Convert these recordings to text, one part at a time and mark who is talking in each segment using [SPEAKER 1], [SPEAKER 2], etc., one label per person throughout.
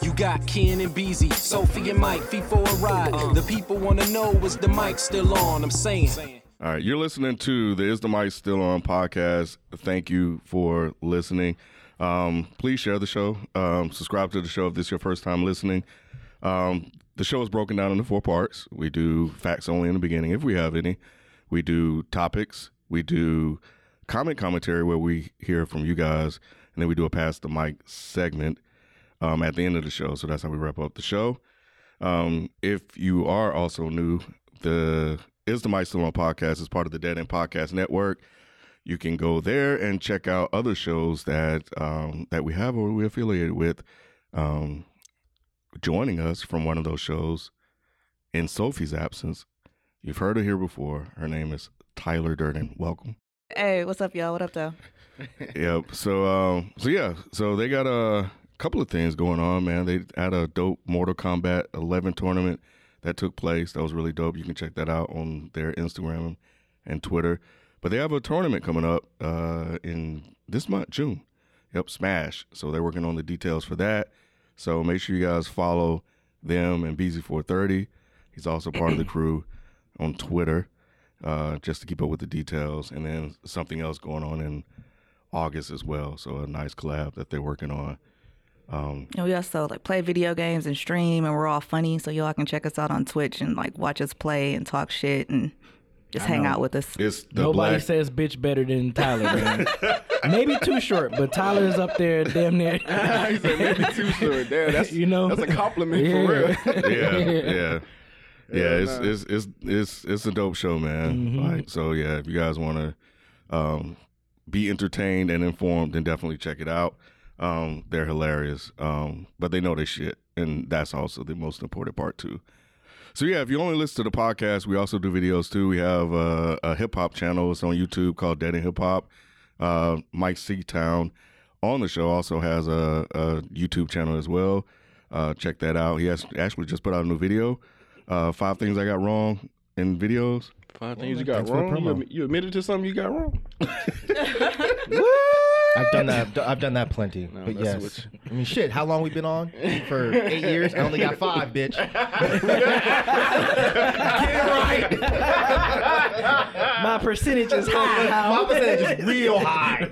[SPEAKER 1] You got Ken and Beezy, Sophie and Mike, feet for a ride. The people wanna know is the mic still on? I'm saying.
[SPEAKER 2] All right, you're listening to the Is the Mic Still On podcast. Thank you for listening. Um, please share the show. Um, subscribe to the show if this is your first time listening. Um, the show is broken down into four parts. We do facts only in the beginning, if we have any. We do topics. We do comment commentary where we hear from you guys, and then we do a pass the mic segment um, at the end of the show. So that's how we wrap up the show. Um, if you are also new, the Is the Mic Still On podcast is part of the Dead End Podcast Network. You can go there and check out other shows that um, that we have or we're affiliated with. Um, joining us from one of those shows in Sophie's absence, you've heard her here before. Her name is Tyler Durden. Welcome.
[SPEAKER 3] Hey, what's up, y'all? What up, though?
[SPEAKER 2] yep. So um so yeah, so they got a couple of things going on, man. They had a dope Mortal Kombat 11 tournament that took place. That was really dope. You can check that out on their Instagram and Twitter. But they have a tournament coming up uh in this month, June. Yep, Smash. So they're working on the details for that. So make sure you guys follow them and BZ430. He's also part of the crew on Twitter uh, just to keep up with the details. And then something else going on in August as well. So a nice collab that they're working on. Um,
[SPEAKER 3] And we also Oh, like play video games and stream, and we're all funny, so y'all can check us out on Twitch and like watch us play and talk shit and just hang out with us.
[SPEAKER 2] it's the
[SPEAKER 4] Nobody
[SPEAKER 2] black.
[SPEAKER 4] says bitch better than Tyler. Man. Maybe too short, but Tyler is up there, damn near.
[SPEAKER 5] He said maybe too short. Damn, that's
[SPEAKER 4] You know?
[SPEAKER 5] that's a compliment for
[SPEAKER 4] Yeah.
[SPEAKER 5] real.
[SPEAKER 2] yeah, yeah, yeah. It's, it's it's it's it's a dope show, man. Like so, yeah. If you guys want to um, be entertained and informed, then definitely check it out. Um, they're hilarious, um, but they know their shit, and that's also the most important part too. So yeah, if you only listen to the podcast, we also do videos too. We have uh, a hip hop channel. It's on YouTube called Dead and Hip Hop. Uh, Mike Seatown on the show also has a, a YouTube channel as well. Uh, check that out. He has actually just put out a new video. Uh, five things I got wrong in videos.
[SPEAKER 5] Five things you got
[SPEAKER 4] Thanks for the
[SPEAKER 5] wrong. You,
[SPEAKER 4] promo.
[SPEAKER 5] admi- you admitted to something you got wrong.
[SPEAKER 6] I've done that. I've done- I've done that plenty. but
[SPEAKER 5] that's
[SPEAKER 6] yes,
[SPEAKER 5] what
[SPEAKER 6] I mean, shit. How long we been on? For eight years. I only got five, bitch. Get it right.
[SPEAKER 4] My percentage is high.
[SPEAKER 6] My
[SPEAKER 4] how-
[SPEAKER 6] percentage is real high.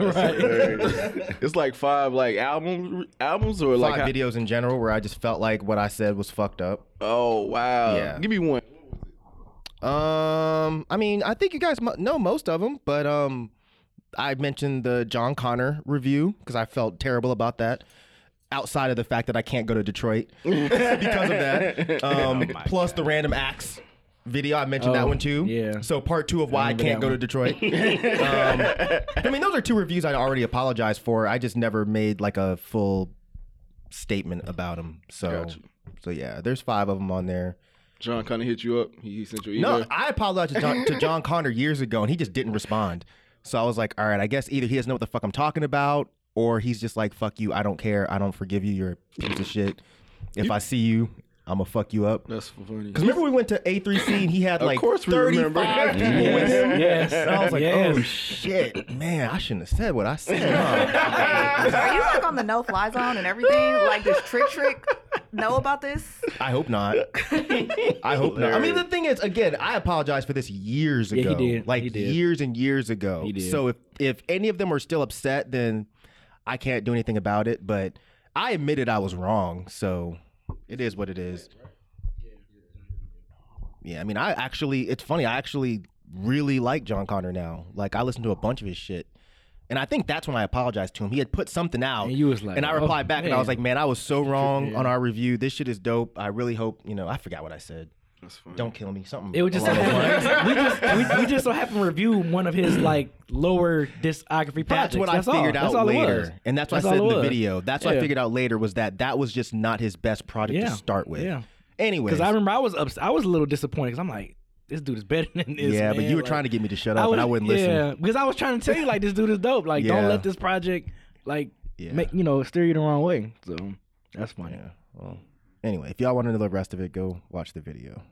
[SPEAKER 5] It's like five like album albums or like
[SPEAKER 6] Five
[SPEAKER 5] how-
[SPEAKER 6] videos in general where I just felt like what I said was fucked up.
[SPEAKER 5] Oh wow!
[SPEAKER 6] Yeah.
[SPEAKER 5] Give me one.
[SPEAKER 6] Um, I mean, I think you guys mu- know most of them, but um, I mentioned the John Connor review because I felt terrible about that. Outside of the fact that I can't go to Detroit because of that, um, plus the random axe video, I mentioned that
[SPEAKER 4] Oh,
[SPEAKER 6] one too.
[SPEAKER 4] yeah.
[SPEAKER 6] So part two of why I,
[SPEAKER 4] remember
[SPEAKER 6] can't
[SPEAKER 4] that
[SPEAKER 6] go to
[SPEAKER 4] one.
[SPEAKER 6] Detroit. um, I mean, those are two reviews I already apologized for. I just never made like a full statement about them. So, so yeah, there's five of them on there.
[SPEAKER 5] John kind of hit you up. He sent you an
[SPEAKER 6] No,
[SPEAKER 5] email.
[SPEAKER 6] I apologized to John, to John Connor years ago, and he just didn't respond. So I was like, all right, I guess either he doesn't know what the fuck I'm talking about, or he's just like, fuck you, I don't care, I don't forgive you, you're a piece of shit. If I see you, I'm gonna fuck you up.
[SPEAKER 5] That's funny.
[SPEAKER 6] Because remember we went to A3C and he had
[SPEAKER 5] Of
[SPEAKER 6] like
[SPEAKER 5] course we
[SPEAKER 6] 35
[SPEAKER 5] remember.
[SPEAKER 6] people with him.
[SPEAKER 4] Yes, yes.
[SPEAKER 6] And I was like,
[SPEAKER 4] yes.
[SPEAKER 6] oh shit, man, I shouldn't have said what I said. huh?"
[SPEAKER 3] Are you like on the no fly zone and everything? Like, does Trick Trick know about this?
[SPEAKER 6] I hope not. I hope not. I mean, the thing is, again, I apologize for this years
[SPEAKER 4] Yeah, he
[SPEAKER 6] ago.
[SPEAKER 4] did.
[SPEAKER 6] Like
[SPEAKER 4] He did.
[SPEAKER 6] years and years ago.
[SPEAKER 4] He did.
[SPEAKER 6] So if if any of them are still upset, then I can't do anything about it. But I admitted I was wrong, so it is what it is. Yeah, I mean, I actually, it's funny. I actually really like John Connor now. Like, I listen to a bunch of his shit. And I think that's when I apologized to him. He had put something out, and, you was
[SPEAKER 4] like,
[SPEAKER 6] and I replied
[SPEAKER 4] "Oh,
[SPEAKER 6] back, and I was
[SPEAKER 4] man."
[SPEAKER 6] like, "Man, I was so wrong on our review. This shit is dope. I really hope you know." I forgot what I said. That's fine. Don't kill me. Something.
[SPEAKER 4] It was just
[SPEAKER 6] along those lines.
[SPEAKER 4] we just we, we just so happened to review one of his like lower discography projects.
[SPEAKER 6] That's what I
[SPEAKER 4] all.
[SPEAKER 6] figured
[SPEAKER 4] That's
[SPEAKER 6] out
[SPEAKER 4] all it
[SPEAKER 6] later,
[SPEAKER 4] was.
[SPEAKER 6] and that's what
[SPEAKER 4] That's
[SPEAKER 6] I said
[SPEAKER 4] all
[SPEAKER 6] in
[SPEAKER 4] it
[SPEAKER 6] the
[SPEAKER 4] was.
[SPEAKER 6] video. That's what
[SPEAKER 4] Yeah.
[SPEAKER 6] I figured out later was that that was just not his best product
[SPEAKER 4] Yeah.
[SPEAKER 6] to start with.
[SPEAKER 4] Yeah.
[SPEAKER 6] Anyway,
[SPEAKER 4] Because I remember I was ups- I was a little disappointed because I'm like, this dude is better than this.
[SPEAKER 6] yeah, but
[SPEAKER 4] man.
[SPEAKER 6] you were
[SPEAKER 4] Like,
[SPEAKER 6] trying to get me to shut up, and I wouldn't
[SPEAKER 4] was-
[SPEAKER 6] listen.
[SPEAKER 4] Yeah, because I was trying to tell you like this dude is dope. Like, don't
[SPEAKER 6] Yeah.
[SPEAKER 4] let this project like make you know steer you the wrong way. So that's funny.
[SPEAKER 6] Well, anyway, if y'all want to know the rest of it, go watch the video.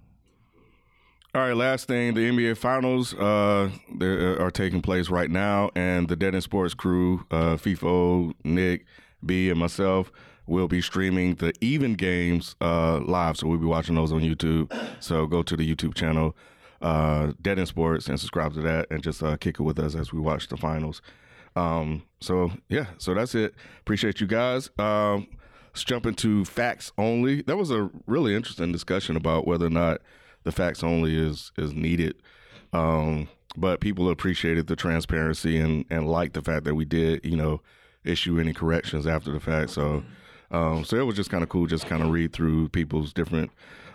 [SPEAKER 2] All right, last thing, the NBA Finals uh, they are taking place right now, and the Dead in Sports crew, uh, FIFO, Nick, B, and myself, will be streaming the even games uh, live. So we'll be watching those on YouTube. So go to the YouTube channel, uh, Dead in Sports, and subscribe to that, and just uh, kick it with us as we watch the finals. Um, so yeah, so that's it. Appreciate you guys. Um, let's jump into facts only. That was a really interesting discussion about whether or not the facts only is is needed. Um, but people appreciated the transparency and and liked the fact that we did, you know, issue any corrections after the fact. So um, so it was just kind of cool, just kind of read through people's different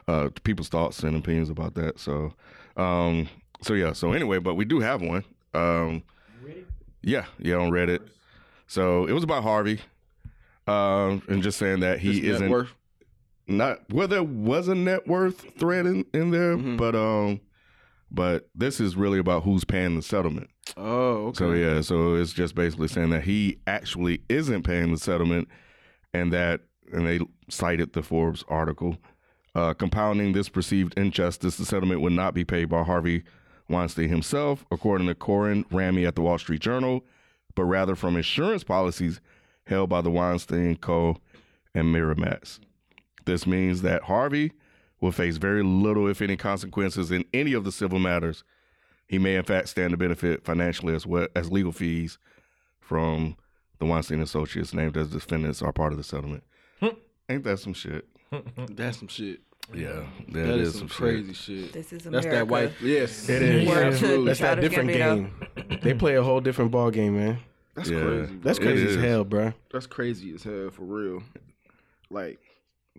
[SPEAKER 2] uh, people's thoughts and opinions about that. So um, so yeah. So anyway, but we do have one. Um, yeah, yeah, on Reddit. So it was about Harvey, um, and just saying that he
[SPEAKER 5] His net
[SPEAKER 2] isn't
[SPEAKER 5] worth?
[SPEAKER 2] not well. There was a net worth thread in, in there,
[SPEAKER 5] Mm-hmm.
[SPEAKER 2] but um, but this is really about who's paying the settlement.
[SPEAKER 5] Oh, okay.
[SPEAKER 2] So yeah, so it's just basically saying that he actually isn't paying the settlement, and that and they cited the Forbes article. Uh, compounding this perceived injustice, the settlement would not be paid by Harvey Weinstein himself, according to Corin Ramey at the Wall Street Journal, but rather from insurance policies held by the Weinstein Co. and Miramax. This means that Harvey will face very little, if any, consequences in any of the civil matters he may in fact stand to benefit financially as well as legal fees from the Weinstein Associates named as defendants are part of the settlement. Ain't that some shit?
[SPEAKER 5] That's some shit.
[SPEAKER 2] Yeah,
[SPEAKER 5] that is, some crazy shit.
[SPEAKER 3] This is
[SPEAKER 5] That's that white.
[SPEAKER 3] America.
[SPEAKER 5] Yes,
[SPEAKER 3] It is. Word to
[SPEAKER 5] Absolutely.
[SPEAKER 3] That's that Childish different Gambino.
[SPEAKER 7] game. They play a whole different ball game, man.
[SPEAKER 5] That's crazy.
[SPEAKER 7] That's
[SPEAKER 5] bro.
[SPEAKER 7] crazy as hell, bro.
[SPEAKER 5] That's crazy as hell for real. Like,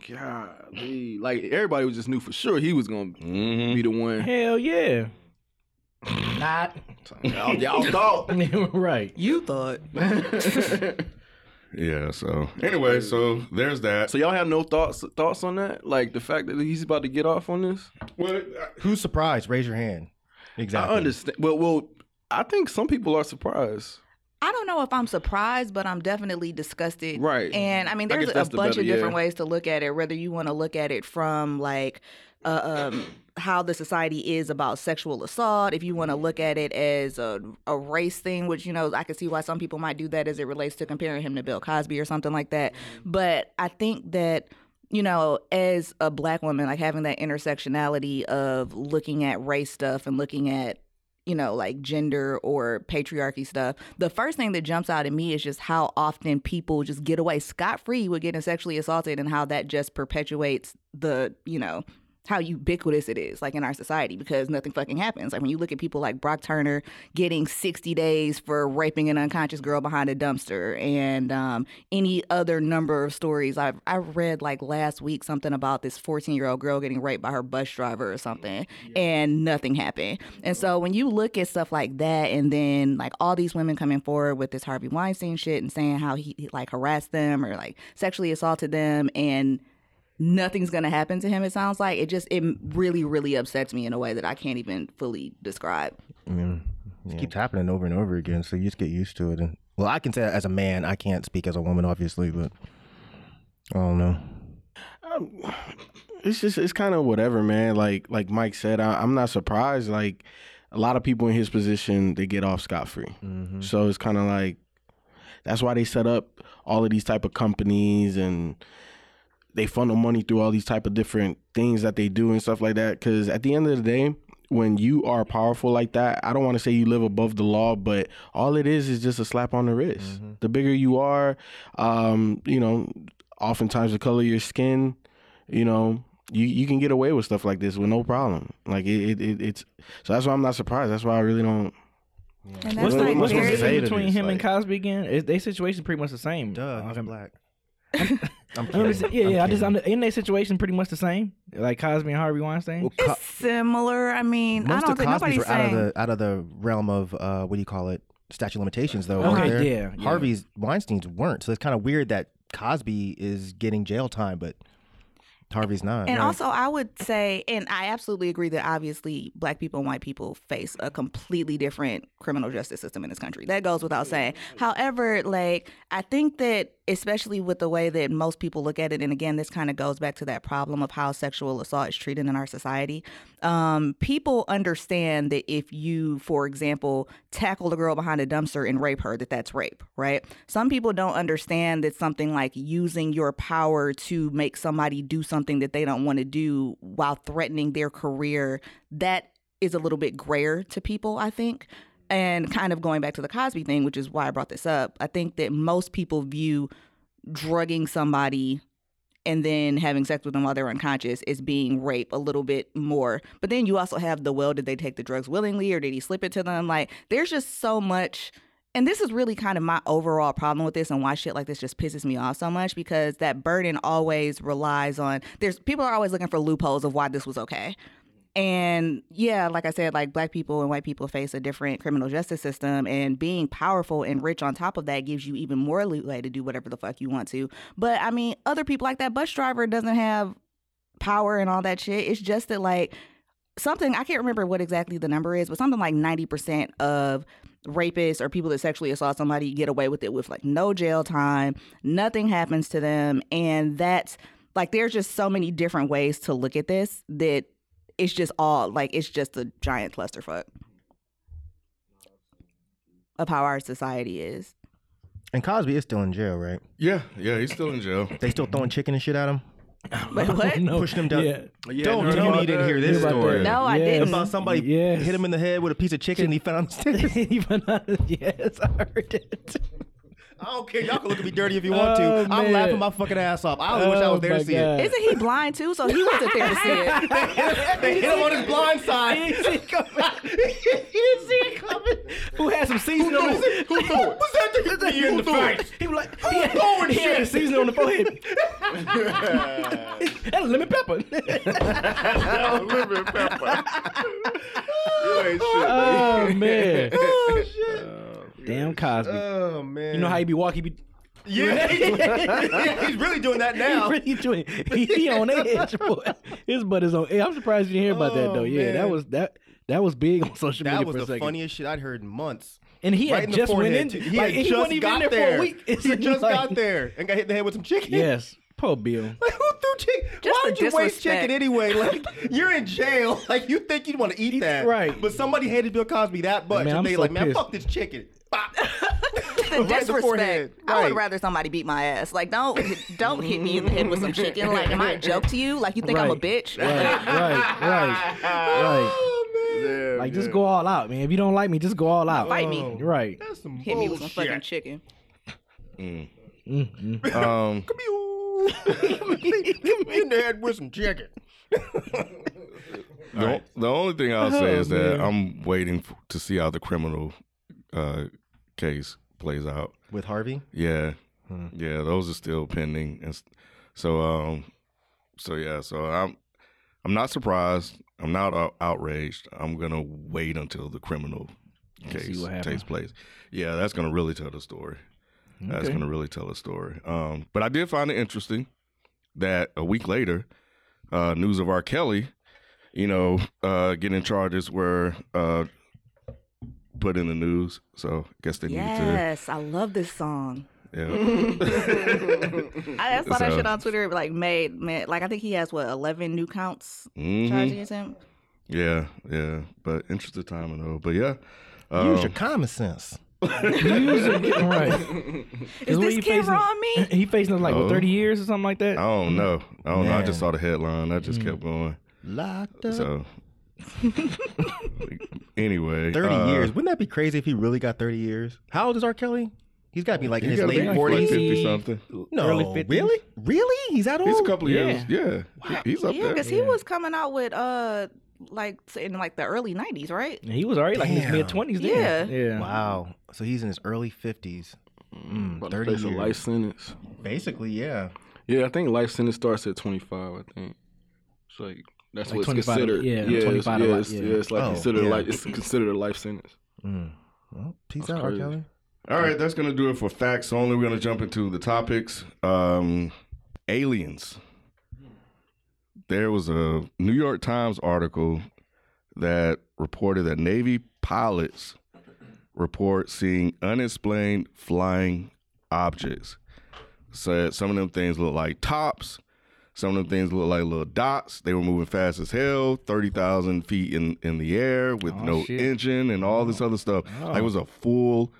[SPEAKER 5] golly, like everybody was just knew for sure he was gonna be the one.
[SPEAKER 4] Hell yeah. Not
[SPEAKER 5] Y'all, Oh, y'all thought.
[SPEAKER 4] right.
[SPEAKER 3] You thought.
[SPEAKER 2] Yeah, so anyway, so there's that.
[SPEAKER 5] So y'all have no thoughts thoughts on that? Like the fact that he's about to get off on this?
[SPEAKER 2] Well,
[SPEAKER 6] Who's surprised? Raise your hand. Exactly.
[SPEAKER 5] I understand. Well, well, I think some people are surprised.
[SPEAKER 3] I don't know if I'm surprised, but I'm definitely disgusted.
[SPEAKER 5] Right.
[SPEAKER 3] And I mean,
[SPEAKER 5] I
[SPEAKER 3] there's
[SPEAKER 5] guess
[SPEAKER 3] a
[SPEAKER 5] that's the
[SPEAKER 3] bunch
[SPEAKER 5] better-
[SPEAKER 3] of different
[SPEAKER 5] yeah.
[SPEAKER 3] ways to look at it, whether you want to look at it from like uh, um, how the society is about sexual assault, if you want to look at it as a, a race thing, which, you know, I can see why some people might do that as it relates to comparing him to Bill Cosby or something like that.
[SPEAKER 5] Mm-hmm.
[SPEAKER 3] But I think that. You know, as a black woman, like having that intersectionality of looking at race stuff and looking at you know, like gender or patriarchy stuff, the first thing that jumps out at me is just how often people just get away scot free with getting sexually assaulted and how that just perpetuates the, you know, how ubiquitous it is, like in our society, because nothing fucking happens. Like when you look at people like Brock Turner getting 60 days for raping an unconscious girl behind a dumpster, and um, any other number of stories. I've, I read like last week something about this 14 year old girl getting raped by her bus driver or something, and nothing happened. And so when you look at stuff like that, and then like all these women coming forward with this Harvey Weinstein shit and saying how he, he like harassed them or like sexually assaulted them, and nothing's gonna happen to him it sounds like it just it really really upsets me in a way that i can't even fully describe
[SPEAKER 6] Yeah. It keeps happening over and over again, so you just get used to it. And well, I can say that as a man, I can't speak as a woman, obviously, but I don't know.
[SPEAKER 7] Um, It's just it's kind of whatever, man. Like like Mike said, I, I'm not surprised. Like a lot of people in his position, they get off scot free.
[SPEAKER 6] Mm-hmm.
[SPEAKER 7] So it's kind of like that's why they set up all of these type of companies and they funnel money through all these type of different things that they do and stuff like that. Because at the end of the day, when you are powerful like that, I don't want to say you live above the law, but all it is is just a slap on the wrist. The bigger you are, um, you know,
[SPEAKER 5] oftentimes the color of your skin, you know, you, you can get away with stuff like this with no problem. Like it, it, it it's so that's why I'm not surprised. That's why I really don't.
[SPEAKER 6] And
[SPEAKER 5] What's
[SPEAKER 6] that's
[SPEAKER 5] the-
[SPEAKER 6] like
[SPEAKER 5] what's
[SPEAKER 6] what's
[SPEAKER 5] the
[SPEAKER 6] the
[SPEAKER 5] say to
[SPEAKER 6] difference between
[SPEAKER 5] this?
[SPEAKER 6] him and
[SPEAKER 5] Like-
[SPEAKER 6] Cosby again? Is their situation pretty much the same? Duh, I'm black.
[SPEAKER 2] I'm
[SPEAKER 6] just- yeah, yeah. I just, I'm, isn't their situation pretty much the same? Like Cosby and Harvey Weinstein.
[SPEAKER 3] it's similar. I mean, I
[SPEAKER 2] Most
[SPEAKER 3] don't
[SPEAKER 2] of
[SPEAKER 3] think
[SPEAKER 2] Cosby's
[SPEAKER 3] nobody's
[SPEAKER 2] were out
[SPEAKER 3] saying.
[SPEAKER 2] of the out of the realm of uh, what do you call it? Statue of limitations, though.
[SPEAKER 6] Okay,
[SPEAKER 2] weren't there?
[SPEAKER 6] yeah, yeah.
[SPEAKER 2] Harvey's Weinstein's weren't, so it's kind of weird that Cosby is getting jail time, but Harvey's not.
[SPEAKER 3] And
[SPEAKER 2] right?
[SPEAKER 3] also, I would say, and I absolutely agree that obviously black people and white people face a completely different criminal justice system in this country. That goes without saying. However, like, I think that especially with the way that most people look at it, and again, this kind of goes back to that problem of how sexual assault is treated in our society. Um, people understand that if you, for example, tackle a girl behind a dumpster and rape her, that that's rape, right? Some people don't understand that something like using your power to make somebody do something that they don't want to do while threatening their career, that is a little bit grayer to people, I think. And kind of going back to the Cosby thing, which is why I brought this up, I think that most people view drugging somebody and then having sex with them while they're unconscious is being rape a little bit more. But then you also have the well, did they take the drugs willingly or did he slip it to them? Like, there's just so much. And this is really kind of my overall problem with this and why shit like this just pisses me off so much because that burden always relies on there's people are always looking for loopholes of why this was okay. And yeah, like I said, like black people and white people face a different criminal justice system, and being powerful and rich on top of that gives you even more leeway to do whatever the fuck you want to. But I mean, other people like that bus driver doesn't have power and all that shit. It's just that like something I can't remember what exactly the number is, but something like ninety percent of rapists or people that sexually assault somebody get away with it with like no jail time, nothing happens to them, and that's like there's just so many different ways to look at this that it's just all like it's just a giant clusterfuck of how our society is.
[SPEAKER 2] and Cosby is still in jail, right?
[SPEAKER 8] Yeah, yeah, he's still in jail.
[SPEAKER 2] They still throwing chicken and shit at him.
[SPEAKER 3] Wait, what?
[SPEAKER 6] Oh,
[SPEAKER 2] Pushing him down.
[SPEAKER 8] Yeah. Yeah,
[SPEAKER 2] Don't
[SPEAKER 8] no,
[SPEAKER 2] tell
[SPEAKER 8] no,
[SPEAKER 2] me you didn't hear this
[SPEAKER 8] yeah, about
[SPEAKER 2] story.
[SPEAKER 8] that. No, I Yes. didn't.
[SPEAKER 2] About somebody
[SPEAKER 6] Yes.
[SPEAKER 2] hit him in the head with a piece of chicken and he fell downstairs.
[SPEAKER 6] he fell yes, I heard it.
[SPEAKER 2] I don't care. Y'all can look at me dirty if you want to.
[SPEAKER 6] Oh,
[SPEAKER 2] I'm
[SPEAKER 6] man.
[SPEAKER 2] laughing my fucking ass off. I only wish I was
[SPEAKER 6] Oh,
[SPEAKER 2] there to
[SPEAKER 6] my
[SPEAKER 2] see
[SPEAKER 6] God.
[SPEAKER 2] it.
[SPEAKER 3] Isn't he blind too? So he wasn't there to see it.
[SPEAKER 2] They hit him on his blind side.
[SPEAKER 6] He didn't see it coming. Who had some season on his
[SPEAKER 2] Who threw it? What's that thing
[SPEAKER 6] that
[SPEAKER 2] you
[SPEAKER 6] in the
[SPEAKER 2] threw it?
[SPEAKER 6] face? He was like,
[SPEAKER 2] Who
[SPEAKER 6] he had,
[SPEAKER 2] throwing
[SPEAKER 6] he had a
[SPEAKER 2] shit?
[SPEAKER 6] season on the forehead. That's lemon pepper.
[SPEAKER 9] lemon pepper. you ain't shit,
[SPEAKER 6] Oh
[SPEAKER 9] nigga.
[SPEAKER 6] man. Oh shit. Damn Cosby.
[SPEAKER 2] Oh man.
[SPEAKER 6] You know how he be walking? He be
[SPEAKER 2] Yeah, yeah, he's really doing that now.
[SPEAKER 6] He really doing. He, he on edge, boy. His butt is on. edge. I'm surprised you didn't hear about that though. Yeah, that
[SPEAKER 2] Oh, man.
[SPEAKER 6] was that. That was big on social
[SPEAKER 2] That
[SPEAKER 6] media
[SPEAKER 2] was
[SPEAKER 6] for a
[SPEAKER 2] the
[SPEAKER 6] second.
[SPEAKER 2] funniest shit I'd heard in months.
[SPEAKER 6] And he had
[SPEAKER 2] in the
[SPEAKER 6] just went
[SPEAKER 2] forehead,
[SPEAKER 6] in-
[SPEAKER 2] too. He had
[SPEAKER 6] like, he
[SPEAKER 2] just
[SPEAKER 6] wasn't even in
[SPEAKER 2] got
[SPEAKER 6] there for a week. It's
[SPEAKER 2] He just
[SPEAKER 6] like-
[SPEAKER 2] got there and got hit in the head with some chicken.
[SPEAKER 6] Yes, poor Bill.
[SPEAKER 2] Like who threw chicken?
[SPEAKER 3] Just
[SPEAKER 2] Why
[SPEAKER 3] the
[SPEAKER 2] would you waste
[SPEAKER 3] disrespect.
[SPEAKER 2] chicken anyway? Like you're in jail. Like you think you'd want to eat that,
[SPEAKER 6] right.
[SPEAKER 2] But somebody hated Bill Cosby that much,
[SPEAKER 6] Man, I'm
[SPEAKER 2] and they
[SPEAKER 6] so
[SPEAKER 2] like, man,
[SPEAKER 6] pissed.
[SPEAKER 2] fuck this chicken. Bop.
[SPEAKER 3] the
[SPEAKER 2] Right in the forehead.
[SPEAKER 3] disrespect. I
[SPEAKER 2] Right.
[SPEAKER 3] would rather somebody beat my ass. Like, don't don't hit me in the head with some chicken. Like, am I a joke to you? Like, you think I'm a
[SPEAKER 6] Right.
[SPEAKER 3] bitch?
[SPEAKER 6] Right, right, right, right.
[SPEAKER 2] Oh,
[SPEAKER 9] Yeah,
[SPEAKER 6] Like
[SPEAKER 9] yeah.
[SPEAKER 6] just go all out, man. If you don't like me, just go all out.
[SPEAKER 3] Fight me.
[SPEAKER 2] Oh.
[SPEAKER 6] Right.
[SPEAKER 2] That's some
[SPEAKER 3] Oh. Hit me with some
[SPEAKER 2] bullshit.
[SPEAKER 3] fucking chicken.
[SPEAKER 8] Um,
[SPEAKER 2] Hit me in the head with some chicken.
[SPEAKER 8] The, the only thing I'll say
[SPEAKER 2] Oh,
[SPEAKER 8] is that
[SPEAKER 2] man.
[SPEAKER 8] I'm waiting f- to see how the criminal uh, case plays out.
[SPEAKER 2] With Harvey?
[SPEAKER 8] Yeah, yeah, those are still pending, and s- so um, so yeah, so I'm I'm not surprised. I'm not ou- outraged. I'm gonna wait until the criminal case
[SPEAKER 6] what happens.
[SPEAKER 8] takes place. Yeah, that's gonna really tell the story. That's
[SPEAKER 6] Okay.
[SPEAKER 8] gonna really tell a story. Um, but I did find it interesting that a week later, uh, news of R. Kelly, you know, uh, getting charges were uh, put in the news. So I guess they need
[SPEAKER 3] Yes, I love this song.
[SPEAKER 8] to. Yeah.
[SPEAKER 3] I I saw that
[SPEAKER 8] So-
[SPEAKER 3] shit on Twitter. Like, made man, like I think he has what eleven new counts
[SPEAKER 8] Mhm.
[SPEAKER 3] charged against him.
[SPEAKER 8] Yeah, yeah. But interesting timing though. But yeah.
[SPEAKER 2] Use
[SPEAKER 8] um,
[SPEAKER 2] your common sense.
[SPEAKER 6] right.
[SPEAKER 3] Is
[SPEAKER 6] what
[SPEAKER 3] this
[SPEAKER 6] he
[SPEAKER 3] kid
[SPEAKER 6] facing-
[SPEAKER 3] raw on me?
[SPEAKER 6] He facing like
[SPEAKER 8] Oh.
[SPEAKER 6] what, 30 years or something like that.
[SPEAKER 8] I don't know. I don't know. Oh, I
[SPEAKER 2] Man. Mm.
[SPEAKER 8] just saw the headline. I just kept going.
[SPEAKER 2] Locked up.
[SPEAKER 8] So anyway.
[SPEAKER 2] Thirty
[SPEAKER 8] uh,
[SPEAKER 2] years. Wouldn't that be crazy if he really got thirty years? How old is R. Kelly? He's got to be like in
[SPEAKER 6] He
[SPEAKER 2] his
[SPEAKER 6] gotta be
[SPEAKER 2] late
[SPEAKER 6] like
[SPEAKER 2] forties,
[SPEAKER 6] 50 something.
[SPEAKER 2] No,
[SPEAKER 6] Early 50s.
[SPEAKER 2] really, really, he's that old.
[SPEAKER 6] He's a couple of years. Yeah, He- he's up
[SPEAKER 3] Yeah,
[SPEAKER 6] there.
[SPEAKER 3] because he was coming out with uh like in like the early nineties, right?
[SPEAKER 10] He was already like in his
[SPEAKER 2] Damn.
[SPEAKER 10] mid twenties.
[SPEAKER 3] Yeah.
[SPEAKER 10] Yeah.
[SPEAKER 2] Wow. So he's in his early fifties. Mm,
[SPEAKER 5] About to
[SPEAKER 2] Thirty
[SPEAKER 5] face
[SPEAKER 2] years.
[SPEAKER 5] a life sentence.
[SPEAKER 2] Basically, yeah.
[SPEAKER 5] Yeah, I think life sentence starts at 25. I think it's like that's
[SPEAKER 10] Like
[SPEAKER 5] what's
[SPEAKER 10] 25
[SPEAKER 5] considered.
[SPEAKER 10] yeah,
[SPEAKER 5] yeah, it's,
[SPEAKER 10] 25
[SPEAKER 5] yeah,
[SPEAKER 10] to life,
[SPEAKER 5] it's,
[SPEAKER 10] yeah.
[SPEAKER 5] yeah, it's like
[SPEAKER 10] Oh,
[SPEAKER 5] considered
[SPEAKER 10] yeah.
[SPEAKER 5] like it's considered a life sentence.
[SPEAKER 2] Mm. Well, peace
[SPEAKER 5] That's
[SPEAKER 2] out, R.
[SPEAKER 5] crazy.
[SPEAKER 2] Kelly.
[SPEAKER 6] All right, that's going to do it for facts only. We're going to jump into the topics. Um, aliens. There was a New York Times article that reported that Navy pilots report seeing unexplained flying objects. Said some of them things look like tops. Some of them things look like little dots. They were moving fast as hell, thirty thousand feet in, in the air with no engine and all this other stuff. Like, it was a full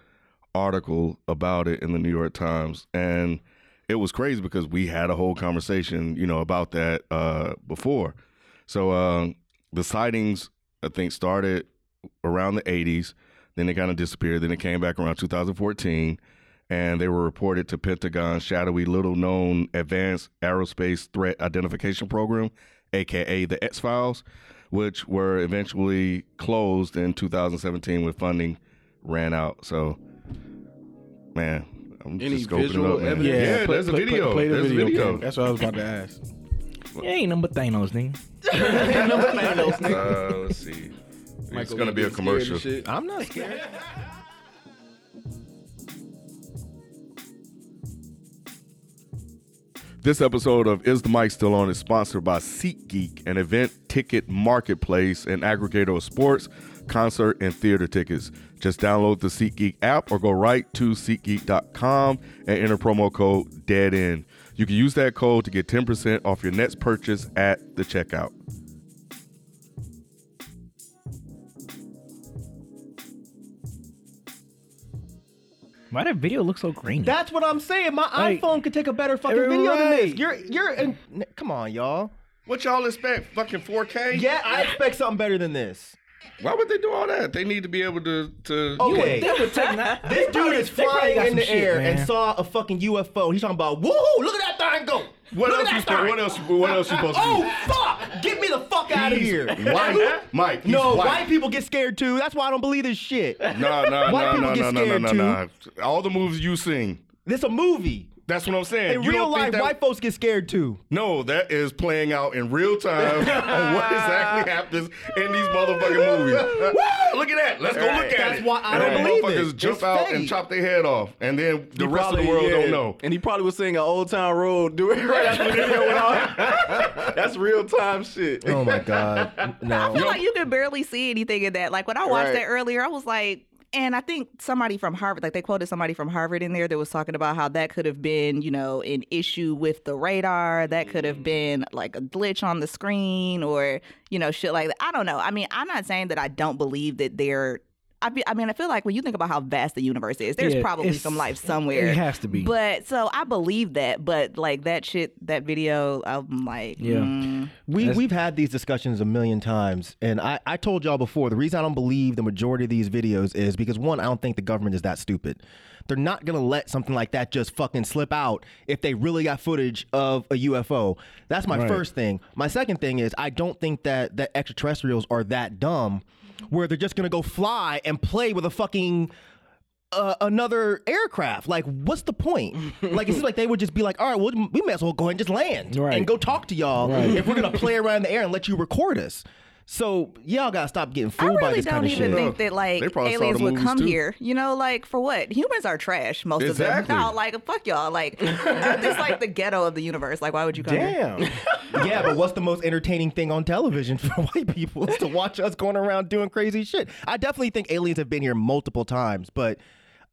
[SPEAKER 6] article about it in the New York Times, and it was crazy because we had a whole conversation, you know, about that uh, before. So um, the sightings, I think, started around the '80s. Then they kind of disappeared. Then it came back around 2014, and they were reported to Pentagon's shadowy, little-known Advanced Aerospace Threat Identification Program, aka the X Files, which were eventually closed in 2017 when funding ran out. So, man, I'm
[SPEAKER 5] Any
[SPEAKER 6] just scoping
[SPEAKER 5] visual
[SPEAKER 6] it up. Man.
[SPEAKER 5] evidence?
[SPEAKER 6] Yeah,
[SPEAKER 5] Yeah, play-
[SPEAKER 6] there's a
[SPEAKER 5] play- play-
[SPEAKER 6] video.
[SPEAKER 5] play the
[SPEAKER 6] there's
[SPEAKER 5] video,
[SPEAKER 6] a video.
[SPEAKER 5] Ken.
[SPEAKER 11] That's what I was about to ask.
[SPEAKER 10] It ain't nothing but Thanos, nigga.
[SPEAKER 6] Uh, let's see. it's
[SPEAKER 5] Michael
[SPEAKER 6] gonna be a
[SPEAKER 5] getting scared and
[SPEAKER 6] commercial.
[SPEAKER 5] shit.
[SPEAKER 2] I'm not scared.
[SPEAKER 6] This episode of Is the Mic Still On is sponsored by SeatGeek, an event ticket marketplace and aggregator of sports, concert, and theater tickets. Just download the SeatGeek app or go right to SeatGeek.com and enter promo code Dead End. You can use that code to get 10% off your next purchase at the checkout.
[SPEAKER 10] Why that video look so green?
[SPEAKER 2] That's what I'm saying. My
[SPEAKER 10] Like-
[SPEAKER 2] iPhone could take a better fucking video than this. You're, you're. In, n- come on, y'all.
[SPEAKER 6] What y'all expect? Fucking 4K?
[SPEAKER 2] Yeah, I expect something better than this.
[SPEAKER 6] Why would they do all that? They need to be able to. to
[SPEAKER 2] Okay, this dude is
[SPEAKER 10] they probably
[SPEAKER 2] flying
[SPEAKER 10] got
[SPEAKER 2] in
[SPEAKER 10] some
[SPEAKER 2] the
[SPEAKER 10] shit,
[SPEAKER 2] air and
[SPEAKER 10] man.
[SPEAKER 2] saw a fucking UFO. He's talking about, woohoo! Look at that thing go.
[SPEAKER 6] What
[SPEAKER 2] Look
[SPEAKER 6] else,
[SPEAKER 2] at
[SPEAKER 6] you
[SPEAKER 2] that
[SPEAKER 6] supposed,
[SPEAKER 2] thing.
[SPEAKER 6] what else? you- What else you supposed to do?
[SPEAKER 2] Oh fuck! Get me the fuck out of
[SPEAKER 6] He's
[SPEAKER 2] here.
[SPEAKER 6] white. Mike, he's
[SPEAKER 2] no,
[SPEAKER 6] white.
[SPEAKER 2] people get scared too. That's why I don't believe this shit.
[SPEAKER 6] No, no,
[SPEAKER 2] White
[SPEAKER 6] no,
[SPEAKER 2] people
[SPEAKER 6] no,
[SPEAKER 2] get
[SPEAKER 6] no, no,
[SPEAKER 2] scared
[SPEAKER 6] no,
[SPEAKER 2] too.
[SPEAKER 6] no, no. All the moves you sing.
[SPEAKER 2] This a movie.
[SPEAKER 6] That's what I'm saying.
[SPEAKER 2] In
[SPEAKER 6] You
[SPEAKER 2] real
[SPEAKER 6] don't think
[SPEAKER 2] life,
[SPEAKER 6] that-
[SPEAKER 2] white folks get scared too.
[SPEAKER 6] No, that is playing out in real time on what exactly happens in these motherfucking movies. Woo, look at that. Let's go look at
[SPEAKER 2] That's
[SPEAKER 6] it.
[SPEAKER 2] why I
[SPEAKER 6] And
[SPEAKER 2] don't
[SPEAKER 6] then
[SPEAKER 2] believe
[SPEAKER 6] motherfuckers
[SPEAKER 2] it.
[SPEAKER 6] jump
[SPEAKER 2] It's
[SPEAKER 6] out and
[SPEAKER 2] fake.
[SPEAKER 6] chop their head off, and then the
[SPEAKER 5] He
[SPEAKER 6] rest of
[SPEAKER 5] probably-
[SPEAKER 6] the world
[SPEAKER 5] yeah.
[SPEAKER 6] don't know.
[SPEAKER 5] And he probably was singing an old time road do it right after the video went off. That's real time shit.
[SPEAKER 2] Oh my god.
[SPEAKER 3] I
[SPEAKER 2] No.
[SPEAKER 3] feel like you could barely see anything in that. Like when I watched
[SPEAKER 5] Right.
[SPEAKER 3] that earlier, I was like, and I think somebody from Harvard, like they quoted somebody from Harvard in there that was talking about how that could have been, you know, an issue with the radar. That could
[SPEAKER 10] Mm.
[SPEAKER 3] have been like a glitch on the screen or, you know, shit like that. I don't know. I mean, I'm not saying that I don't believe that there. I, be, I mean, I feel like when you think about how vast the universe is, there's
[SPEAKER 10] Yeah,
[SPEAKER 3] probably
[SPEAKER 10] it's-
[SPEAKER 3] some life somewhere.
[SPEAKER 10] it has to be.
[SPEAKER 3] But so I believe that. But like that shit, that video, I'm like,
[SPEAKER 10] Yeah.
[SPEAKER 3] mm.
[SPEAKER 2] We we've had these discussions a million times, and I, I told y'all before the reason I don't believe the majority of these videos is because one, I don't think the government is that stupid. They're not gonna let something like that just fucking slip out if they really got footage of a UFO. That's my first thing. My second thing is I don't think that that extraterrestrials are that dumb where they're just gonna go fly and play with a fucking uh, another aircraft. Like, what's the point? like, it seems like they would just be like, all right, well, we may as well go ahead and just land
[SPEAKER 10] Right.
[SPEAKER 2] and go talk to y'all if we're gonna play around in the air and let you record us. So y'all gotta stop getting
[SPEAKER 3] I
[SPEAKER 2] fooled by
[SPEAKER 3] really
[SPEAKER 2] this
[SPEAKER 3] don't
[SPEAKER 2] kind of
[SPEAKER 3] even
[SPEAKER 2] shit.
[SPEAKER 3] think that like
[SPEAKER 6] They probably saw the
[SPEAKER 3] aliens would
[SPEAKER 6] movies,
[SPEAKER 3] come
[SPEAKER 6] too.
[SPEAKER 3] here. You know, like for what? Humans are trash most of
[SPEAKER 6] Exactly.
[SPEAKER 3] them. No, like fuck y'all. Like Earth is like the ghetto of the universe. Like why would you come here?
[SPEAKER 11] Damn.
[SPEAKER 2] yeah, but what's the most entertaining thing on television for white people is to watch us going around doing crazy shit. I definitely think aliens have been here multiple times, but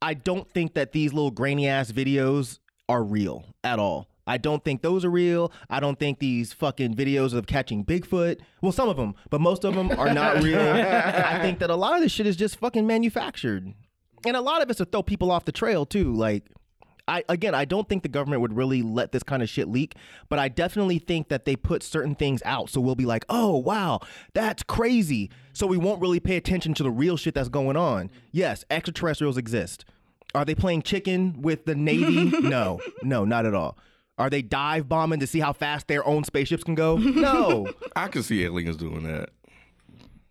[SPEAKER 2] I don't think that these little grainy ass videos are real at all. I don't think those are real. I don't think these fucking videos of catching Bigfoot, well, some of them, but most of them are not real. I think that a lot of this shit is just fucking manufactured. And a lot of it's to throw people off the trail, too. Like, I again, I don't think the government would really let this kind of shit leak, but I definitely think that they put certain things out, so we'll be like, "Oh wow, that's crazy," so we won't really pay attention to the real shit that's going on. Yes, extraterrestrials exist. Are they playing chicken with the Navy? no, no, not at all. Are they dive bombing to see how fast their own spaceships can go? No.
[SPEAKER 6] I can see aliens doing that.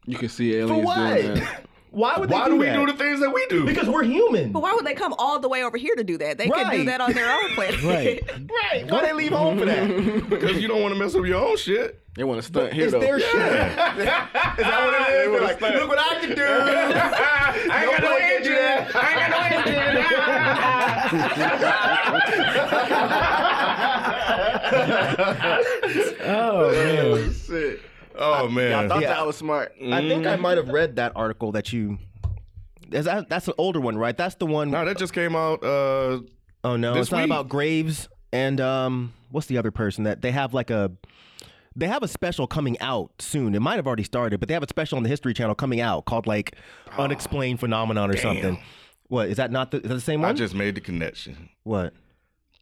[SPEAKER 5] You can see
[SPEAKER 2] For
[SPEAKER 5] aliens
[SPEAKER 2] what?
[SPEAKER 5] doing that.
[SPEAKER 2] Why would they
[SPEAKER 6] Why
[SPEAKER 2] do,
[SPEAKER 6] do we
[SPEAKER 2] that?
[SPEAKER 6] do the things that we do?
[SPEAKER 2] Because we're human.
[SPEAKER 3] But why would they come all the way over here to do that? They could do
[SPEAKER 2] Right.
[SPEAKER 3] that on their own planet.
[SPEAKER 2] Right. right. Why they leave home for that?
[SPEAKER 6] Because you don't want to mess up your own shit.
[SPEAKER 5] They want to stunt here
[SPEAKER 2] It's
[SPEAKER 5] though.
[SPEAKER 2] their shit.
[SPEAKER 6] Is that what it is? We're like,
[SPEAKER 2] Look what I can do. I ain't got no engine. I ain't got no engine.
[SPEAKER 12] Oh man.
[SPEAKER 5] Shit.
[SPEAKER 6] Oh man.
[SPEAKER 5] I thought
[SPEAKER 2] Yeah.
[SPEAKER 5] that was smart.
[SPEAKER 2] I think I might have read that article that you. Is that, that's an older one, right? That's the one.
[SPEAKER 6] No, that just came out. Uh,
[SPEAKER 2] Oh no,
[SPEAKER 6] This
[SPEAKER 2] it's not
[SPEAKER 6] week.
[SPEAKER 2] about Graves and um, what's the other person that they have like a. They have a special coming out soon. It might have already started, but they have a special on the History Channel coming out called like "Unexplained Phenomenon" or something. What is that? Not the, is that the same one?
[SPEAKER 6] I just made the connection.
[SPEAKER 2] what?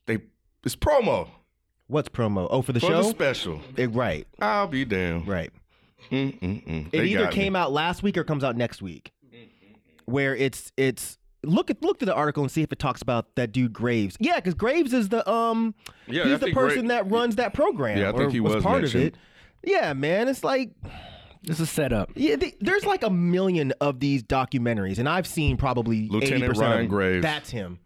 [SPEAKER 6] They it's promo
[SPEAKER 2] What's promo? Oh, for the
[SPEAKER 6] for
[SPEAKER 2] show.
[SPEAKER 6] the special.
[SPEAKER 2] Eh, right,
[SPEAKER 6] I'll be damned.
[SPEAKER 2] right.
[SPEAKER 6] Mm-mm-mm.
[SPEAKER 2] It either came out last week or comes out next week. Where it's it's look at look through the article and see if it talks about that dude Graves. Yeah, because Graves is the um
[SPEAKER 6] Yeah, I
[SPEAKER 2] he's the
[SPEAKER 6] think
[SPEAKER 2] person
[SPEAKER 6] Gra-
[SPEAKER 2] that runs that program.
[SPEAKER 6] Yeah, I
[SPEAKER 2] or
[SPEAKER 6] think he was
[SPEAKER 2] part of it.
[SPEAKER 6] mentioned.
[SPEAKER 2] Yeah, man, it's like
[SPEAKER 12] This is set up.
[SPEAKER 2] yeah, they, there's like a million of these documentaries, and I've seen probably
[SPEAKER 6] Lieutenant
[SPEAKER 2] 80% of
[SPEAKER 6] Ryan
[SPEAKER 2] them.
[SPEAKER 6] Graves.
[SPEAKER 2] That's him.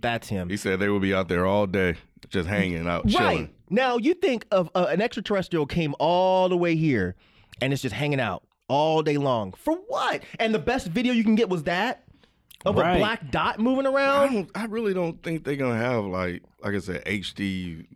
[SPEAKER 2] That's him.
[SPEAKER 6] He said they would be out there all day, just hanging out,
[SPEAKER 2] Right.
[SPEAKER 6] chilling.
[SPEAKER 2] Now you think of uh, an extraterrestrial came all the way here and it's just hanging out all day long. For what? And the best video you can get was that of
[SPEAKER 12] Right.
[SPEAKER 2] a black dot moving
[SPEAKER 6] I
[SPEAKER 2] around.
[SPEAKER 6] don't. I really don't think they're gonna have like, like I said, HD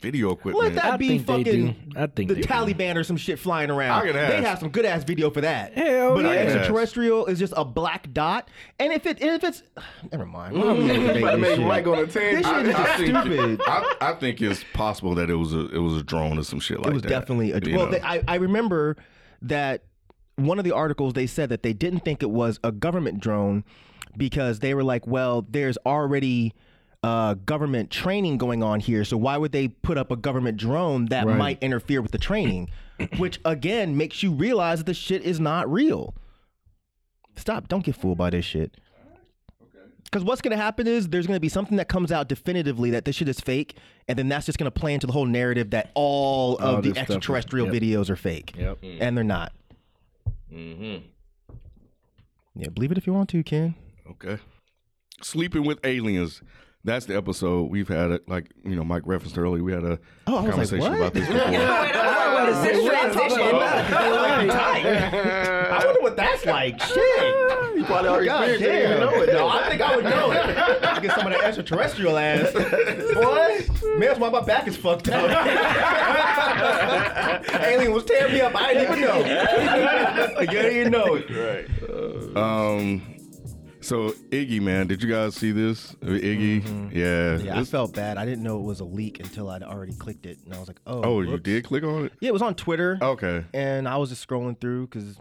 [SPEAKER 6] video
[SPEAKER 2] Let
[SPEAKER 6] equipment.
[SPEAKER 2] that
[SPEAKER 12] I
[SPEAKER 2] be
[SPEAKER 12] think they do.
[SPEAKER 2] fucking
[SPEAKER 12] I think
[SPEAKER 2] the
[SPEAKER 12] they do.
[SPEAKER 2] Taliban or some shit flying around.
[SPEAKER 6] I can
[SPEAKER 2] They
[SPEAKER 6] ask.
[SPEAKER 2] have some good ass video for that.
[SPEAKER 12] Hell
[SPEAKER 2] but
[SPEAKER 12] yeah.
[SPEAKER 2] an extraterrestrial is just a black dot. And if it if it's never mind.
[SPEAKER 6] Mm.
[SPEAKER 5] You about to make Mike on a
[SPEAKER 2] This
[SPEAKER 5] tangent.
[SPEAKER 2] shit is just
[SPEAKER 6] I think-
[SPEAKER 2] stupid.
[SPEAKER 6] I, I think it's possible that it was a it was a drone or some shit like that.
[SPEAKER 2] it was definitely a
[SPEAKER 6] you
[SPEAKER 2] well
[SPEAKER 6] know?
[SPEAKER 2] they, I, I remember that one of the articles they said that they didn't think it was a government drone because they were like well there's already uh, government training going on here so why would they put up a government drone that might interfere with the training which again makes you realize that the shit is not real stop don't get fooled by this shit because what's going to happen is there's going to be something that comes out definitively that this shit is fake, and then that's just going to play into the whole narrative that all of
[SPEAKER 13] All
[SPEAKER 2] the
[SPEAKER 13] this stuff is-
[SPEAKER 2] extraterrestrial
[SPEAKER 13] yep.
[SPEAKER 2] videos are fake. Yep. And they're not. Mm-hmm. Yeah, believe it if you want to, Ken.
[SPEAKER 6] Okay. Sleeping with aliens. That's the episode we've had. A, like you know, Mike referenced earlier. We had a
[SPEAKER 2] Oh, I was like,
[SPEAKER 6] conversation
[SPEAKER 2] what?
[SPEAKER 6] about this before.
[SPEAKER 3] What is this transition?
[SPEAKER 2] I wonder what that's like. Shit. you
[SPEAKER 5] probably already experienced it, you know it,
[SPEAKER 2] No, I think I would know it. I get some of that extraterrestrial ass. Boy, man's why my back is fucked up. Alien was tearing me up. I didn't even know. you didn't even know it.
[SPEAKER 6] um, so Iggy, man, did you guys see this? Uh, Iggy, yeah.
[SPEAKER 2] Mm-hmm. Yeah, I
[SPEAKER 6] This-
[SPEAKER 2] felt bad. I didn't know it was a leak until I'd already clicked it, and I was like, "Oh,
[SPEAKER 6] oh, you
[SPEAKER 2] whoops.
[SPEAKER 6] did click on it.
[SPEAKER 2] Yeah, it was on Twitter,
[SPEAKER 6] Okay.
[SPEAKER 2] and I was just scrolling through because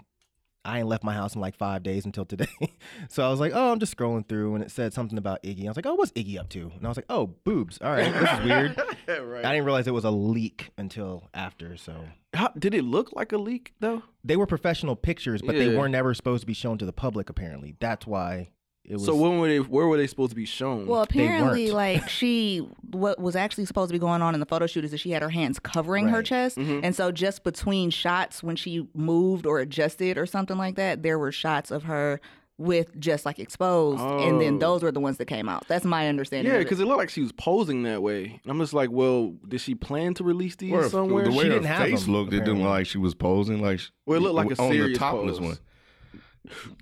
[SPEAKER 2] I ain't left my house in like five days until today. so I was like, "Oh, I'm just scrolling through," and it said something about Iggy. I was like, "Oh, what's Iggy up to?" And I was like, "Oh, boobs. All right, this is weird." I didn't realize it was a leak until after. So
[SPEAKER 5] How, did it look like a leak though?
[SPEAKER 2] they were professional pictures, but they
[SPEAKER 5] Yeah.
[SPEAKER 2] were never supposed to be shown to the public. Apparently, that's why it was.
[SPEAKER 5] so when were they? Where were they supposed to be shown?
[SPEAKER 3] Well, apparently,
[SPEAKER 2] weren't.
[SPEAKER 3] like she, what was actually supposed to be going on in the photo shoot is that she had her hands covering her
[SPEAKER 2] Right.
[SPEAKER 3] chest,
[SPEAKER 5] Mm-hmm.
[SPEAKER 3] and so just between shots, when she moved or adjusted or something like that, there were shots of her with just like exposed, and
[SPEAKER 5] Oh.
[SPEAKER 3] then those were the ones that came out. That's my understanding.
[SPEAKER 5] yeah,
[SPEAKER 3] of it.
[SPEAKER 5] because it looked like she was posing that way, and I'm just like, well, did she plan to release these
[SPEAKER 6] Or if-
[SPEAKER 5] somewhere?
[SPEAKER 6] The way
[SPEAKER 2] She
[SPEAKER 6] her
[SPEAKER 2] didn't have
[SPEAKER 6] face
[SPEAKER 2] them,
[SPEAKER 6] looked, it didn't
[SPEAKER 2] apparently.
[SPEAKER 6] look like she was posing. Like she-
[SPEAKER 5] Well, it looked like a
[SPEAKER 6] on the
[SPEAKER 5] serious
[SPEAKER 6] topless
[SPEAKER 5] pose.
[SPEAKER 6] one.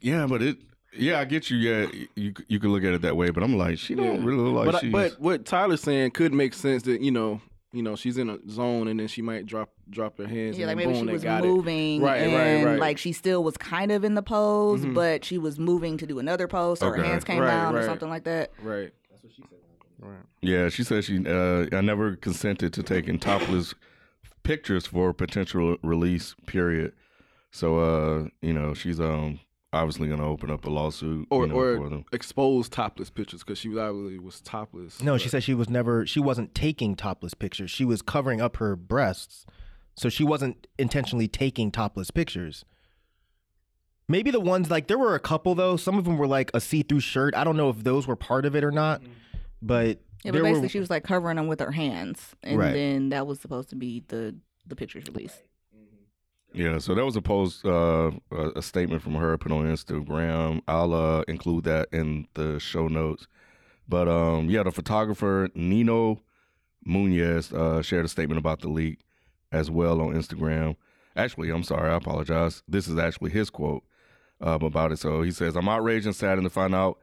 [SPEAKER 6] Yeah, but it. Yeah, I get you. Yeah, you you could look at it that way, but I'm like, she don't really look like
[SPEAKER 5] but, I-
[SPEAKER 6] she's.
[SPEAKER 5] but what Tyler's saying could make sense that you know, you know, she's in a zone, and then she might drop drop her hands.
[SPEAKER 3] Yeah,
[SPEAKER 5] and
[SPEAKER 3] like
[SPEAKER 5] then
[SPEAKER 3] maybe
[SPEAKER 5] boom,
[SPEAKER 3] she
[SPEAKER 5] they
[SPEAKER 3] was
[SPEAKER 5] got it.
[SPEAKER 3] moving,
[SPEAKER 5] Right,
[SPEAKER 3] and
[SPEAKER 5] right, right. Mm-hmm.
[SPEAKER 3] like she still was kind of in the pose, but she was moving to do another pose, so
[SPEAKER 6] Okay.
[SPEAKER 3] her hands came
[SPEAKER 5] Right,
[SPEAKER 3] down
[SPEAKER 5] right.
[SPEAKER 3] or something like that.
[SPEAKER 5] Right.
[SPEAKER 6] Yeah, she said she. Uh, I never consented to taking topless pictures for potential release. Period. So, uh, you know, she's um obviously gonna open up a lawsuit
[SPEAKER 5] Or
[SPEAKER 6] you know, for
[SPEAKER 5] or
[SPEAKER 6] them.
[SPEAKER 5] expose topless pictures because she was obviously was topless.
[SPEAKER 2] No, she said she was never. She wasn't taking topless pictures. She was covering up her breasts, so she wasn't intentionally taking topless pictures. Maybe the ones like there were a couple though. Some of them were like a see-through shirt. I don't know if those were part of it or not,
[SPEAKER 6] Mm-hmm.
[SPEAKER 2] but
[SPEAKER 3] Yeah,
[SPEAKER 2] there
[SPEAKER 3] but basically
[SPEAKER 2] were,
[SPEAKER 3] she was like covering them with her hands, and
[SPEAKER 2] Right.
[SPEAKER 3] then that was supposed to be the the pictures released.
[SPEAKER 6] Yeah, so that was a post, uh, a, a statement from her put on Instagram. I'll uh, include that in the show notes. But um, yeah, the photographer Nino Munez uh, shared a statement about the leak as well on Instagram. Actually, I'm sorry, I apologize. This is actually his quote um, about it. So he says, I'm outraged and saddened to find out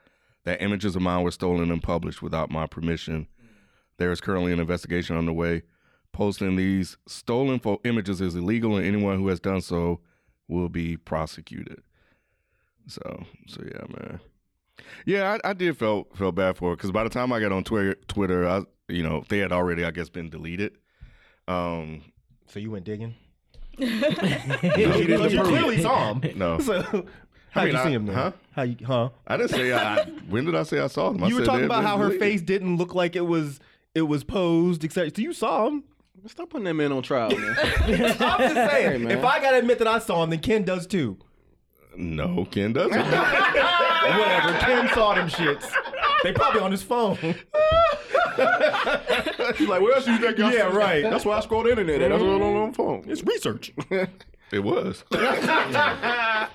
[SPEAKER 6] that images of mine were stolen and published without my permission. There is currently an investigation underway. Posting these stolen fo- images is illegal, and anyone who has done so will be prosecuted. So, so yeah, man. Yeah, I, I did felt felt bad for it because by the time I got on Twitter, Twitter, I you know they had already, I guess, been deleted. Um,
[SPEAKER 2] so you went digging.
[SPEAKER 6] he didn't
[SPEAKER 2] Well, you
[SPEAKER 6] approve.
[SPEAKER 2] clearly saw him.
[SPEAKER 6] No.
[SPEAKER 2] So how
[SPEAKER 6] Oh. I
[SPEAKER 2] did
[SPEAKER 6] mean,
[SPEAKER 2] you
[SPEAKER 6] I-
[SPEAKER 2] see him? Then?
[SPEAKER 6] huh?
[SPEAKER 2] How you? Huh?
[SPEAKER 6] I didn't say I. I- when did I say I saw them? I
[SPEAKER 2] you were
[SPEAKER 6] said
[SPEAKER 2] talking
[SPEAKER 6] they
[SPEAKER 2] about
[SPEAKER 6] had
[SPEAKER 2] how
[SPEAKER 6] been
[SPEAKER 2] her
[SPEAKER 6] deleted.
[SPEAKER 2] face didn't look like it was it was posed, etc. So you saw him.
[SPEAKER 14] Stop putting that man on trial, man.
[SPEAKER 2] I'm just
[SPEAKER 14] Hey,
[SPEAKER 2] saying.
[SPEAKER 14] man.
[SPEAKER 2] if I gotta admit that I saw him, then Ken does too.
[SPEAKER 6] No, Ken doesn't.
[SPEAKER 2] Whatever. Ken saw them shits. They probably on his phone.
[SPEAKER 14] She's like, where else you think y'all
[SPEAKER 2] Yeah, right.
[SPEAKER 14] That's why I scroll the internet. That's what I'm on the phone.
[SPEAKER 2] It's research.
[SPEAKER 6] It was. we got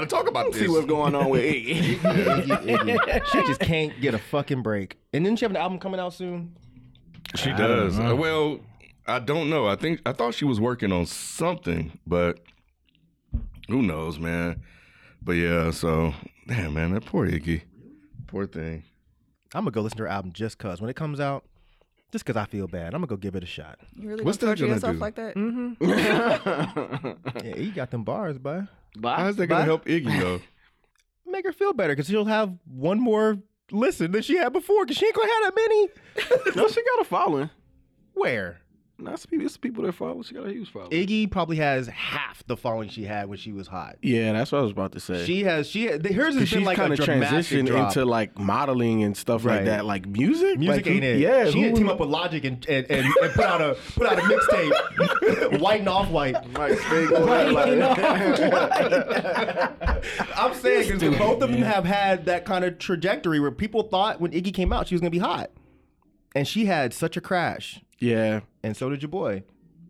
[SPEAKER 6] to talk about this.
[SPEAKER 14] See what's going on with Iggy.
[SPEAKER 2] she just can't get a fucking break. And then she have an album coming out soon.
[SPEAKER 6] She
[SPEAKER 2] I don't
[SPEAKER 6] does. Uh,
[SPEAKER 2] know.
[SPEAKER 6] Well, I don't know. I think I thought she was working on something, but who knows, man. But yeah, so damn, man, that poor Iggy, poor thing.
[SPEAKER 2] I'm gonna go listen to her album just cause when it comes out, just cause I feel bad. I'm gonna go give it a shot.
[SPEAKER 3] You really
[SPEAKER 6] What's
[SPEAKER 3] gonna
[SPEAKER 6] that
[SPEAKER 3] torture
[SPEAKER 6] gonna
[SPEAKER 3] yourself
[SPEAKER 6] do?
[SPEAKER 3] like that?
[SPEAKER 15] Mm-hmm.
[SPEAKER 2] Yeah, you got them bars, bye.
[SPEAKER 6] How is that gonna
[SPEAKER 2] Bye.
[SPEAKER 6] help Iggy though?
[SPEAKER 2] Make her feel better because she'll have one more listen than she had before because she ain't gonna have that many.
[SPEAKER 14] no, she got a following.
[SPEAKER 2] Where?
[SPEAKER 14] Nah, it's people, it's people that follow. She got a huge following.
[SPEAKER 2] Iggy probably has half the following she had when she was hot.
[SPEAKER 16] Yeah, that's what I was about to say.
[SPEAKER 2] She has she hers has been
[SPEAKER 16] she's
[SPEAKER 2] like
[SPEAKER 16] kind
[SPEAKER 2] a
[SPEAKER 16] of
[SPEAKER 2] dramatic
[SPEAKER 16] transitioned
[SPEAKER 2] drop.
[SPEAKER 16] into like modeling and stuff
[SPEAKER 2] Right.
[SPEAKER 16] like that, like music.
[SPEAKER 2] Music
[SPEAKER 16] Like,
[SPEAKER 2] ain't
[SPEAKER 16] who-
[SPEAKER 2] it.
[SPEAKER 16] Yeah,
[SPEAKER 2] she didn't
[SPEAKER 16] who-
[SPEAKER 2] team up with Logic and and, and, and put out a put out a mixtape, white and off white.
[SPEAKER 14] Mike Spade going out
[SPEAKER 2] I'm saying because both of them have had that kind of trajectory where people thought when Iggy came out she was gonna be hot, and she had such a crash,
[SPEAKER 16] yeah.
[SPEAKER 2] and so did your boy,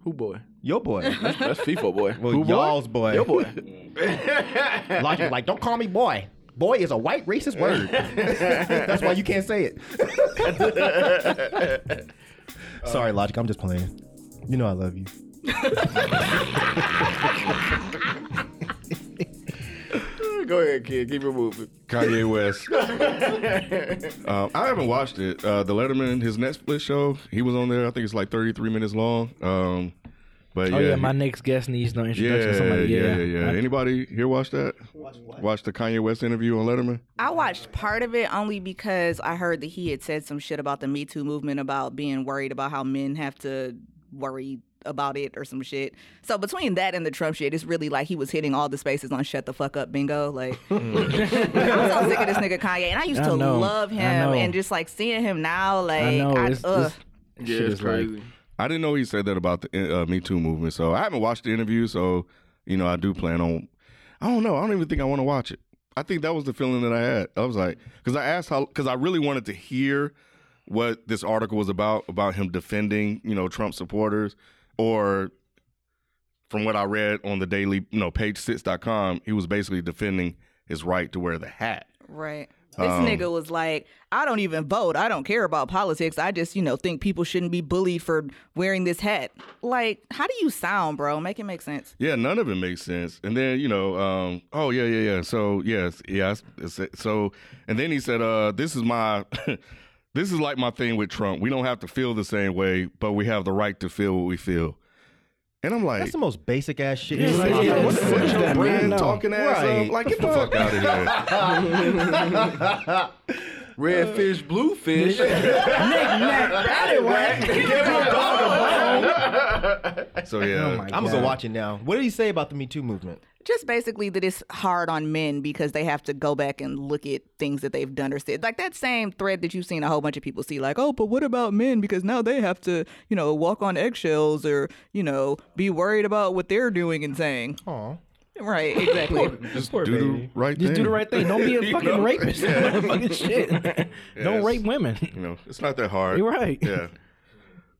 [SPEAKER 14] Who boy?
[SPEAKER 2] your boy,
[SPEAKER 14] That's, that's FIFA boy.
[SPEAKER 2] well
[SPEAKER 14] Who boy?
[SPEAKER 2] y'all's boy.
[SPEAKER 14] Your boy.
[SPEAKER 2] Logic was like, don't call me boy. Boy is a white racist word. That's why you can't say it. Sorry, Logic. I'm just playing. You know I love you.
[SPEAKER 14] Go ahead, kid. Keep it moving.
[SPEAKER 6] Kanye West. um, I haven't watched it. Uh, the Letterman, his Netflix show, he was on there. I think it's like 33 minutes long. Um, but
[SPEAKER 15] Oh yeah,
[SPEAKER 6] yeah,
[SPEAKER 15] my next guest needs no introduction. to somebody. Yeah,
[SPEAKER 6] yeah, yeah, yeah. Anybody here watch that? Watch, the Kanye West interview on Letterman?
[SPEAKER 3] I watched part of it only because I heard that he had said some shit about the Me Too movement about being worried about how men have to worry about it or some shit. So between that and the Trump shit, it's really like he was hitting all the spaces on shut the fuck up bingo. Like I'm so sick of this nigga Kanye. And I used
[SPEAKER 15] I
[SPEAKER 3] to
[SPEAKER 15] know.
[SPEAKER 3] love
[SPEAKER 15] I
[SPEAKER 3] him
[SPEAKER 15] know.
[SPEAKER 3] and just like seeing him now, like
[SPEAKER 15] I know.
[SPEAKER 3] I-
[SPEAKER 15] it's,
[SPEAKER 3] ugh.
[SPEAKER 15] this shit is like
[SPEAKER 6] I didn't know he said that about the uh, Me Too movement. So I haven't watched the interview. So you know, I do plan on. I don't know. I don't even think I want to watch it. I think that was the feeling that I had. I was like, because I asked how, because I really wanted to hear what this article was about about him defending, you know, Trump supporters, or from what I read on the daily, you know, page6.com, he was basically defending his right to wear the hat.
[SPEAKER 3] Right. This
[SPEAKER 6] Um,
[SPEAKER 3] nigga was like, I don't even vote. I don't care about politics. I just, you know, think people shouldn't be bullied for wearing this hat. Like, how do you sound, bro? Make it make sense.
[SPEAKER 6] Yeah, none of it makes sense. And then you know, um, oh yeah, yeah, yeah. So yes, yes. it's- So and then he said, uh, "This is my, this is like my thing with Trump. We don't have to feel the same way, but we have the right to feel what we feel." And I'm like,
[SPEAKER 2] That's the most basic ass shit.
[SPEAKER 6] I'm
[SPEAKER 2] you
[SPEAKER 6] like,
[SPEAKER 2] see.
[SPEAKER 6] yo,
[SPEAKER 2] What
[SPEAKER 6] what
[SPEAKER 2] the
[SPEAKER 6] the fuck
[SPEAKER 2] fuck?
[SPEAKER 6] your brand talking ass
[SPEAKER 2] Right.
[SPEAKER 6] up? Like, get the fuck out of here.
[SPEAKER 14] Red fish, blue fish.
[SPEAKER 6] So yeah,
[SPEAKER 2] I'm gonna go watch it now. What did he say about the Me Too movement?
[SPEAKER 3] Just basically that it's hard on men because they have to go back and look at things that they've done or said. Like that same thread that you've seen a whole bunch of people see, like, oh, but what about men? Because now they have to, you know, walk on eggshells or, you know, be worried about what they're doing and saying.
[SPEAKER 2] Aw.
[SPEAKER 3] Right, exactly.
[SPEAKER 5] Just do the right
[SPEAKER 6] Just
[SPEAKER 5] thing.
[SPEAKER 6] do the right thing. Don't be a
[SPEAKER 5] You
[SPEAKER 6] fucking
[SPEAKER 5] know?
[SPEAKER 6] rapist.
[SPEAKER 5] Yeah.
[SPEAKER 6] Motherfucking shit.
[SPEAKER 5] Yeah,
[SPEAKER 6] Don't
[SPEAKER 5] it's-
[SPEAKER 6] rape women.
[SPEAKER 5] You know, it's not that hard.
[SPEAKER 6] You're right.
[SPEAKER 5] Yeah.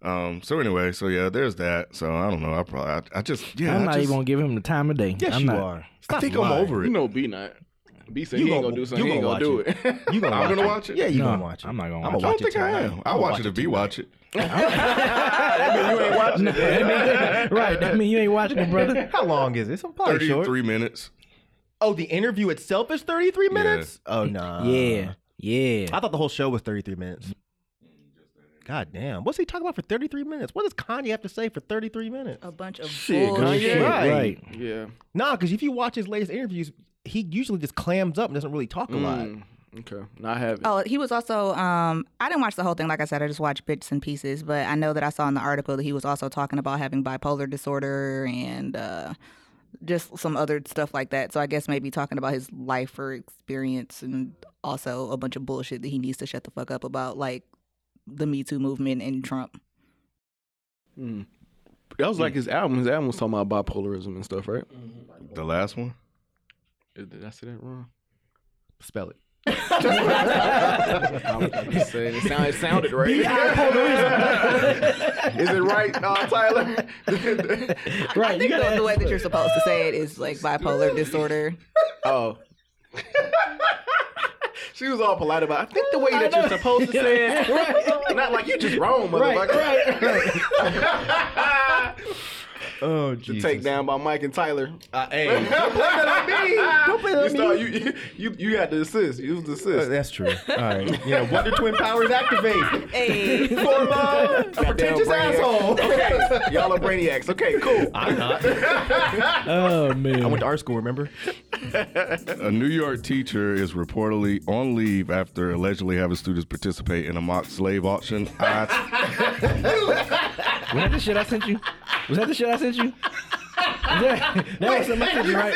[SPEAKER 5] Um. So anyway, so yeah, there's that. So I don't know. I probably, I, I just, yeah,
[SPEAKER 6] I'm
[SPEAKER 5] I
[SPEAKER 6] not
[SPEAKER 5] just,
[SPEAKER 6] even gonna give him the time of day.
[SPEAKER 5] Yes,
[SPEAKER 6] I'm
[SPEAKER 5] you
[SPEAKER 6] not.
[SPEAKER 5] are. I think I'm over it.
[SPEAKER 17] You know, B not. B said
[SPEAKER 5] You
[SPEAKER 17] he ain't
[SPEAKER 5] gonna-
[SPEAKER 17] gonna do something.
[SPEAKER 5] you
[SPEAKER 17] He ain't gonna
[SPEAKER 5] gonna
[SPEAKER 17] do
[SPEAKER 5] watch
[SPEAKER 17] it.
[SPEAKER 5] You gonna I'm gonna watch it.
[SPEAKER 17] Yeah, you
[SPEAKER 6] No,
[SPEAKER 17] gonna
[SPEAKER 6] watch it. I'm not gonna
[SPEAKER 5] I
[SPEAKER 6] watch
[SPEAKER 5] don't
[SPEAKER 6] it.
[SPEAKER 5] think I am. I watch it if B watch it.
[SPEAKER 6] right. I mean, you ain't watching it, brother.
[SPEAKER 2] How long is it? It's probably short.
[SPEAKER 5] Thirty-three minutes.
[SPEAKER 2] Oh, the interview itself is 33 minutes? Oh, no.
[SPEAKER 6] Yeah. Yeah.
[SPEAKER 2] I thought the whole show was 33 minutes. God damn. What's he talking about for 33 minutes? What does Kanye have to say for 33 minutes?
[SPEAKER 3] A bunch of
[SPEAKER 2] Shit,
[SPEAKER 3] bullshit.
[SPEAKER 2] Kanye. Shit, right.
[SPEAKER 17] Yeah.
[SPEAKER 2] Nah, because if you watch his latest interviews, he usually just clams up and doesn't really talk a lot.
[SPEAKER 17] Mm. Okay. No, I haven't.
[SPEAKER 3] Oh, he was also. Um, I didn't watch the whole thing. Like I said, I just watched bits and pieces. But I know that I saw in the article that he was also talking about having bipolar disorder and uh, just some other stuff like that. So I guess maybe talking about his life or experience and also a bunch of bullshit that he needs to shut the fuck up about, like the Me Too movement and Trump.
[SPEAKER 17] Mm. That was like his album. His album was talking about bipolarism and stuff, right?
[SPEAKER 5] The last one.
[SPEAKER 17] Did I say that wrong?
[SPEAKER 2] Spell it.
[SPEAKER 17] I'm just saying, it, sound, it sounded right. Is it right, uh, Tyler?
[SPEAKER 3] Right. I think the, the way that you're supposed to say it is like bipolar disorder.
[SPEAKER 17] oh. She was all polite about. it. I think the way that you're supposed to say it, not like you just wrong, motherfucker.
[SPEAKER 2] Oh, Uh,
[SPEAKER 17] The takedown by Mike and Tyler.
[SPEAKER 2] hey.
[SPEAKER 17] Don't blame it on me.
[SPEAKER 2] Don't blame it on
[SPEAKER 17] you start, me. You, you you had the assist. You was the assist.
[SPEAKER 2] Uh, that's true. All right. Yeah, Wonder Twin Powers activate.
[SPEAKER 3] Hey.
[SPEAKER 2] For love, a pretentious
[SPEAKER 17] brainiac.
[SPEAKER 2] asshole.
[SPEAKER 17] Okay, y'all are brainiacs. Okay, cool.
[SPEAKER 2] I'm not.
[SPEAKER 6] Oh man.
[SPEAKER 2] I went to art school, remember?
[SPEAKER 5] A New York teacher is reportedly on leave after allegedly having students participate in a mock slave auction. I,
[SPEAKER 6] Was that the shit I sent you? Was that the shit I sent you? that that was something I sent you, right?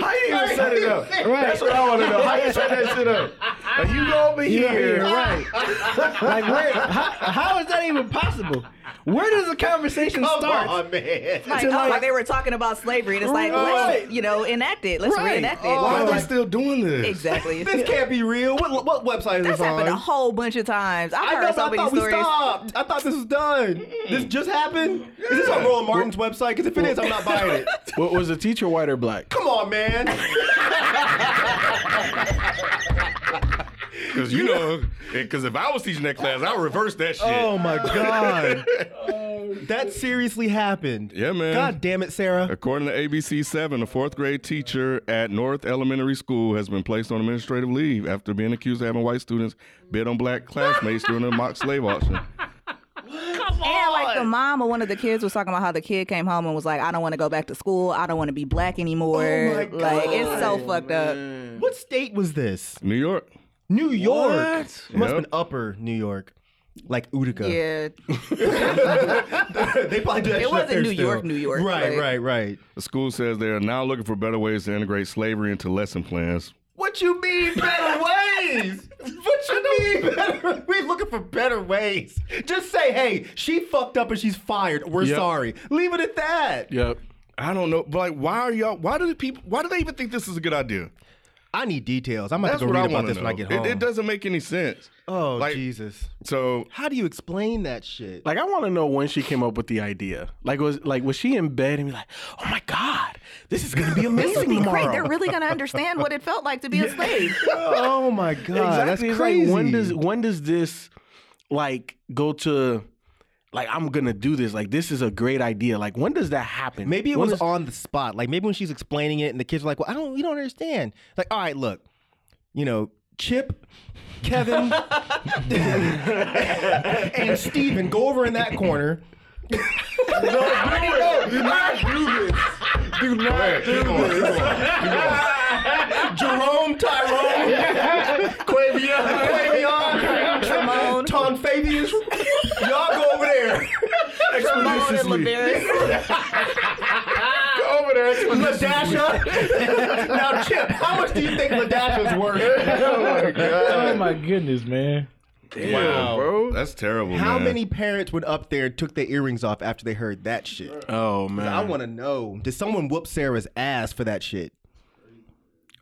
[SPEAKER 17] How you even set it up? That's what I want to know. How you set that shit up? Are you over
[SPEAKER 6] Yeah,
[SPEAKER 17] here?
[SPEAKER 6] right. like, where? How, how is that even possible? Where does the conversation start?
[SPEAKER 2] man.
[SPEAKER 3] Like, oh, like they were talking about slavery, and it's like,
[SPEAKER 6] Right.
[SPEAKER 3] let's, you know, enact it. Let's
[SPEAKER 6] Right.
[SPEAKER 3] reenact it.
[SPEAKER 5] why
[SPEAKER 3] Like,
[SPEAKER 5] are they still doing this?
[SPEAKER 3] exactly.
[SPEAKER 2] Oh. This can't be real. What, what website is this
[SPEAKER 3] That's happened a
[SPEAKER 2] on?
[SPEAKER 3] whole bunch of times. I've
[SPEAKER 2] I know,
[SPEAKER 3] heard
[SPEAKER 2] but
[SPEAKER 3] so
[SPEAKER 2] I
[SPEAKER 3] many
[SPEAKER 2] thought we
[SPEAKER 3] stories.
[SPEAKER 2] stopped. I thought this was done. This just happened. Is this on Roland Martin's website? Because if it is, I'm not buying it.
[SPEAKER 18] What was the teacher white or black?
[SPEAKER 2] Come on, man.
[SPEAKER 5] Because you know, because if I was teaching that class, I would reverse that shit. Oh,
[SPEAKER 2] Oh my god. that seriously happened.
[SPEAKER 5] Yeah, man.
[SPEAKER 2] God damn it, Sarah.
[SPEAKER 5] According to ABC7, a fourth grade teacher at North Elementary School has been placed on administrative leave after being accused of having white students bid on black classmates during a mock slave auction.
[SPEAKER 3] And like the mom of one of the kids was talking about how the kid came home and was like, I don't want to go back to school. I don't want to be black anymore.
[SPEAKER 2] Oh my
[SPEAKER 3] Like, it's so
[SPEAKER 2] God. Oh,
[SPEAKER 3] fucked up.
[SPEAKER 2] What state was this?
[SPEAKER 5] New York.
[SPEAKER 2] New York.
[SPEAKER 5] What?
[SPEAKER 2] It must have
[SPEAKER 5] Yep.
[SPEAKER 2] been upper New York. Like Utica.
[SPEAKER 3] Yeah.
[SPEAKER 2] they probably do that
[SPEAKER 3] It
[SPEAKER 2] shit up
[SPEAKER 3] wasn't
[SPEAKER 2] there
[SPEAKER 3] New
[SPEAKER 2] still.
[SPEAKER 3] York, New York,
[SPEAKER 2] Right,
[SPEAKER 3] but-
[SPEAKER 2] right, right.
[SPEAKER 5] The school says they are now looking for better ways to integrate slavery into lesson plans.
[SPEAKER 2] What you mean better ways? What you mean better? We're looking for better ways. Just say, hey, she fucked up and she's fired. We're
[SPEAKER 5] Yep.
[SPEAKER 2] sorry. Leave it at that.
[SPEAKER 5] Yep. I don't know, but like, why are y'all? Why do the people? Why do they even think this is a good idea?
[SPEAKER 2] I need details. I'm about
[SPEAKER 5] That's
[SPEAKER 2] to go
[SPEAKER 5] what I
[SPEAKER 2] read about
[SPEAKER 5] want to
[SPEAKER 2] this
[SPEAKER 5] know.
[SPEAKER 2] when I get
[SPEAKER 5] It-
[SPEAKER 2] home.
[SPEAKER 5] It, doesn't make any sense.
[SPEAKER 2] Oh
[SPEAKER 5] Like-
[SPEAKER 2] Jesus!
[SPEAKER 5] So
[SPEAKER 2] How do you explain that shit?
[SPEAKER 18] Like I want to know when she came up with the idea. Like was like was she in bed and be like, oh my god, this is gonna be
[SPEAKER 3] This would
[SPEAKER 18] amazing
[SPEAKER 3] be great.
[SPEAKER 18] tomorrow.
[SPEAKER 3] They're really going to understand what it felt like to be a slave.
[SPEAKER 2] oh my god, that's
[SPEAKER 18] Exactly. It's
[SPEAKER 2] crazy.
[SPEAKER 18] Like, when does when does this like go to like I'm gonna do this? Like this is a great idea. Like when does that happen?
[SPEAKER 2] maybe it
[SPEAKER 18] When
[SPEAKER 2] was
[SPEAKER 18] does-
[SPEAKER 2] on the spot. Like maybe when she's explaining it and the kids are like, "Well, I don't, we don't understand." Like, all right, look, you know, Chip, Kevin, and Steven, go over in that corner.
[SPEAKER 17] Do not do this. Do not do this.
[SPEAKER 2] Jerome, Tyrone, Quavion, Quavion, Tom Fabius. Y'all go over there.
[SPEAKER 17] Go over there.
[SPEAKER 2] Ladasha. now, Chip, how much do you think Ladasha's worth?
[SPEAKER 6] Oh my goodness, man. Damn, Wow. bro. That's terrible,
[SPEAKER 2] How
[SPEAKER 6] man.
[SPEAKER 2] many parents went up there and took their earrings off after they heard that shit?
[SPEAKER 19] Oh
[SPEAKER 2] man, I want to know. Did someone whoop Sarah's ass for that shit?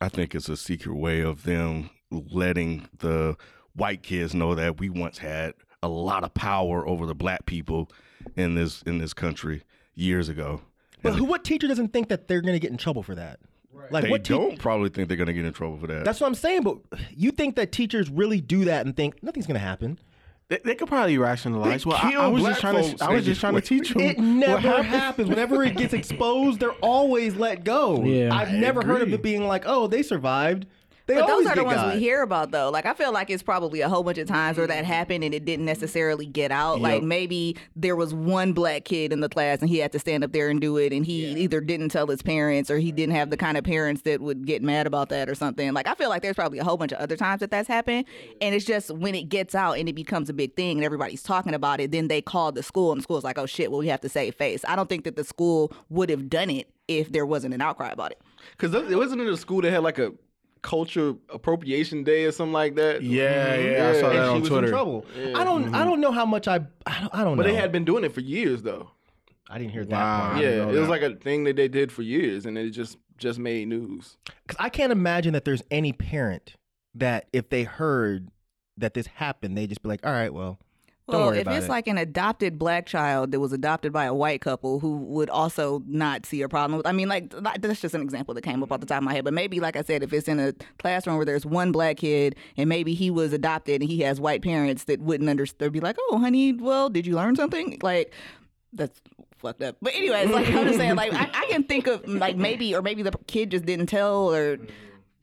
[SPEAKER 6] I think it's a secret way of them letting the white kids know that we once had a lot of power over the black people in this in this country years ago.
[SPEAKER 2] But who? What teacher doesn't think that they're gonna get in trouble for that? Like
[SPEAKER 6] they
[SPEAKER 2] what? tea-
[SPEAKER 6] don't probably think they're gonna get in trouble for that.
[SPEAKER 2] That's what I'm saying. But you think that teachers really do that and think nothing's gonna happen?
[SPEAKER 19] They, they could probably rationalize.
[SPEAKER 2] They
[SPEAKER 19] well, I, I
[SPEAKER 2] kill
[SPEAKER 19] was
[SPEAKER 2] black
[SPEAKER 19] just trying
[SPEAKER 2] folks,
[SPEAKER 19] to. I
[SPEAKER 2] they
[SPEAKER 19] was just
[SPEAKER 2] just
[SPEAKER 19] trying to
[SPEAKER 2] wait.
[SPEAKER 19] teach them.
[SPEAKER 2] It never happens. Whenever it gets exposed, they're always let go.
[SPEAKER 19] Yeah.
[SPEAKER 2] I've
[SPEAKER 19] I
[SPEAKER 2] never heard of
[SPEAKER 19] agree.
[SPEAKER 2] it being like, oh, they survived. They
[SPEAKER 3] but
[SPEAKER 2] always
[SPEAKER 3] those are the
[SPEAKER 2] get
[SPEAKER 3] ones
[SPEAKER 2] got.
[SPEAKER 3] we hear about, though. Like, I feel like it's probably a whole bunch of times where that happened and it didn't necessarily get out.
[SPEAKER 2] Mm-hmm. Yep.
[SPEAKER 3] Like, maybe there was one black kid in the class and he had to stand up there and do it, and he either didn't tell his parents or he didn't have the kind of parents that would get mad about that or something. Like, I feel like there's probably a whole bunch of other times that that's happened. And it's just when it gets out and it becomes a big thing and everybody's talking about it, then they call the school and the school's like, oh shit, well, we have to save face. I don't think that the school would have done it if there wasn't an outcry about it.
[SPEAKER 20] Because it wasn't in a school that had like a culture appropriation day or something like that.
[SPEAKER 19] Yeah, yeah, I saw
[SPEAKER 20] And
[SPEAKER 19] that
[SPEAKER 20] she
[SPEAKER 19] on
[SPEAKER 20] was
[SPEAKER 19] Twitter.
[SPEAKER 20] in trouble.
[SPEAKER 2] trouble. I don't. I don't know how much I. I don't, I don't
[SPEAKER 20] Mm-hmm. But
[SPEAKER 2] know.
[SPEAKER 20] they had been doing it for years though.
[SPEAKER 2] I didn't hear that. part.
[SPEAKER 20] Yeah, it was like a thing that they did for years, and it just just made news.
[SPEAKER 2] Because I can't imagine that there's any parent that if they heard that this happened, they just be like, all right, well, don't
[SPEAKER 3] Well,
[SPEAKER 2] worry
[SPEAKER 3] if
[SPEAKER 2] about
[SPEAKER 3] it's
[SPEAKER 2] it.
[SPEAKER 3] like an adopted black child that was adopted by a white couple who would also not see a problem with, I mean, like, th- that's just an example that came up off the top of my head. But maybe, like I said, if it's in a classroom where there's one black kid and maybe he was adopted and he has white parents that wouldn't understand, they'd be like, oh, honey, well, did you learn something? Like, that's fucked up. But anyways, like I'm just saying, like I, I can think of like maybe or maybe the kid just didn't tell or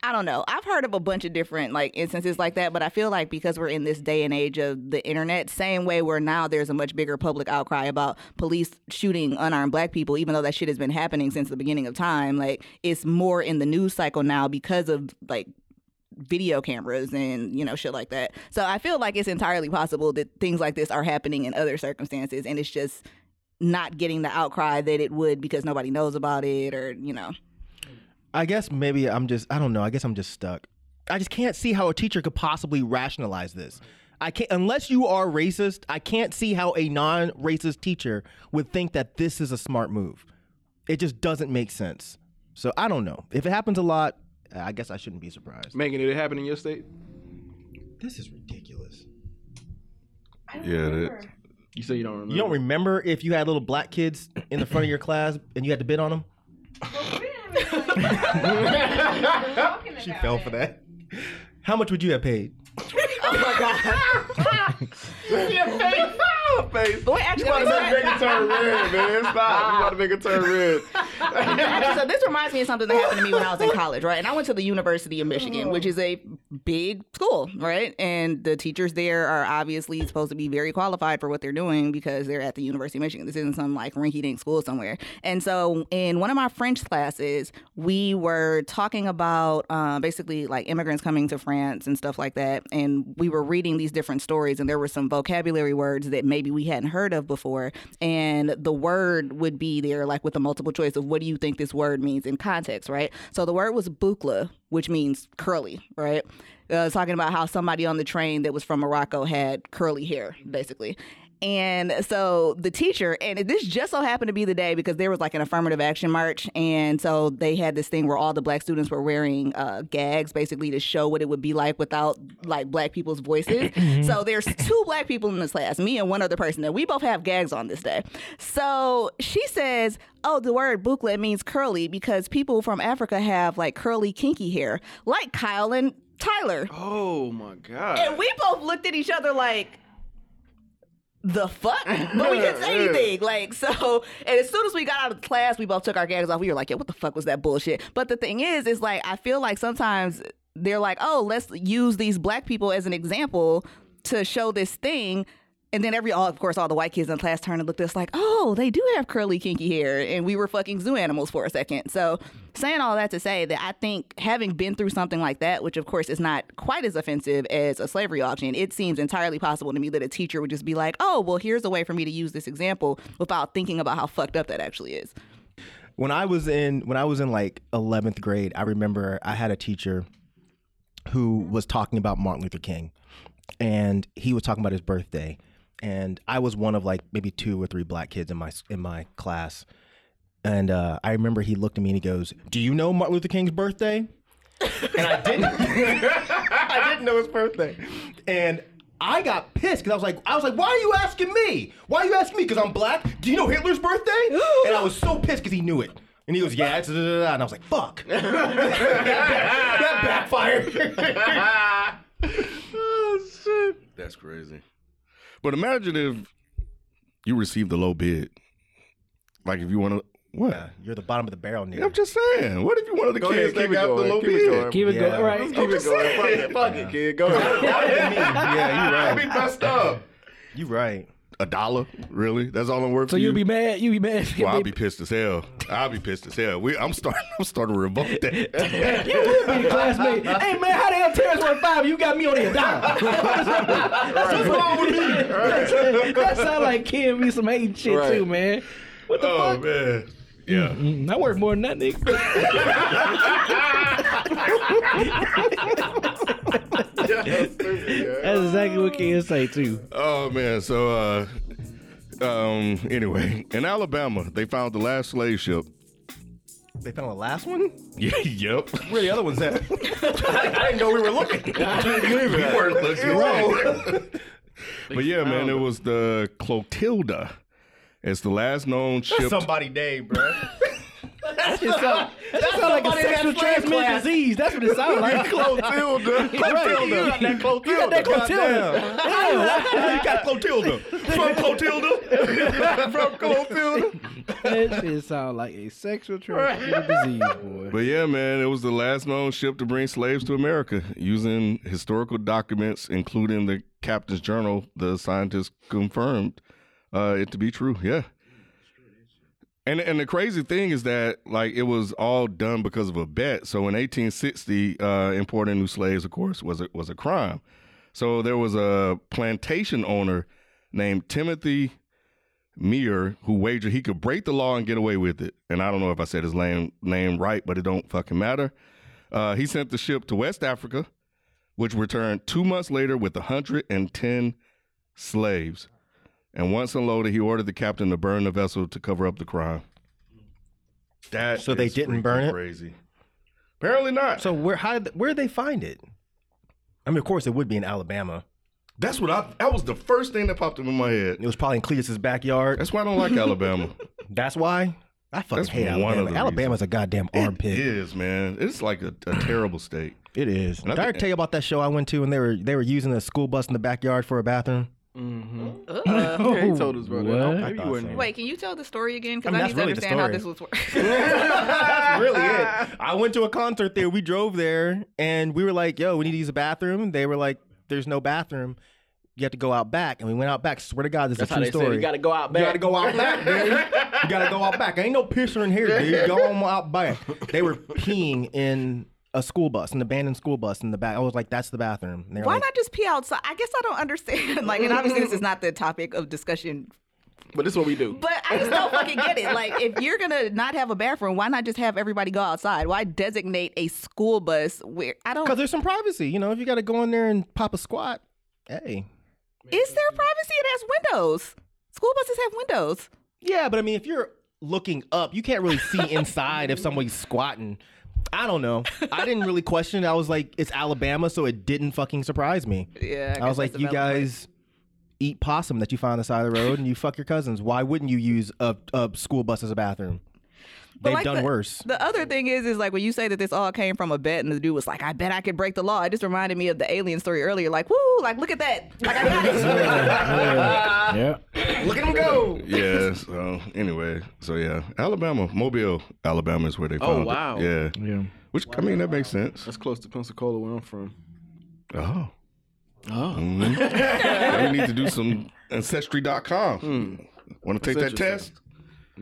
[SPEAKER 3] I don't know. I've heard of a bunch of different like instances like that, but I feel like because we're in this day and age of the internet, same way where now there's a much bigger public outcry about police shooting unarmed black people, even though that shit has been happening since the beginning of time, like it's more in the news cycle now because of like video cameras and you know shit like that. So I feel like it's entirely possible that things like this are happening in other circumstances and it's just not getting the outcry that it would because nobody knows about it or you know.
[SPEAKER 2] I guess maybe I'm just I don't know. I guess I'm just stuck. I just can't see how a teacher could possibly rationalize this. I can't unless you are racist, I can't see how a non-racist teacher would think that this is a smart move. It just doesn't make sense. So I don't know. If it happens a lot, I guess I shouldn't be surprised.
[SPEAKER 20] Megan, did it happen in your state?
[SPEAKER 2] This is ridiculous.
[SPEAKER 6] Yeah,
[SPEAKER 20] You say you don't remember.
[SPEAKER 2] You don't remember if you had little black kids in the front of your class and you had to bid on them? She fell for that. How much would you have paid?
[SPEAKER 3] Oh my god. Boy, actually,
[SPEAKER 20] you about to
[SPEAKER 3] that's
[SPEAKER 20] make
[SPEAKER 3] right.
[SPEAKER 20] Megan turn red, man. Stop. You about to make her turn red.
[SPEAKER 3] so this reminds me of something that happened to me when I was in college, right? And I went to the University of Michigan, which is a big school, right? And the teachers there are obviously supposed to be very qualified for what they're doing because they're at the University of Michigan. This isn't some like rinky-dink school somewhere. And so in one of my French classes, we were talking about uh, basically like immigrants coming to France and stuff like that. And we were reading these different stories, and there were some vocabulary words that maybe we hadn't heard of before. And the word would be there, like with a multiple choice of what do you think this word means in context, right? So the word was bukla, which means curly, right? Uh, it's talking about how somebody on the train that was from Morocco had curly hair, basically. And so the teacher, and this just so happened to be the day because there was like an affirmative action march. And so they had this thing where all the black students were wearing uh, gags basically to show what it would be like without like black people's voices. so there's two black people in this class, me and one other person, and we both have gags on this day. So she says, Oh, the word booklet means curly because people from Africa have like curly, kinky hair, like Kyle and Tyler.
[SPEAKER 20] Oh my god.
[SPEAKER 3] And we both looked at each other like, the fuck? But we couldn't say anything. Like, so, and as soon as we got out of class, we both took our gags off. We were like, yeah, what the fuck was that bullshit? But the thing is, is like, I feel like sometimes they're like, oh, let's use these black people as an example to show this thing. And then every, all, of course, all the white kids in class turned and looked at us like, oh, they do have curly, kinky hair. And we were fucking zoo animals for a second. So, saying all that to say that I think having been through something like that, which of course is not quite as offensive as a slavery auction, it seems entirely possible to me that a teacher would just be like, oh, well, here's a way for me to use this example without thinking about how fucked up that actually is.
[SPEAKER 2] when I was in when I was in like 11th grade, I remember I had a teacher who was talking about Martin Luther King and he was talking about his birthday, and I was one of like maybe two or three black kids in my in my class, and uh, I remember he looked at me and he goes, "Do you know Martin Luther King's birthday?" I didn't know his birthday. And I got pissed because I was like, I was like, why are you asking me? Why are you asking me? Because I'm black. Do you know Hitler's birthday? And I was so pissed because he knew it. And he goes, yeah, it's da, da, da, da." and I was like, fuck. that backfired.
[SPEAKER 6] That's crazy. But imagine if you received a low bid. Like if you want to, what?
[SPEAKER 2] You're the bottom of the barrel, nigga.
[SPEAKER 6] I'm just saying. What if you're one of the
[SPEAKER 2] Go
[SPEAKER 6] kids
[SPEAKER 2] ahead, keep
[SPEAKER 6] that
[SPEAKER 2] it
[SPEAKER 6] got the
[SPEAKER 2] going,
[SPEAKER 6] low
[SPEAKER 2] keep it
[SPEAKER 6] bid?
[SPEAKER 2] going. Keep it Yeah. going, right.
[SPEAKER 6] I'm
[SPEAKER 2] Keep it
[SPEAKER 6] just
[SPEAKER 2] going.
[SPEAKER 6] saying.
[SPEAKER 2] Fuck it, fuck it,
[SPEAKER 17] kid.
[SPEAKER 2] Go ahead.
[SPEAKER 6] yeah, you right.
[SPEAKER 2] That'd be messed
[SPEAKER 6] up.
[SPEAKER 2] You right.
[SPEAKER 6] A dollar, really? That's all I'm worth.
[SPEAKER 21] So
[SPEAKER 6] to
[SPEAKER 21] you'd
[SPEAKER 6] you
[SPEAKER 21] be mad. You'd be mad.
[SPEAKER 6] Well, I'll be pissed as hell. I'll be pissed as hell. We, I'm starting. I'm starting to revolt that.
[SPEAKER 21] you would be a classmate. hey man, how the hell Terrence won five? You got me on the dime. What's wrong with me? That sound like Kim me some hating shit
[SPEAKER 6] Right.
[SPEAKER 21] too, man. What the
[SPEAKER 6] oh
[SPEAKER 21] fuck?
[SPEAKER 6] man. Yeah.
[SPEAKER 21] Mm, I worth more than that nigga. That's exactly what kids say too.
[SPEAKER 6] Oh man, so uh um anyway, in Alabama, they found the last slave ship.
[SPEAKER 2] They found the last one?
[SPEAKER 6] Yeah, yep.
[SPEAKER 2] Where the other one's at? I, I didn't know we were looking.
[SPEAKER 6] We weren't looking.
[SPEAKER 2] Whoa.
[SPEAKER 6] But yeah, man, it was the Clotilda. It's the last known
[SPEAKER 2] That's
[SPEAKER 6] ship.
[SPEAKER 2] somebody's name, bro.
[SPEAKER 21] That just sound, that just sound like a
[SPEAKER 2] somebody in that
[SPEAKER 21] sexual
[SPEAKER 2] slave
[SPEAKER 21] transmitted
[SPEAKER 2] class.
[SPEAKER 21] disease. That's what it sounds like.
[SPEAKER 6] Clotilda.
[SPEAKER 21] Right. You got that Clotilda. You got that Clotilda. Damn.
[SPEAKER 2] You got Clotilda. From
[SPEAKER 6] Clotilda. From Clotilda.
[SPEAKER 21] That shit sound like a sexual transmitted disease, boy.
[SPEAKER 6] But yeah, man, it was the last known ship to bring slaves to America using historical documents, including the Captain's Journal. The scientists confirmed uh, it to be true. Yeah. And and the crazy thing is that like it was all done because of a bet. So in 1860, uh, importing new slaves, of course, was a, was a crime. So there was a plantation owner named Timothy Meir who wagered he could break the law and get away with it. And I don't know if I said his name name right, but it don't fucking matter. Uh, he sent the ship to West Africa, which returned two months later with 110 slaves. And once unloaded, he ordered the captain to burn the vessel to cover up the crime. That
[SPEAKER 2] So they
[SPEAKER 6] is
[SPEAKER 2] didn't burn
[SPEAKER 6] freaking
[SPEAKER 2] it?
[SPEAKER 6] Crazy. Apparently not.
[SPEAKER 2] So where how did- where did they find it? I mean, of course it would be in Alabama.
[SPEAKER 6] That's what I. That was the first thing that popped up in my head.
[SPEAKER 2] It was probably in Cletus's backyard.
[SPEAKER 6] That's why I don't like Alabama.
[SPEAKER 2] That's why I fucking
[SPEAKER 6] That's
[SPEAKER 2] hate
[SPEAKER 6] one of
[SPEAKER 2] Alabama.
[SPEAKER 6] the
[SPEAKER 2] Alabama's a goddamn armpit.
[SPEAKER 6] It is, man. It's like a, a terrible state.
[SPEAKER 2] It is.
[SPEAKER 6] And I
[SPEAKER 2] Did I
[SPEAKER 6] think-
[SPEAKER 2] tell you about that show I went to and they were they were using a school bus in the backyard for a bathroom?
[SPEAKER 17] Yeah, he told us about that.
[SPEAKER 2] Oh, What?
[SPEAKER 17] I- Maybe
[SPEAKER 2] I
[SPEAKER 17] you
[SPEAKER 2] thought
[SPEAKER 17] wouldn't.
[SPEAKER 3] Wait, can you tell the story again?
[SPEAKER 2] I
[SPEAKER 3] Because I,
[SPEAKER 2] mean,
[SPEAKER 3] need
[SPEAKER 2] that's
[SPEAKER 3] to
[SPEAKER 2] really the
[SPEAKER 3] understand how
[SPEAKER 2] story.
[SPEAKER 3] this was working.
[SPEAKER 2] That's really it. I went to a concert there. We drove there and we were like, yo, we need to use a bathroom. They were like, there's no bathroom. You have to go out back. And we went out back. Swear to God, this
[SPEAKER 21] That's
[SPEAKER 2] is a
[SPEAKER 21] how
[SPEAKER 2] true
[SPEAKER 21] they said,
[SPEAKER 2] story.
[SPEAKER 21] "You gotta go out
[SPEAKER 2] You got to
[SPEAKER 21] back."
[SPEAKER 2] go out back, dude. You got to go out back. Ain't no pissing in here, dude. Go on out back. They were peeing in a school bus, an abandoned school bus in the back. I was like, that's the bathroom. And they were
[SPEAKER 3] Why
[SPEAKER 2] like,
[SPEAKER 3] not just pee outside? I guess I don't understand. Like, and obviously this is not the topic of discussion.
[SPEAKER 17] But this is what we do.
[SPEAKER 3] But I just don't fucking get it. Like, if you're gonna not have a bathroom, why not just have everybody go outside? Why designate a school bus where I don't?
[SPEAKER 2] Because there's some privacy, you know. If you got to go in there and pop a squat, hey.
[SPEAKER 3] Is there privacy? It has windows. School buses have windows.
[SPEAKER 2] Yeah, but I mean, if you're looking up, you can't really see inside if somebody's squatting. I don't know. I didn't really question. it. I was like, it's Alabama, so it didn't fucking surprise me.
[SPEAKER 3] Yeah,
[SPEAKER 2] I, was like, you guys eat possum that you find on the side of the road, and you fuck your cousins. Why wouldn't you use a, a school bus as a bathroom? They've
[SPEAKER 3] like
[SPEAKER 2] done
[SPEAKER 3] the,
[SPEAKER 2] worse.
[SPEAKER 3] The other thing is, is like when you say that this all came from a bet, and the dude was like, "I bet I could break the law." It just reminded me of the alien story earlier. Like, woo, like look at that. Like I got
[SPEAKER 6] Yeah.
[SPEAKER 3] Look at him go.
[SPEAKER 6] yeah. So anyway, so yeah, Alabama, Mobile, Alabama is where they
[SPEAKER 17] Oh,
[SPEAKER 6] found
[SPEAKER 17] wow.
[SPEAKER 6] it. Yeah.
[SPEAKER 21] Yeah.
[SPEAKER 6] Which I mean, that makes sense.
[SPEAKER 17] That's close to Pensacola, where I'm from.
[SPEAKER 6] Oh.
[SPEAKER 17] Oh.
[SPEAKER 6] Mhm. Yeah, we need to do some ancestry.com. Want to take that
[SPEAKER 17] That's
[SPEAKER 6] test?
[SPEAKER 17] interesting. Hmm.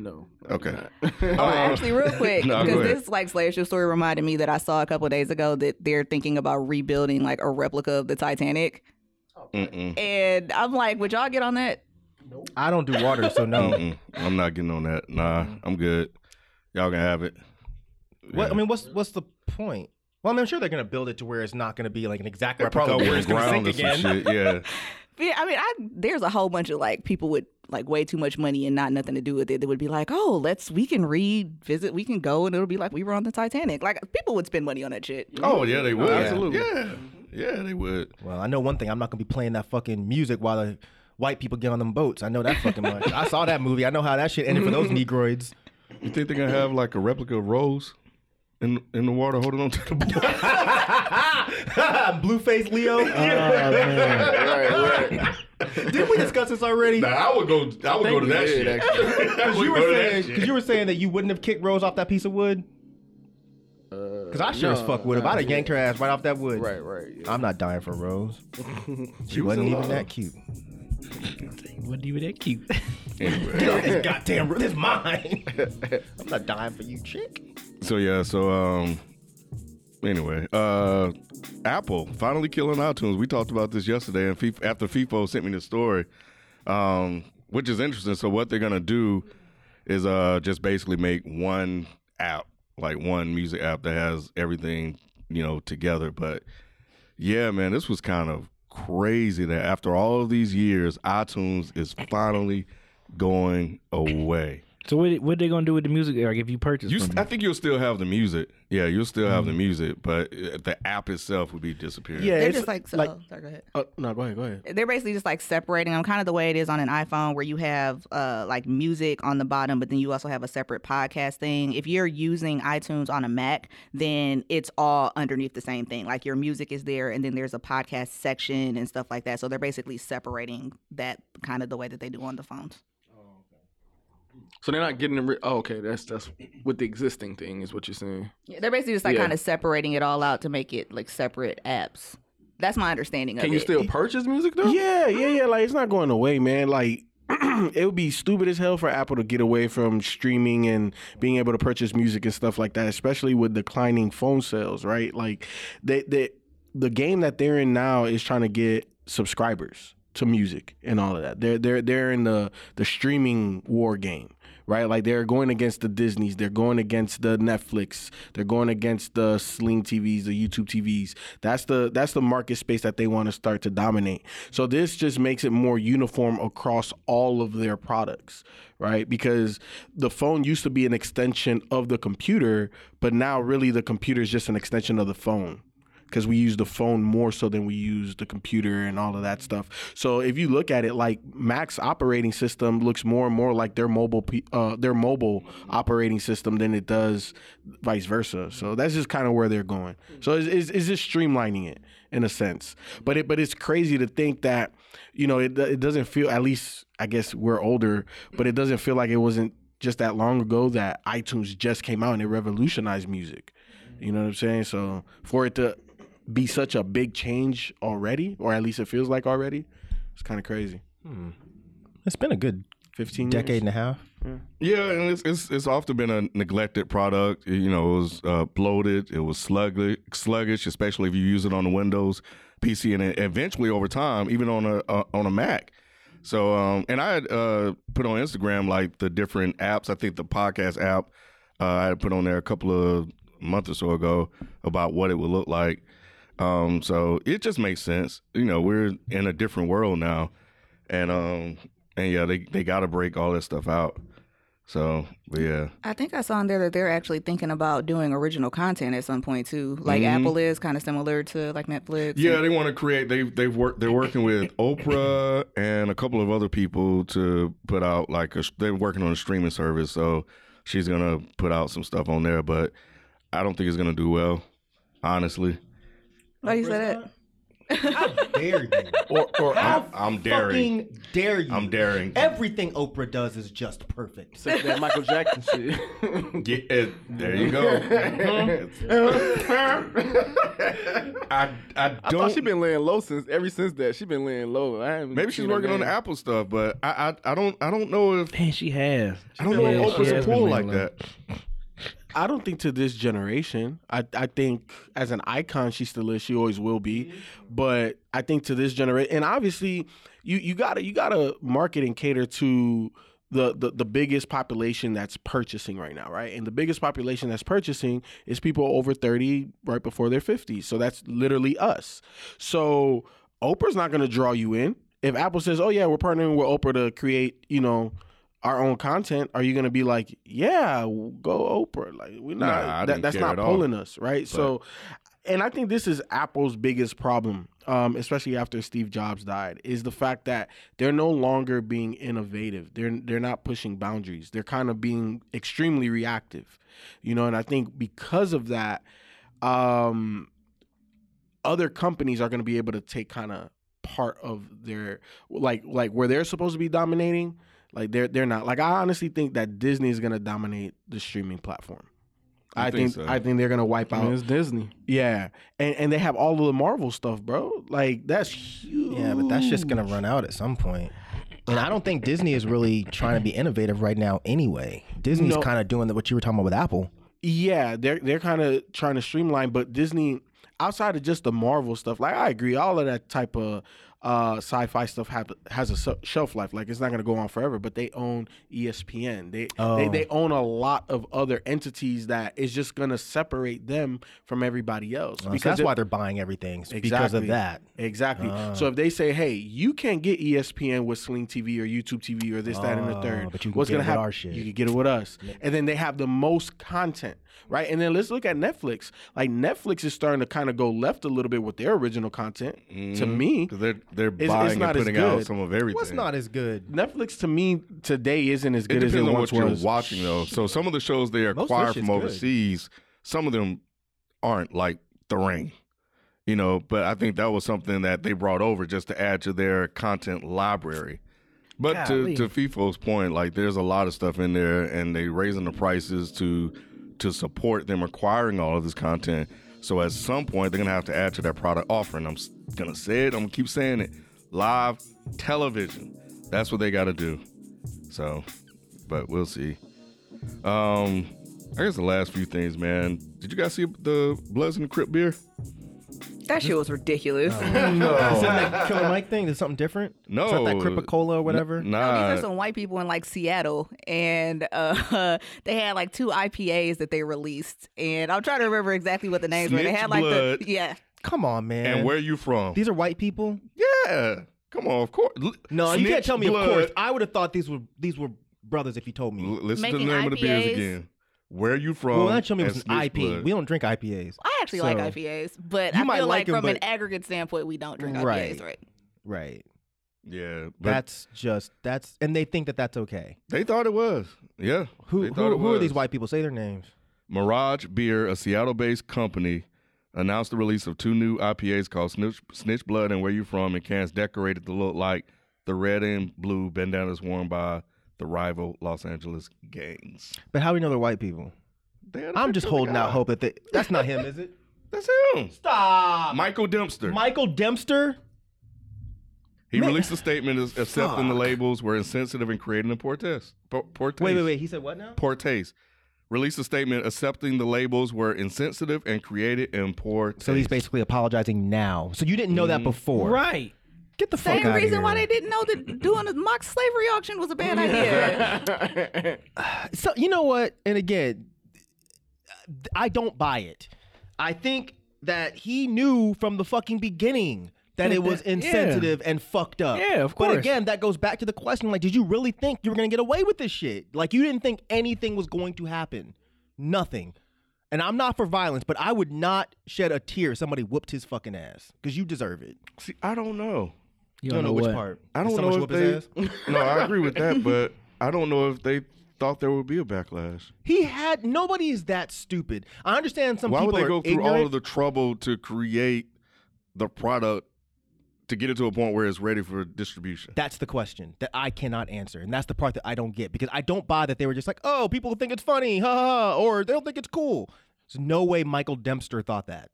[SPEAKER 17] No.
[SPEAKER 6] Okay.
[SPEAKER 3] Oh, actually, real quick,
[SPEAKER 6] No,
[SPEAKER 3] because
[SPEAKER 6] go ahead.
[SPEAKER 3] this like slave ship story reminded me that I saw a couple days ago that they're thinking about rebuilding like a replica of the Titanic,
[SPEAKER 6] Mm-mm.
[SPEAKER 3] and I'm like, would y'all get on that?
[SPEAKER 2] I don't do water, so no.
[SPEAKER 6] Mm-mm. I'm not getting on that. Nah, I'm good. Y'all can have it.
[SPEAKER 2] What I mean, what's what's the point?
[SPEAKER 5] Well, I mean, I'm sure they're going to build it to where it's not going to be like an exact replica
[SPEAKER 2] probably
[SPEAKER 5] where it's going to sink
[SPEAKER 2] ground or some
[SPEAKER 5] again.
[SPEAKER 2] shit, yeah.
[SPEAKER 3] Yeah, I mean, I there's a whole bunch of like people with like way too much money and not nothing to do with it that would be like, oh, let's we can revisit, we can go, and it'll be like we were on the Titanic. Like people would spend money on that shit.
[SPEAKER 2] Oh yeah, they would.
[SPEAKER 5] Yeah.
[SPEAKER 2] Absolutely. Yeah. Yeah, they would.
[SPEAKER 5] Well, I know one thing. I'm not going to be playing that fucking music while the white people get on them boats. I know that fucking much. I saw that movie. I know how that shit ended for those Negroids.
[SPEAKER 2] You think they're gonna have like a replica of Rose in in the water holding on to the boat?
[SPEAKER 5] Blueface
[SPEAKER 3] Oh,
[SPEAKER 5] Leo. Did we discuss this already?
[SPEAKER 2] Nah, I would go. I would go to that shit. I
[SPEAKER 5] Because
[SPEAKER 2] would
[SPEAKER 5] you,
[SPEAKER 2] go
[SPEAKER 5] were
[SPEAKER 2] to that
[SPEAKER 5] saying-
[SPEAKER 2] shit.
[SPEAKER 5] 'cause you were saying that you wouldn't have kicked Rose off that piece of wood. Because I sure as
[SPEAKER 22] no,
[SPEAKER 5] fuck would have.
[SPEAKER 22] nah,
[SPEAKER 5] I'd have
[SPEAKER 22] yeah.
[SPEAKER 5] yanked her ass right off that wood.
[SPEAKER 22] Right, right, yeah.
[SPEAKER 5] I'm not dying for Rose.
[SPEAKER 22] She
[SPEAKER 5] she
[SPEAKER 22] was in
[SPEAKER 5] wasn't even
[SPEAKER 22] love.
[SPEAKER 5] that cute.
[SPEAKER 23] What do you that cute?
[SPEAKER 5] Get out this goddamn room. This is mine. I'm not dying for you, chick.
[SPEAKER 2] So yeah, so um anyway, uh Apple finally killing iTunes. We talked about this yesterday and FIF- after FIFO sent me the story. Um which is interesting. So what they're going to do is uh just basically make one app, like one music app that has everything, you know, together, but yeah, man, this was kind of crazy that after all of these years, iTunes is finally going away.
[SPEAKER 23] So what what they gonna do with the music? Like if you purchase,
[SPEAKER 2] You,
[SPEAKER 23] from
[SPEAKER 2] st- I think you'll still have the music. Yeah, you'll still have the music, but uh, the app itself would be disappearing.
[SPEAKER 3] they're just like, so, sorry, go ahead.
[SPEAKER 6] Uh, no, go ahead, go ahead.
[SPEAKER 3] They're basically just like separating them, kind of the way it is on an iPhone, where you have uh, like music on the bottom, but then you also have a separate podcast thing. If you're using iTunes on a Mac, then it's all underneath the same thing. Like your music is there, and then there's a podcast section and stuff like that. So they're basically separating that kind of the way that they do on the phones.
[SPEAKER 22] So they're not getting rid. Oh, okay, that's that's with the existing thing is what you're saying.
[SPEAKER 3] Yeah, they're basically just like
[SPEAKER 22] Yeah.
[SPEAKER 3] kind of separating it all out to make it like separate apps. That's my understanding of
[SPEAKER 22] Can you
[SPEAKER 3] it.
[SPEAKER 22] still purchase music though? Ah.
[SPEAKER 6] Yeah, yeah, yeah. Like it's not going away, man. Like it would be stupid as hell for Apple to get away from streaming and being able to purchase music and stuff like that, especially with declining phone sales, right? Like they, they the game that they're in now is trying to get subscribers to music and all of that. They're they're they're in the the streaming war game. Right, like they're going against the Disneys, they're going against the Netflix, they're going against the Sling TVs, the YouTube TVs. That's the that's the market space that they want to start to dominate. So this just makes it more uniform across all of their products, right? Because the phone used to be an extension of the computer, but now really the computer is just an extension of the phone because we use the phone more so than we use the computer and all of that stuff. So if you look at it, like Mac's operating system looks more and more like their mobile p- uh, their mobile operating system than it does vice versa. So that's just kind of where they're going. So it's, it's, it's just streamlining it in a sense. But it but it's crazy to think that you know it it doesn't feel at least I guess we're older, but it doesn't feel like it wasn't just that long ago that iTunes just came out and it revolutionized music. You know what I'm saying? So for it to be such a big change already, or at least it feels like already, it's kind of crazy.
[SPEAKER 5] It's been a good
[SPEAKER 6] 15
[SPEAKER 5] decade
[SPEAKER 6] years.
[SPEAKER 5] and a half.
[SPEAKER 2] Yeah, and it's, it's it's often been a neglected product. You know, it was uh, bloated, it was sluggish, sluggish, especially if you use it on the Windows PC, and then eventually over time, even on a uh, on a Mac. So, um, and I had uh, put on Instagram like the different apps. I think the podcast app uh, I had put on there a couple of months or so ago about what it would look like. Um, so it just makes sense. You know, we're in a different world now, and um, and yeah, they they got to break all that stuff out. So, but yeah,
[SPEAKER 3] I think I saw in there that they're actually thinking about doing original content at some point too. Like
[SPEAKER 2] Mhm.
[SPEAKER 6] Mm-hmm.
[SPEAKER 3] Apple is kind of similar to like Netflix.
[SPEAKER 2] yeah, they want to create. They they've worked. They're working with Oprah and a couple of other people to put out like a. They're working on a streaming service, so she's gonna put out some stuff on there. But I don't think it's gonna do well, honestly.
[SPEAKER 3] Why do you say that?
[SPEAKER 5] Dare you?
[SPEAKER 2] Or, or I'm,
[SPEAKER 5] How
[SPEAKER 2] I'm daring.
[SPEAKER 5] Fucking dare you?
[SPEAKER 2] I'm daring.
[SPEAKER 5] Everything Oprah does is just perfect.
[SPEAKER 22] Except that Michael Jackson shit.
[SPEAKER 2] Yeah, eh, there you go. I I
[SPEAKER 22] I
[SPEAKER 2] don't.
[SPEAKER 22] thought Oh, she been laying low since ever since that. She been laying low. I haven't
[SPEAKER 2] Maybe
[SPEAKER 22] seen
[SPEAKER 2] she's
[SPEAKER 22] her
[SPEAKER 2] working on the
[SPEAKER 22] name.
[SPEAKER 2] Apple stuff, but I I, I don't I don't know if
[SPEAKER 23] Man, she has.
[SPEAKER 2] I don't know
[SPEAKER 23] Yeah,
[SPEAKER 2] if
[SPEAKER 23] she
[SPEAKER 2] Oprah's
[SPEAKER 23] has
[SPEAKER 2] a
[SPEAKER 23] been
[SPEAKER 2] pull
[SPEAKER 23] laying
[SPEAKER 2] like
[SPEAKER 23] low.
[SPEAKER 2] that.
[SPEAKER 6] I don't think to this generation. I, I think as an icon, she still is. She always will be. But I think to this generation, and obviously, you you gotta you gotta market and cater to
[SPEAKER 7] the, the the biggest population that's purchasing right now, right? And the biggest population that's purchasing is people over 30 right before their 50s. So that's literally us. So Oprah's not going to draw you in. If Apple says, "Oh yeah, we're partnering with Oprah to create, you know, our own content," are you going to be like, "Yeah, go Oprah"? Like we're
[SPEAKER 2] Nah,
[SPEAKER 7] not.
[SPEAKER 2] I
[SPEAKER 7] that-
[SPEAKER 2] didn't
[SPEAKER 7] that's
[SPEAKER 2] care
[SPEAKER 7] not
[SPEAKER 2] at all.
[SPEAKER 7] pulling us, right?
[SPEAKER 2] But-
[SPEAKER 7] So and I think this is Apple's biggest problem, um, especially after Steve Jobs died, is the fact that they're no longer being innovative. They're they're not pushing boundaries. They're kind of being extremely reactive, you know. And I think because of that, um, other companies are going to be able to take kind of part of their like like where they're supposed to be dominating. Like they're they're not. Like I honestly think that Disney is going to dominate the streaming platform. I, think, I think they're gonna wipe
[SPEAKER 24] I mean,
[SPEAKER 7] out.
[SPEAKER 24] it's Disney.
[SPEAKER 7] Yeah, and and they have all of the Marvel stuff, bro. Like that's huge.
[SPEAKER 6] Yeah, but that's just gonna run out at some point. And I don't think Disney is really trying to be innovative right now. Anyway, Disney's
[SPEAKER 7] No.
[SPEAKER 6] kind of doing what you were talking about with Apple.
[SPEAKER 7] Yeah, they're they're kind of trying to streamline, but Disney outside of just the Marvel stuff, like I agree, all of that type of uh, sci-fi stuff have, has a se- shelf life. Like it's not gonna go on forever, but they own E ESPN. They they
[SPEAKER 6] Oh.
[SPEAKER 7] they own a lot of other entities that is just gonna separate them from everybody else.
[SPEAKER 6] Uh, so that's
[SPEAKER 7] it-
[SPEAKER 6] why they're buying everything it's because of
[SPEAKER 7] Exactly.
[SPEAKER 6] that.
[SPEAKER 7] Exactly.
[SPEAKER 6] Ah.
[SPEAKER 7] So if they say, "Hey, you can't get E ESPN with Sling TV or YouTube TV or this, that, and the
[SPEAKER 6] Ah,
[SPEAKER 7] third,
[SPEAKER 6] but you can
[SPEAKER 7] what's
[SPEAKER 6] get
[SPEAKER 7] gonna
[SPEAKER 6] it with
[SPEAKER 7] happen?
[SPEAKER 6] our shit.
[SPEAKER 7] You can get it with us." And then they have the most content, right? And then let's look at Netflix. Like Netflix is starting to kind of go left a little bit with their original content. To
[SPEAKER 6] Mm-hmm.
[SPEAKER 2] Mhm.
[SPEAKER 7] me,
[SPEAKER 2] 'Cause they're they're
[SPEAKER 7] it's- it's
[SPEAKER 2] buying and
[SPEAKER 7] not as
[SPEAKER 2] putting out
[SPEAKER 7] good.
[SPEAKER 2] some of everything.
[SPEAKER 6] What's not as good?
[SPEAKER 7] Netflix to me today isn't as
[SPEAKER 2] It
[SPEAKER 7] good as
[SPEAKER 2] depends
[SPEAKER 7] it
[SPEAKER 2] on
[SPEAKER 7] once
[SPEAKER 2] what you're
[SPEAKER 7] was.
[SPEAKER 2] watching though. So some of the shows they
[SPEAKER 7] Most of this
[SPEAKER 2] acquire
[SPEAKER 7] shit's
[SPEAKER 2] from
[SPEAKER 7] good.
[SPEAKER 2] overseas, some of them aren't like The Ring, you know. But I think that was something that they brought over just to add to their content library. But to,
[SPEAKER 24] Golly.
[SPEAKER 2] to FIFO's point, like there's a lot of stuff in there, and they raising the prices to to support them acquiring all of this content. So at some point, they're gonna have to add to their product offering. I'm s- gonna say it. I'm gonna keep saying it. Live television. That's what they gotta do. So, but we'll see. Um, I guess the last few things, man. Did you guys see the Bloods and the Crip beer?
[SPEAKER 3] That shit was ridiculous.
[SPEAKER 6] Oh, Is that that Killer Mike thing? Is something different?
[SPEAKER 2] No,
[SPEAKER 6] Is that that Cripa Cola or whatever?
[SPEAKER 2] N-
[SPEAKER 3] No,
[SPEAKER 2] nah,
[SPEAKER 3] these are some white people in like Seattle, and uh, they had like two IPAs that they released, and I'm trying to remember exactly what the names were. They
[SPEAKER 2] Snitch
[SPEAKER 3] had like
[SPEAKER 2] blood.
[SPEAKER 3] the yeah.
[SPEAKER 6] Come on, man.
[SPEAKER 2] and where you from?
[SPEAKER 6] These are white people.
[SPEAKER 2] yeah, come on, of course. L-
[SPEAKER 6] No, you
[SPEAKER 2] Snitch
[SPEAKER 6] can't tell me.
[SPEAKER 2] blood.
[SPEAKER 6] Of course, I would have thought these were these were brothers if you told me.
[SPEAKER 2] L- listen to the
[SPEAKER 3] Making
[SPEAKER 2] name of the beers
[SPEAKER 3] IPAs?
[SPEAKER 2] again. Where you from?
[SPEAKER 6] well, that showed me it
[SPEAKER 2] and
[SPEAKER 6] was an
[SPEAKER 2] Snitch
[SPEAKER 6] IP.
[SPEAKER 2] blood.
[SPEAKER 6] We don't drink IPAs.
[SPEAKER 3] I actually like IPAs, but
[SPEAKER 6] You
[SPEAKER 3] I
[SPEAKER 6] might
[SPEAKER 3] feel
[SPEAKER 6] like
[SPEAKER 3] like,
[SPEAKER 6] 'em,
[SPEAKER 3] from an
[SPEAKER 6] but-
[SPEAKER 3] aggregate standpoint, we don't drink
[SPEAKER 6] Right.
[SPEAKER 3] IPAs, right?
[SPEAKER 6] Right.
[SPEAKER 2] Yeah, but
[SPEAKER 6] That's just that's, and they think that that's okay.
[SPEAKER 2] they thought it was. Yeah,
[SPEAKER 6] Who
[SPEAKER 2] they
[SPEAKER 6] who,
[SPEAKER 2] thought it
[SPEAKER 6] who are these
[SPEAKER 2] was.
[SPEAKER 6] white people? Say their names.
[SPEAKER 2] Mirage Beer, a Seattle-based company, announced the release of two new IPAs called Snitch, Snitch Blood and Where You From, and cans decorated to look like the red and blue bandanas worn by the rival Los Angeles gangs.
[SPEAKER 6] But how do we know they're white people?
[SPEAKER 2] They had a
[SPEAKER 6] I'm just
[SPEAKER 2] picture of the
[SPEAKER 6] holding out
[SPEAKER 2] guy.
[SPEAKER 6] hope that they, that's not him, is it?
[SPEAKER 2] That's him.
[SPEAKER 6] Stop.
[SPEAKER 2] Michael Dempster.
[SPEAKER 6] Michael Dempster.
[SPEAKER 2] he released a statement as- accepting the labels were insensitive and creating a poor test. Po- poor
[SPEAKER 6] Wait, wait,
[SPEAKER 2] taste.
[SPEAKER 6] wait. He said what now?
[SPEAKER 2] Poor taste. Released a statement accepting the labels were insensitive and created in poor taste.
[SPEAKER 6] So he's basically apologizing now. So you didn't know
[SPEAKER 2] Mm.
[SPEAKER 6] that before,
[SPEAKER 4] Right.
[SPEAKER 6] Get the
[SPEAKER 3] Same
[SPEAKER 6] fuck out
[SPEAKER 3] reason
[SPEAKER 6] here.
[SPEAKER 3] why they didn't know that doing a mock slavery auction was a bad idea.
[SPEAKER 6] So you know what? And again, I don't buy it. I think that he knew from the fucking beginning that it was
[SPEAKER 4] Yeah.
[SPEAKER 6] insensitive and fucked up.
[SPEAKER 4] Yeah, of
[SPEAKER 6] But
[SPEAKER 4] course.
[SPEAKER 6] again, that goes back to the question: like, did you really think you were gonna get away with this shit? Like, you didn't think anything was going to happen. Nothing. And I'm not for violence, but I would not shed a tear if somebody whooped his fucking ass because you deserve it.
[SPEAKER 2] See, I don't know.
[SPEAKER 4] You
[SPEAKER 6] don't know which part.
[SPEAKER 2] I
[SPEAKER 6] Did
[SPEAKER 2] don't
[SPEAKER 6] someone
[SPEAKER 2] know if
[SPEAKER 6] whoop his
[SPEAKER 2] they. no, I agree with that, but I don't know if they thought there would be a backlash.
[SPEAKER 6] He had nobody is that stupid. I understand some
[SPEAKER 2] Why would
[SPEAKER 6] people
[SPEAKER 2] they
[SPEAKER 6] are
[SPEAKER 2] go through
[SPEAKER 6] ignorant.
[SPEAKER 2] all of the trouble to create the product to get it to a point where it's ready for distribution?
[SPEAKER 6] That's the question that I cannot answer, and that's the part that I don't get because I don't buy that they were just like, "Oh, people think it's funny, ha ha," ha," or they don't think it's cool. There's no way Michael Dempster thought that.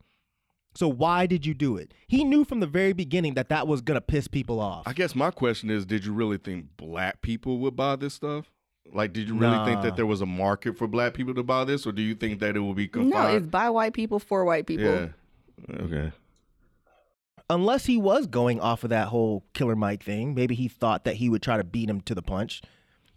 [SPEAKER 6] So why did you do it? He knew from the very beginning that that was gonna piss people off.
[SPEAKER 2] I guess my question is: Did you really think black people would buy this stuff? Like, did you really think
[SPEAKER 6] Nah.
[SPEAKER 2] that there was a market for black people to buy this, or do you think that it will be
[SPEAKER 3] no, it's
[SPEAKER 2] confined?
[SPEAKER 3] by white people for white people.
[SPEAKER 2] yeah. Okay.
[SPEAKER 6] Unless he was going off of that whole Killer Mike thing, maybe he thought that he would try to beat him to the punch.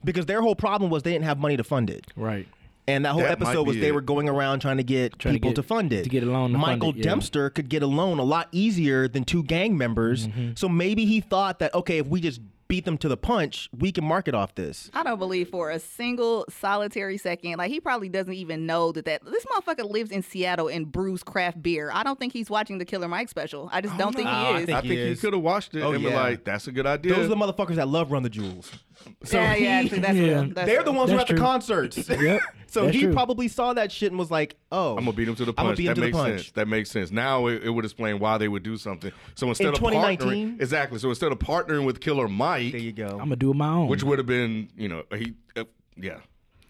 [SPEAKER 6] because their whole problem was they didn't have money to fund it.
[SPEAKER 25] Right.
[SPEAKER 6] And that whole
[SPEAKER 25] That might
[SPEAKER 6] episode was
[SPEAKER 25] be
[SPEAKER 6] they
[SPEAKER 25] it.
[SPEAKER 6] were going around trying to get
[SPEAKER 25] Trying to
[SPEAKER 6] people
[SPEAKER 25] get-
[SPEAKER 6] to, fund it.
[SPEAKER 25] to get a loan to fund
[SPEAKER 6] Michael
[SPEAKER 25] it, yeah.
[SPEAKER 6] Dempster could get a loan a lot easier than two gang members.
[SPEAKER 25] Mm-hmm.
[SPEAKER 6] So maybe he thought that okay, if we just beat them to the punch, we can market off this.
[SPEAKER 3] I don't believe for a single solitary second. Like he probably doesn't even know that that this motherfucker lives in Seattle and brews craft beer. I don't think he's watching the Killer Mike special. I just don't think he is.
[SPEAKER 2] I think he, could have watched it
[SPEAKER 6] Oh,
[SPEAKER 2] and
[SPEAKER 6] yeah.
[SPEAKER 2] be like, "That's a good idea."
[SPEAKER 6] Those are the motherfuckers that love Run the Jewels.
[SPEAKER 3] Yeah, yeah, actually, that's real. That's
[SPEAKER 6] they're
[SPEAKER 3] real.
[SPEAKER 6] the ones who are at
[SPEAKER 3] That's
[SPEAKER 6] the
[SPEAKER 3] true.
[SPEAKER 6] concerts.
[SPEAKER 3] Yep,
[SPEAKER 6] so
[SPEAKER 2] that's
[SPEAKER 6] he
[SPEAKER 2] true.
[SPEAKER 6] probably saw that shit and was like, "Oh,
[SPEAKER 2] I'm gonna beat him to the
[SPEAKER 6] I'm
[SPEAKER 2] punch.
[SPEAKER 6] gonna beat him
[SPEAKER 2] that
[SPEAKER 6] to the
[SPEAKER 2] makes
[SPEAKER 6] punch.
[SPEAKER 2] sense. That makes sense. Now it, it would explain why they would do something. So instead of
[SPEAKER 25] 2019?
[SPEAKER 2] partnering, exactly. So instead of partnering with Killer Mike, there you
[SPEAKER 6] go. I'm
[SPEAKER 25] gonna do it my own.
[SPEAKER 2] Which would have been, you know, he, uh, yeah,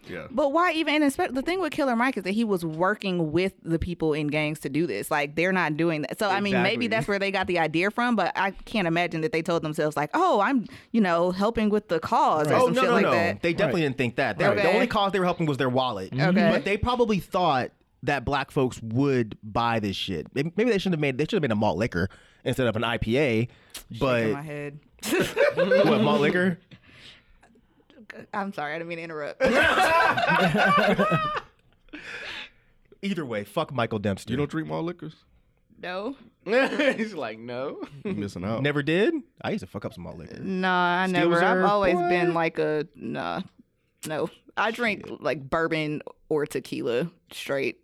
[SPEAKER 2] yeah.
[SPEAKER 3] But why even? And especially, the thing with Killer Mike is that he was working with the people in gangs to do this. Like they're not doing that. So I mean,
[SPEAKER 26] Exactly.
[SPEAKER 3] maybe that's where they got the idea from. But I can't imagine that they told themselves like, "Oh, I'm you know helping with the cause or
[SPEAKER 6] Oh
[SPEAKER 3] some
[SPEAKER 6] no,
[SPEAKER 3] shit
[SPEAKER 6] no,
[SPEAKER 3] like
[SPEAKER 6] no!
[SPEAKER 3] that."
[SPEAKER 6] They definitely didn't think that. They-
[SPEAKER 3] Right.
[SPEAKER 6] The
[SPEAKER 3] Okay.
[SPEAKER 6] only cause they were helping was their wallet.
[SPEAKER 3] Okay.
[SPEAKER 6] But they probably thought that black folks would buy this shit. May- Maybe they shouldn't have made. They should have made a malt liquor instead of an IPA.
[SPEAKER 3] In my
[SPEAKER 6] But
[SPEAKER 3] head.
[SPEAKER 6] what malt liquor?
[SPEAKER 3] I'm sorry, I didn't mean to interrupt.
[SPEAKER 6] Either way, fuck Michael Dempster. You
[SPEAKER 2] don't drink malt liquors.
[SPEAKER 3] no.
[SPEAKER 5] He's like, no.
[SPEAKER 2] You're missing out.
[SPEAKER 6] Never did. I used to fuck up some malt liquor.
[SPEAKER 3] Nah, I
[SPEAKER 6] Steelers
[SPEAKER 3] never.
[SPEAKER 6] are-
[SPEAKER 3] I've always
[SPEAKER 6] What?
[SPEAKER 3] been like a nah, no. I drink like bourbon or tequila straight.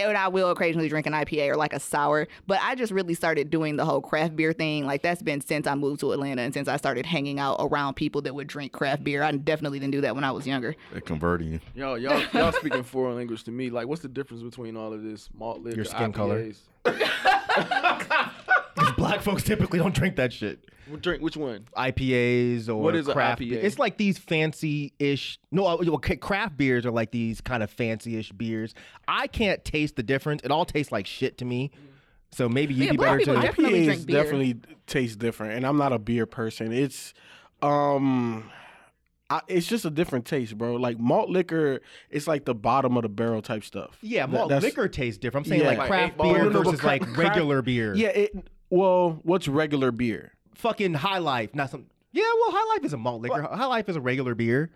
[SPEAKER 3] And I will occasionally drink an IPA or like a sour, but I just really started doing the whole craft beer thing. Like that's been since I moved to Atlanta and since I started hanging out around people that would drink craft beer. I definitely didn't do that when I was younger.
[SPEAKER 2] They're converting you.
[SPEAKER 5] Yo, y'all, y'all speaking foreign language to me. Like, what's the difference between all of this malt liquor?
[SPEAKER 6] Your skin color.
[SPEAKER 5] IPAs?
[SPEAKER 6] Black folks typically don't drink that shit.
[SPEAKER 5] What Drink which one?
[SPEAKER 6] IPAs or
[SPEAKER 5] What is a
[SPEAKER 6] craft
[SPEAKER 5] IPA?
[SPEAKER 6] beer. It's like these fancy ish. No, uh, well, ca- craft beers are like these kind of fancy ish beers. I can't taste the difference. It all tastes like shit to me. So maybe you'd be better to.
[SPEAKER 7] IPAs definitely taste different, and I'm not a beer person. It's, um, I, it's just a different taste, bro. Like malt liquor, it's like the bottom of the barrel type stuff.
[SPEAKER 6] Yeah,
[SPEAKER 7] That-
[SPEAKER 6] malt
[SPEAKER 7] that's-
[SPEAKER 6] liquor tastes different. I'm saying
[SPEAKER 7] Yeah.
[SPEAKER 6] like craft
[SPEAKER 7] No,
[SPEAKER 6] beer
[SPEAKER 7] no, but
[SPEAKER 6] versus
[SPEAKER 7] cra-
[SPEAKER 6] like
[SPEAKER 7] craft-
[SPEAKER 6] regular beer.
[SPEAKER 7] Yeah, it, well, what's regular beer?
[SPEAKER 6] Fucking High Life, not some. Yeah, well, High Life is a malt liquor. High Life is a regular beer.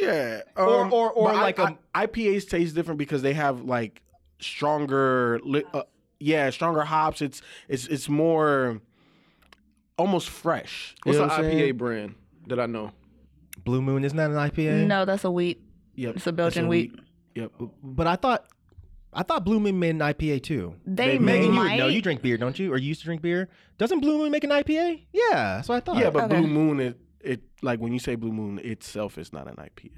[SPEAKER 7] Yeah,
[SPEAKER 6] Or-
[SPEAKER 7] um,
[SPEAKER 6] or- or
[SPEAKER 7] but I-
[SPEAKER 6] like,
[SPEAKER 7] I-
[SPEAKER 6] um,
[SPEAKER 7] IPAs taste different because they have like stronger, li- uh, yeah, stronger hops. It's it's it's more almost fresh. You
[SPEAKER 5] What's
[SPEAKER 7] know
[SPEAKER 5] an
[SPEAKER 7] what I'm
[SPEAKER 5] IPA
[SPEAKER 7] saying?
[SPEAKER 5] brand that I know?
[SPEAKER 6] Blue Moon isn't that an IPA?
[SPEAKER 3] No, that's a wheat.
[SPEAKER 7] Yep,
[SPEAKER 3] it's a Belgian wheat.
[SPEAKER 7] Yep.
[SPEAKER 6] But I thought, I thought Blue Moon made an IPA too.
[SPEAKER 3] They
[SPEAKER 6] Megan, you would know
[SPEAKER 3] might.
[SPEAKER 6] you drink beer, don't you? Or you used to drink beer? Doesn't Blue Moon make an IPA? Yeah, that's what I thought.
[SPEAKER 7] Yeah, but Blue Moon, it, it like when you say Blue Moon itself is not an IPA.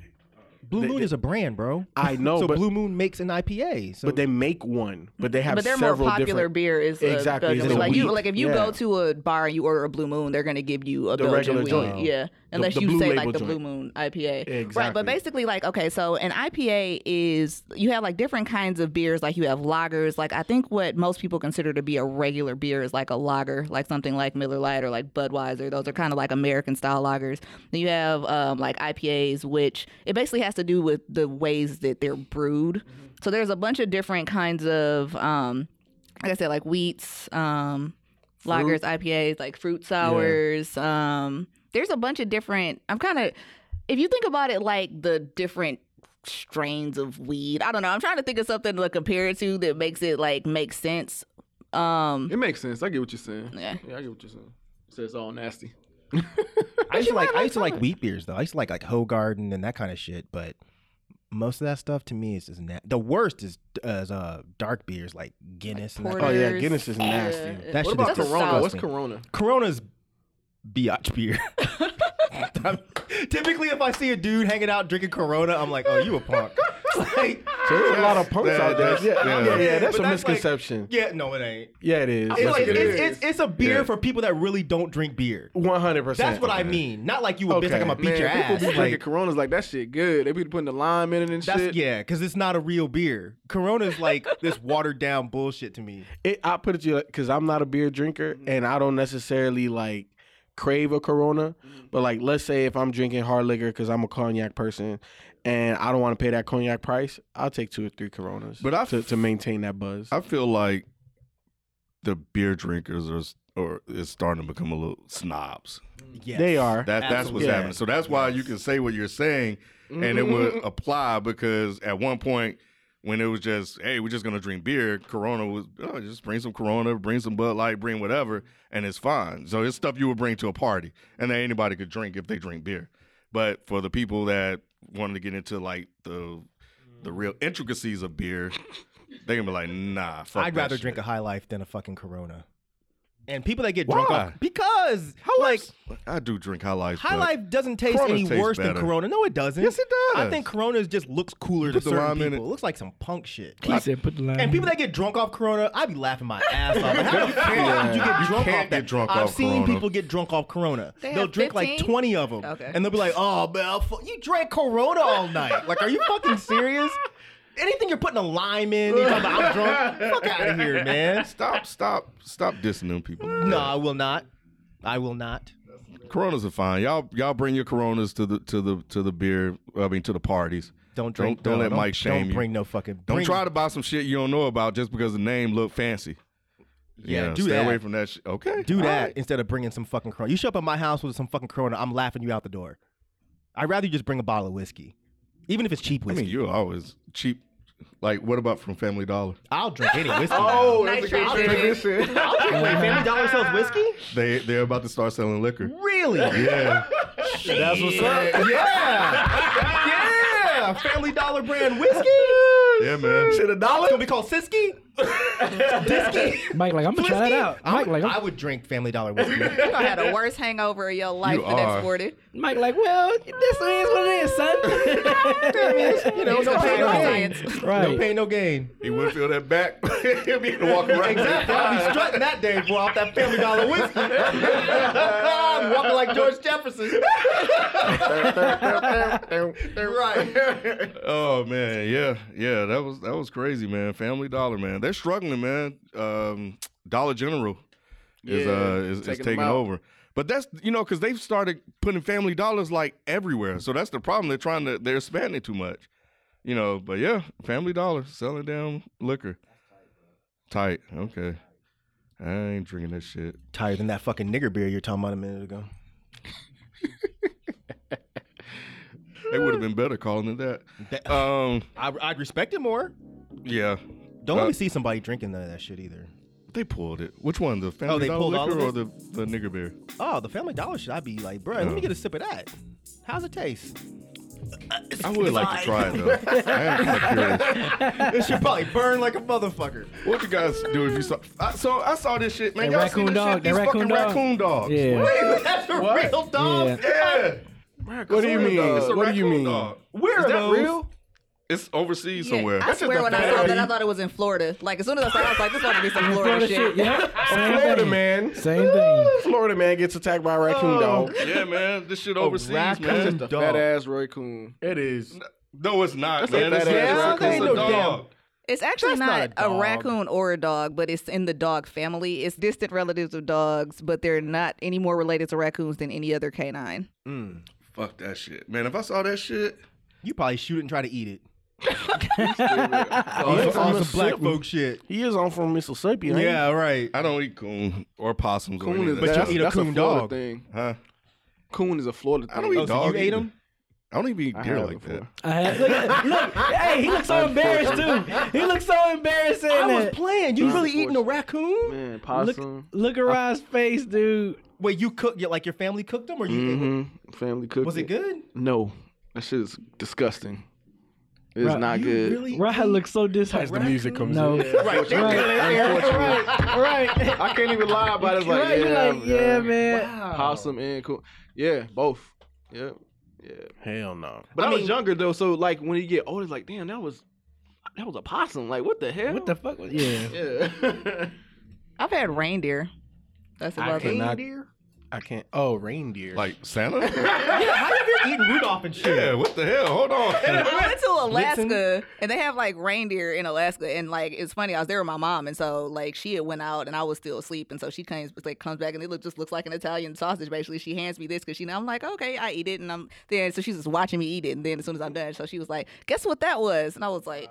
[SPEAKER 6] Blue
[SPEAKER 7] They-
[SPEAKER 6] Moon
[SPEAKER 7] they-
[SPEAKER 6] is a brand, bro.
[SPEAKER 7] I know,
[SPEAKER 6] so
[SPEAKER 7] but-
[SPEAKER 6] Blue Moon makes an IPA. So
[SPEAKER 7] but they make one, but they have.
[SPEAKER 3] but their more
[SPEAKER 7] several
[SPEAKER 3] popular
[SPEAKER 7] different-
[SPEAKER 3] beer is a
[SPEAKER 7] exactly
[SPEAKER 3] Belgian
[SPEAKER 7] it's
[SPEAKER 3] wheat.
[SPEAKER 7] a
[SPEAKER 3] Like you,
[SPEAKER 7] wheat.
[SPEAKER 3] like if you
[SPEAKER 7] Yeah.
[SPEAKER 3] go to a bar and you order a Blue Moon, they're gonna give you a
[SPEAKER 7] The
[SPEAKER 3] Belgian
[SPEAKER 7] regular
[SPEAKER 3] wheat.
[SPEAKER 7] joint.
[SPEAKER 3] Yeah,
[SPEAKER 7] The-
[SPEAKER 3] unless
[SPEAKER 7] the
[SPEAKER 3] you
[SPEAKER 7] Blue
[SPEAKER 3] say
[SPEAKER 7] Label
[SPEAKER 3] like the
[SPEAKER 7] joint.
[SPEAKER 3] Blue Moon IPA. Right,
[SPEAKER 7] Exactly.
[SPEAKER 3] but basically like okay, so an IPA is you have like different kinds of beers. Like you have lagers. Like I think what most people consider to be a regular beer is like a lager, like something like Miller Lite or like Budweiser. Those are kind of like American style lagers. Then you have um, like IPAs, which it basically has to do with the ways that they're brewed. So there's a bunch of different kinds of um, like I said, like wheats, um, lagers, IPAs, like fruit sours. Um, there's a bunch of different. I'm kind of, if you think about it, like the different strains of weed. I don't know. I'm trying to think of something to compare it to that makes it like make sense. Um,
[SPEAKER 5] it makes sense. I get what you're saying.
[SPEAKER 3] Yeah,
[SPEAKER 5] I get what you're saying. So it's all nasty.
[SPEAKER 6] I used to like I used to like wheat beers though. I used to like like Hogarden and that kind of shit. But most of that stuff to me is just na- the worst is uh, is uh, dark beers like Guinness. and that
[SPEAKER 7] Oh yeah,
[SPEAKER 6] shit.
[SPEAKER 7] Guinness
[SPEAKER 3] eh,
[SPEAKER 7] is nasty.
[SPEAKER 5] what
[SPEAKER 6] That shit
[SPEAKER 5] about
[SPEAKER 6] is just
[SPEAKER 5] Corona? What's
[SPEAKER 6] disgusting.
[SPEAKER 5] Corona?
[SPEAKER 6] Corona's biatch beer. Typically, if I see a dude hanging out drinking Corona, I'm like, "Oh, you a punk." like,
[SPEAKER 7] So there's a lot of punks
[SPEAKER 6] Yeah,
[SPEAKER 7] out there.
[SPEAKER 6] that's-
[SPEAKER 7] Yeah, yeah,
[SPEAKER 6] yeah.
[SPEAKER 7] yeah, that's
[SPEAKER 6] But
[SPEAKER 7] a
[SPEAKER 6] that's like-
[SPEAKER 7] misconception.
[SPEAKER 6] yeah, no, it ain't.
[SPEAKER 7] yeah, it is.
[SPEAKER 6] It's,
[SPEAKER 7] That's
[SPEAKER 6] like-
[SPEAKER 7] what it
[SPEAKER 6] it's-
[SPEAKER 7] is.
[SPEAKER 6] it's- it's a beer
[SPEAKER 7] Yeah.
[SPEAKER 6] for people that really don't drink beer.
[SPEAKER 7] One hundred percent.
[SPEAKER 6] That's what I mean. Not like you a bitch like I'm gonna beat
[SPEAKER 5] Man,
[SPEAKER 6] your ass.
[SPEAKER 5] People be
[SPEAKER 6] Like,
[SPEAKER 5] drinking Coronas like that shit good. They be putting the lime in it and
[SPEAKER 6] That's
[SPEAKER 5] shit.
[SPEAKER 6] yeah, because it's not a real beer. Corona is like this watered down bullshit to me.
[SPEAKER 7] It, I put it to you because I'm not a beer drinker
[SPEAKER 6] Mm-hmm.
[SPEAKER 7] and I don't necessarily like crave a Corona.
[SPEAKER 6] Mm-hmm.
[SPEAKER 7] But like, let's say if I'm drinking hard liquor because I'm a cognac person and I don't want to pay that cognac price, I'll take two or three Coronas. But I to, to maintain that buzz.
[SPEAKER 2] I feel like the beer drinkers are s- or is starting to become a little snobs.
[SPEAKER 7] Yes. They are.
[SPEAKER 2] That, that's what's
[SPEAKER 7] Absolutely.
[SPEAKER 2] happening. So that's why you can say what you're saying, and it would apply because at one point when it was just, hey, we're just gonna drink beer, Corona was oh, just bring some Corona, bring some Bud Light, bring whatever, and it's fine. So it's stuff you would bring to a party, and that anybody could drink if they drink beer. But for the people that wanted to get into like the the real intricacies of beer, they gonna be like, nah, fuck
[SPEAKER 6] I'd
[SPEAKER 2] that
[SPEAKER 6] rather
[SPEAKER 2] shit.
[SPEAKER 6] drink a high life than a fucking Corona. And people that get drunk
[SPEAKER 2] Why?
[SPEAKER 6] off because like
[SPEAKER 2] I do drink high life.
[SPEAKER 6] high
[SPEAKER 2] but
[SPEAKER 6] life doesn't taste
[SPEAKER 2] Corona
[SPEAKER 6] any
[SPEAKER 2] tastes
[SPEAKER 6] worse
[SPEAKER 2] better.
[SPEAKER 6] than Corona. No, it doesn't.
[SPEAKER 2] Yes, it does.
[SPEAKER 6] I think Corona just looks cooler to
[SPEAKER 2] Put the
[SPEAKER 6] certain
[SPEAKER 2] lime in
[SPEAKER 6] people.
[SPEAKER 2] it.
[SPEAKER 6] It. looks like some punk shit.
[SPEAKER 4] He
[SPEAKER 6] Like-
[SPEAKER 4] said, "Put the lime
[SPEAKER 6] And
[SPEAKER 4] in
[SPEAKER 6] people that get drunk off Corona, I be laughing my ass off. Like, how the fuck
[SPEAKER 2] Yeah.
[SPEAKER 6] did you get
[SPEAKER 2] You
[SPEAKER 6] drunk
[SPEAKER 2] can't
[SPEAKER 6] off that?
[SPEAKER 2] get drunk
[SPEAKER 6] I've
[SPEAKER 2] off
[SPEAKER 6] seen
[SPEAKER 2] Corona.
[SPEAKER 6] people get drunk off Corona.
[SPEAKER 4] They
[SPEAKER 6] will
[SPEAKER 4] have
[SPEAKER 6] drink like
[SPEAKER 4] 15?
[SPEAKER 6] twenty of them,
[SPEAKER 4] Okay.
[SPEAKER 6] and they'll be like, "Oh man, fu- you drank Corona all night. Like, are you fucking serious?" Anything you're putting a lime in, you're talking about, I'm drunk. Fuck out of here, man.
[SPEAKER 2] Stop, stop, stop dissing them people. like
[SPEAKER 6] No,
[SPEAKER 2] that.
[SPEAKER 6] I will not. I will not.
[SPEAKER 2] Coronas are fine. Y'all, y'all bring your Coronas to the to the to the beer. I mean, to the parties.
[SPEAKER 6] Don't drink.
[SPEAKER 2] Don't,
[SPEAKER 6] no,
[SPEAKER 2] let Mike shame
[SPEAKER 6] don't
[SPEAKER 2] you.
[SPEAKER 6] bring no fucking.
[SPEAKER 2] don't
[SPEAKER 6] bring-
[SPEAKER 2] try to buy some shit you don't know about just because the name look fancy.
[SPEAKER 6] Yeah, do
[SPEAKER 2] stay
[SPEAKER 6] that.
[SPEAKER 2] away from that shit. Okay,
[SPEAKER 6] Do
[SPEAKER 2] all
[SPEAKER 6] that
[SPEAKER 2] right.
[SPEAKER 6] instead of bringing some fucking Corona. You show up at my house with some fucking Corona, I'm laughing you out the door. I'd rather you just bring a bottle of whiskey, even if it's cheap
[SPEAKER 2] I
[SPEAKER 6] whiskey.
[SPEAKER 2] mean, you're always cheap. Like, what about from Family Dollar?
[SPEAKER 6] I'll drink any whiskey.
[SPEAKER 5] Oh,
[SPEAKER 6] now.
[SPEAKER 5] that's a good
[SPEAKER 6] I'll drink-
[SPEAKER 5] transition.
[SPEAKER 6] I'll drink- Wait, Family Dollar sells whiskey?
[SPEAKER 2] They they're about to start selling liquor.
[SPEAKER 6] Really?
[SPEAKER 2] Yeah,
[SPEAKER 6] That's what's up. Yeah. yeah. Family Dollar brand whiskey.
[SPEAKER 2] yeah, man.
[SPEAKER 6] Shit, a dollar? It's gonna be called Siski. Disky.
[SPEAKER 4] Mike, like I'm gonna try that out.
[SPEAKER 6] I
[SPEAKER 4] Mike,
[SPEAKER 6] would,
[SPEAKER 4] like
[SPEAKER 6] I
[SPEAKER 4] I'm,
[SPEAKER 6] would drink Family Dollar whiskey.
[SPEAKER 3] You done had a worse hangover of your life
[SPEAKER 6] You
[SPEAKER 3] the
[SPEAKER 6] are.
[SPEAKER 3] next morning.
[SPEAKER 4] Mike, like, well, this is what it is, son.
[SPEAKER 6] I mean, it's, you know, no pain, no gain.
[SPEAKER 4] Right.
[SPEAKER 6] No pain, no gain.
[SPEAKER 2] He would feel that back. He'll be able to walk around.
[SPEAKER 6] Exactly. I'll be strutting that day, boy, off that Family Dollar whiskey. I'm walking like George Jefferson. right.
[SPEAKER 2] Oh man, yeah, yeah, that was that was crazy, man. Family Dollar, man, they're struggling, man. Um, Dollar General is
[SPEAKER 5] Yeah,
[SPEAKER 2] uh is taking, is
[SPEAKER 5] taking them
[SPEAKER 2] taking
[SPEAKER 5] out.
[SPEAKER 2] over, but that's you know because they've started putting Family Dollars like everywhere, so that's the problem. They're trying to they're expanding too much, you know. But yeah, Family Dollar selling down liquor, tight. Okay, I ain't drinking that shit.
[SPEAKER 6] Tighter than that fucking nigger beer you were talking about a minute ago.
[SPEAKER 2] They would have been better calling it that. Um,
[SPEAKER 6] I, I'd respect it more.
[SPEAKER 2] yeah.
[SPEAKER 6] Don't
[SPEAKER 2] Uh,
[SPEAKER 6] let me see somebody drinking none of that shit either.
[SPEAKER 2] They pulled it. Which one? The Family
[SPEAKER 6] they pulled
[SPEAKER 2] Dollar
[SPEAKER 6] all of
[SPEAKER 2] liquor or the the nigger beer?
[SPEAKER 6] Oh, the Family Dollar shit. I'd be like, bro, let me get a sip of that. How's it taste?
[SPEAKER 2] I would like to try it though. I am kinda curious.
[SPEAKER 6] It should probably burn like a motherfucker.
[SPEAKER 2] What you guys do if you saw? I, so I saw this shit, man.
[SPEAKER 4] That
[SPEAKER 2] Y'all
[SPEAKER 4] raccoon
[SPEAKER 2] see this
[SPEAKER 4] dog,
[SPEAKER 2] shit?
[SPEAKER 4] that
[SPEAKER 2] These
[SPEAKER 4] raccoon
[SPEAKER 2] fucking
[SPEAKER 4] dog.
[SPEAKER 2] raccoon dogs.
[SPEAKER 4] Yeah.
[SPEAKER 6] Wait, that's a real dog?
[SPEAKER 4] Yeah.
[SPEAKER 2] Yeah.
[SPEAKER 5] What do you mean?
[SPEAKER 2] It's a
[SPEAKER 5] What do you
[SPEAKER 2] raccoon
[SPEAKER 5] mean?
[SPEAKER 2] Dog.
[SPEAKER 6] Where
[SPEAKER 5] Is
[SPEAKER 6] are
[SPEAKER 5] that
[SPEAKER 6] those?
[SPEAKER 5] real?
[SPEAKER 2] It's overseas somewhere.
[SPEAKER 3] I
[SPEAKER 2] That's just
[SPEAKER 3] swear
[SPEAKER 2] a
[SPEAKER 3] when I saw
[SPEAKER 2] fairy.
[SPEAKER 3] that, I thought it was in Florida. Like as soon as I saw, it, I was like, "This got to be some
[SPEAKER 4] Florida
[SPEAKER 3] Florida, shit."
[SPEAKER 4] shit, yeah. Same
[SPEAKER 7] Florida
[SPEAKER 4] thing.
[SPEAKER 7] man.
[SPEAKER 4] Same thing.
[SPEAKER 7] Florida man gets attacked by a raccoon dog.
[SPEAKER 2] Yeah, man. This shit Oh, overseas,
[SPEAKER 5] That's
[SPEAKER 2] man.
[SPEAKER 5] just a
[SPEAKER 6] Dog.
[SPEAKER 5] fat ass Roy Coon.
[SPEAKER 7] It is.
[SPEAKER 2] No, it's not, man.
[SPEAKER 5] a
[SPEAKER 2] It's,
[SPEAKER 5] fat
[SPEAKER 2] it's-
[SPEAKER 5] ass
[SPEAKER 2] it's
[SPEAKER 5] raccoon.
[SPEAKER 2] a
[SPEAKER 5] Ain't no
[SPEAKER 2] dog.
[SPEAKER 3] It's actually
[SPEAKER 6] That's not
[SPEAKER 3] not,
[SPEAKER 6] a
[SPEAKER 3] a,
[SPEAKER 6] dog.
[SPEAKER 3] raccoon or a dog, but it's in the dog family. It's distant relatives of dogs, but they're not any more related to raccoons than any other canine.
[SPEAKER 2] Fuck that shit, man. If I saw that shit,
[SPEAKER 6] You probably shoot it and try to eat it.
[SPEAKER 7] He
[SPEAKER 6] Oh,
[SPEAKER 7] is on
[SPEAKER 6] some black
[SPEAKER 7] Mississippi.
[SPEAKER 6] folk shit.
[SPEAKER 7] He is on from Mississippi. ain't he?
[SPEAKER 6] Yeah, right.
[SPEAKER 2] I don't eat coon or possums or
[SPEAKER 5] Coon
[SPEAKER 2] anything.
[SPEAKER 5] is
[SPEAKER 6] But you
[SPEAKER 5] that's,
[SPEAKER 6] eat a
[SPEAKER 5] that's
[SPEAKER 6] coon
[SPEAKER 5] Florida
[SPEAKER 6] dog.
[SPEAKER 5] thing.
[SPEAKER 2] huh?
[SPEAKER 5] Coon is a Florida thing.
[SPEAKER 2] I don't eat
[SPEAKER 6] Oh, so
[SPEAKER 2] dog.
[SPEAKER 6] you ate
[SPEAKER 2] either.
[SPEAKER 6] him?
[SPEAKER 2] I don't even eat
[SPEAKER 5] I
[SPEAKER 2] deer
[SPEAKER 5] had it
[SPEAKER 2] like that.
[SPEAKER 5] before.
[SPEAKER 4] I had, look, look, hey, he looks so embarrassed too. He looks so embarrassed saying
[SPEAKER 6] I was
[SPEAKER 4] that.
[SPEAKER 6] playing. You really eating a raccoon?
[SPEAKER 5] Man,
[SPEAKER 4] Look,
[SPEAKER 5] possum.
[SPEAKER 4] look at Ryan's face, dude.
[SPEAKER 6] Wait, you cook like your family cooked them, or you?
[SPEAKER 5] Mm-hmm. Family cooking.
[SPEAKER 6] Was it good?
[SPEAKER 5] No, that shit is disgusting. It's
[SPEAKER 4] Right.
[SPEAKER 5] not
[SPEAKER 6] You
[SPEAKER 5] good.
[SPEAKER 6] really?
[SPEAKER 4] Ryan looks so
[SPEAKER 7] As the
[SPEAKER 4] disheartened.
[SPEAKER 7] music comes
[SPEAKER 4] No,
[SPEAKER 7] in.
[SPEAKER 4] right, right, right, right.
[SPEAKER 5] I can't even lie about it. It's like,
[SPEAKER 4] Right, you're
[SPEAKER 5] yeah,
[SPEAKER 4] like, yeah, man.
[SPEAKER 5] Possum and coon. Yeah, both. Yeah, yeah.
[SPEAKER 7] Hell no.
[SPEAKER 5] But I,
[SPEAKER 6] I
[SPEAKER 5] was
[SPEAKER 6] mean-
[SPEAKER 5] younger though, so like when you get older, it's like, damn, that was that was a possum. Like, what the hell?
[SPEAKER 4] What the fuck? Was, yeah.
[SPEAKER 5] Yeah.
[SPEAKER 3] I've had reindeer. That's
[SPEAKER 7] I
[SPEAKER 3] about it.
[SPEAKER 7] cannot. I can't. Oh, reindeer.
[SPEAKER 2] Like Santa?
[SPEAKER 6] Yeah, how you been eating Rudolph and shit?
[SPEAKER 2] yeah. What the hell? Hold on.
[SPEAKER 3] I went to Alaska and they have like reindeer in Alaska and like it's funny I was there with my mom and so like she had went out and I was still asleep and so she comes like comes back and it look, just looks like an Italian sausage basically she hands me this because she know I'm like okay I eat it and I'm then so she's just watching me eat it and then as soon as I'm done so she was like guess what that was and I was like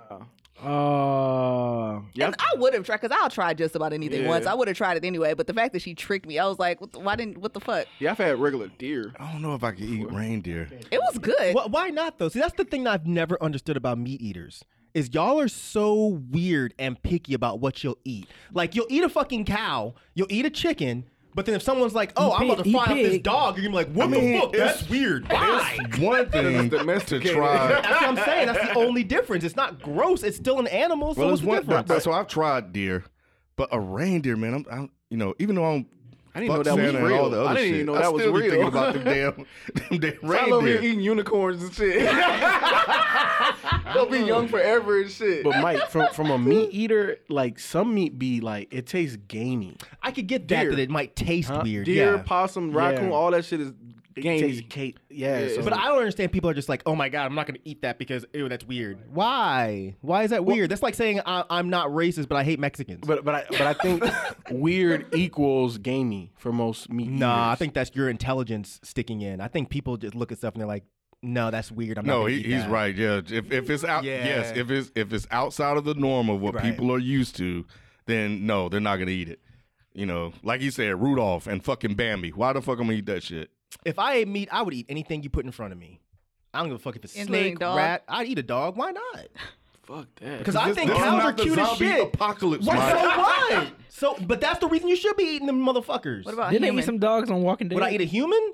[SPEAKER 25] Uh,
[SPEAKER 3] And I would have tried because I'll try just about anything
[SPEAKER 5] Yeah.
[SPEAKER 3] once. I would have tried it anyway, but the fact that she tricked me, I was like, what the, why didn't? What the fuck?
[SPEAKER 5] Yeah, I've had regular deer.
[SPEAKER 2] I don't know if I could eat reindeer.
[SPEAKER 3] It was good.
[SPEAKER 6] Why, why not though? See, that's the thing that I've never understood about meat eaters. Is y'all are so weird and picky about what you'll eat. Like you'll eat a fucking cow, you'll eat a chicken, but then if someone's like, "Oh, I'm about to
[SPEAKER 2] Eat
[SPEAKER 6] fry up this
[SPEAKER 2] pig.
[SPEAKER 6] dog," you're gonna be like, "What
[SPEAKER 2] I mean,
[SPEAKER 6] the fuck?
[SPEAKER 2] it's-
[SPEAKER 6] That's weird."
[SPEAKER 2] it's
[SPEAKER 6] Why?
[SPEAKER 2] one thing to try.
[SPEAKER 6] That's what I'm saying. That's the only difference. It's not gross. It's still an animal. So
[SPEAKER 2] Well,
[SPEAKER 6] what's
[SPEAKER 2] it's
[SPEAKER 6] the
[SPEAKER 2] one,
[SPEAKER 6] difference?
[SPEAKER 2] so I've tried deer, but a reindeer, man. I'm, I'm you know, even though I'm.
[SPEAKER 5] I didn't
[SPEAKER 2] fuck
[SPEAKER 5] know that was
[SPEAKER 2] Santa and All
[SPEAKER 5] real.
[SPEAKER 2] the other
[SPEAKER 5] I didn't
[SPEAKER 2] shit,
[SPEAKER 5] even know
[SPEAKER 2] I
[SPEAKER 5] that was
[SPEAKER 2] still be
[SPEAKER 5] real.
[SPEAKER 2] Thinking about them damn, them damn
[SPEAKER 5] So I'm over here
[SPEAKER 2] reindeer.
[SPEAKER 5] eating unicorns and shit. They'll be young forever and shit.
[SPEAKER 7] But Mike, from from a meat eater, like some meat be like it tastes gamey.
[SPEAKER 6] I could get
[SPEAKER 5] that, Deer. that it
[SPEAKER 6] might taste weird.
[SPEAKER 5] deer,
[SPEAKER 6] yeah.
[SPEAKER 5] possum, raccoon,
[SPEAKER 6] Yeah.
[SPEAKER 5] all that shit is gamey.
[SPEAKER 7] yeah,
[SPEAKER 5] so-
[SPEAKER 6] but I don't understand. People are just like, "Oh my god, I'm not going to eat that because ew, that's weird." Why? Why is that weird? that's like saying I, I'm not racist, but I hate Mexicans.
[SPEAKER 7] But but I but I think weird equals gamey for most meat.
[SPEAKER 6] Nah, I
[SPEAKER 7] eaters.
[SPEAKER 6] think that's your intelligence sticking in. I think people just look at stuff and they're like, "No, that's weird." I'm not
[SPEAKER 2] no,
[SPEAKER 6] gonna
[SPEAKER 2] he,
[SPEAKER 6] eat
[SPEAKER 2] he's
[SPEAKER 6] that."
[SPEAKER 2] right. Yeah, if if it's out,
[SPEAKER 6] Yeah.
[SPEAKER 2] yes, if it's if it's outside of the norm of what
[SPEAKER 6] Right.
[SPEAKER 2] people are used to, then no, they're not gonna eat it. You know, like you said, Rudolph and fucking Bambi. Why the fuck am I eat that shit?
[SPEAKER 6] If I ate meat, I would eat anything you put in front of me. I don't give a fuck if it's
[SPEAKER 3] Including
[SPEAKER 6] snake,
[SPEAKER 3] dog?
[SPEAKER 6] rat. I'd eat a dog. Why not?
[SPEAKER 5] Fuck that.
[SPEAKER 6] Because I
[SPEAKER 2] This-
[SPEAKER 6] think
[SPEAKER 2] this is
[SPEAKER 6] cows
[SPEAKER 2] not
[SPEAKER 6] are
[SPEAKER 2] the
[SPEAKER 6] cute as
[SPEAKER 2] zombie
[SPEAKER 6] shit.
[SPEAKER 2] apocalypse,
[SPEAKER 6] What,
[SPEAKER 2] Mike.
[SPEAKER 6] so what? So, but that's the reason you should be eating them motherfuckers. What
[SPEAKER 25] about Didn't they eat human? some
[SPEAKER 6] dogs on Walking
[SPEAKER 25] Dead?
[SPEAKER 6] Would I eat a human?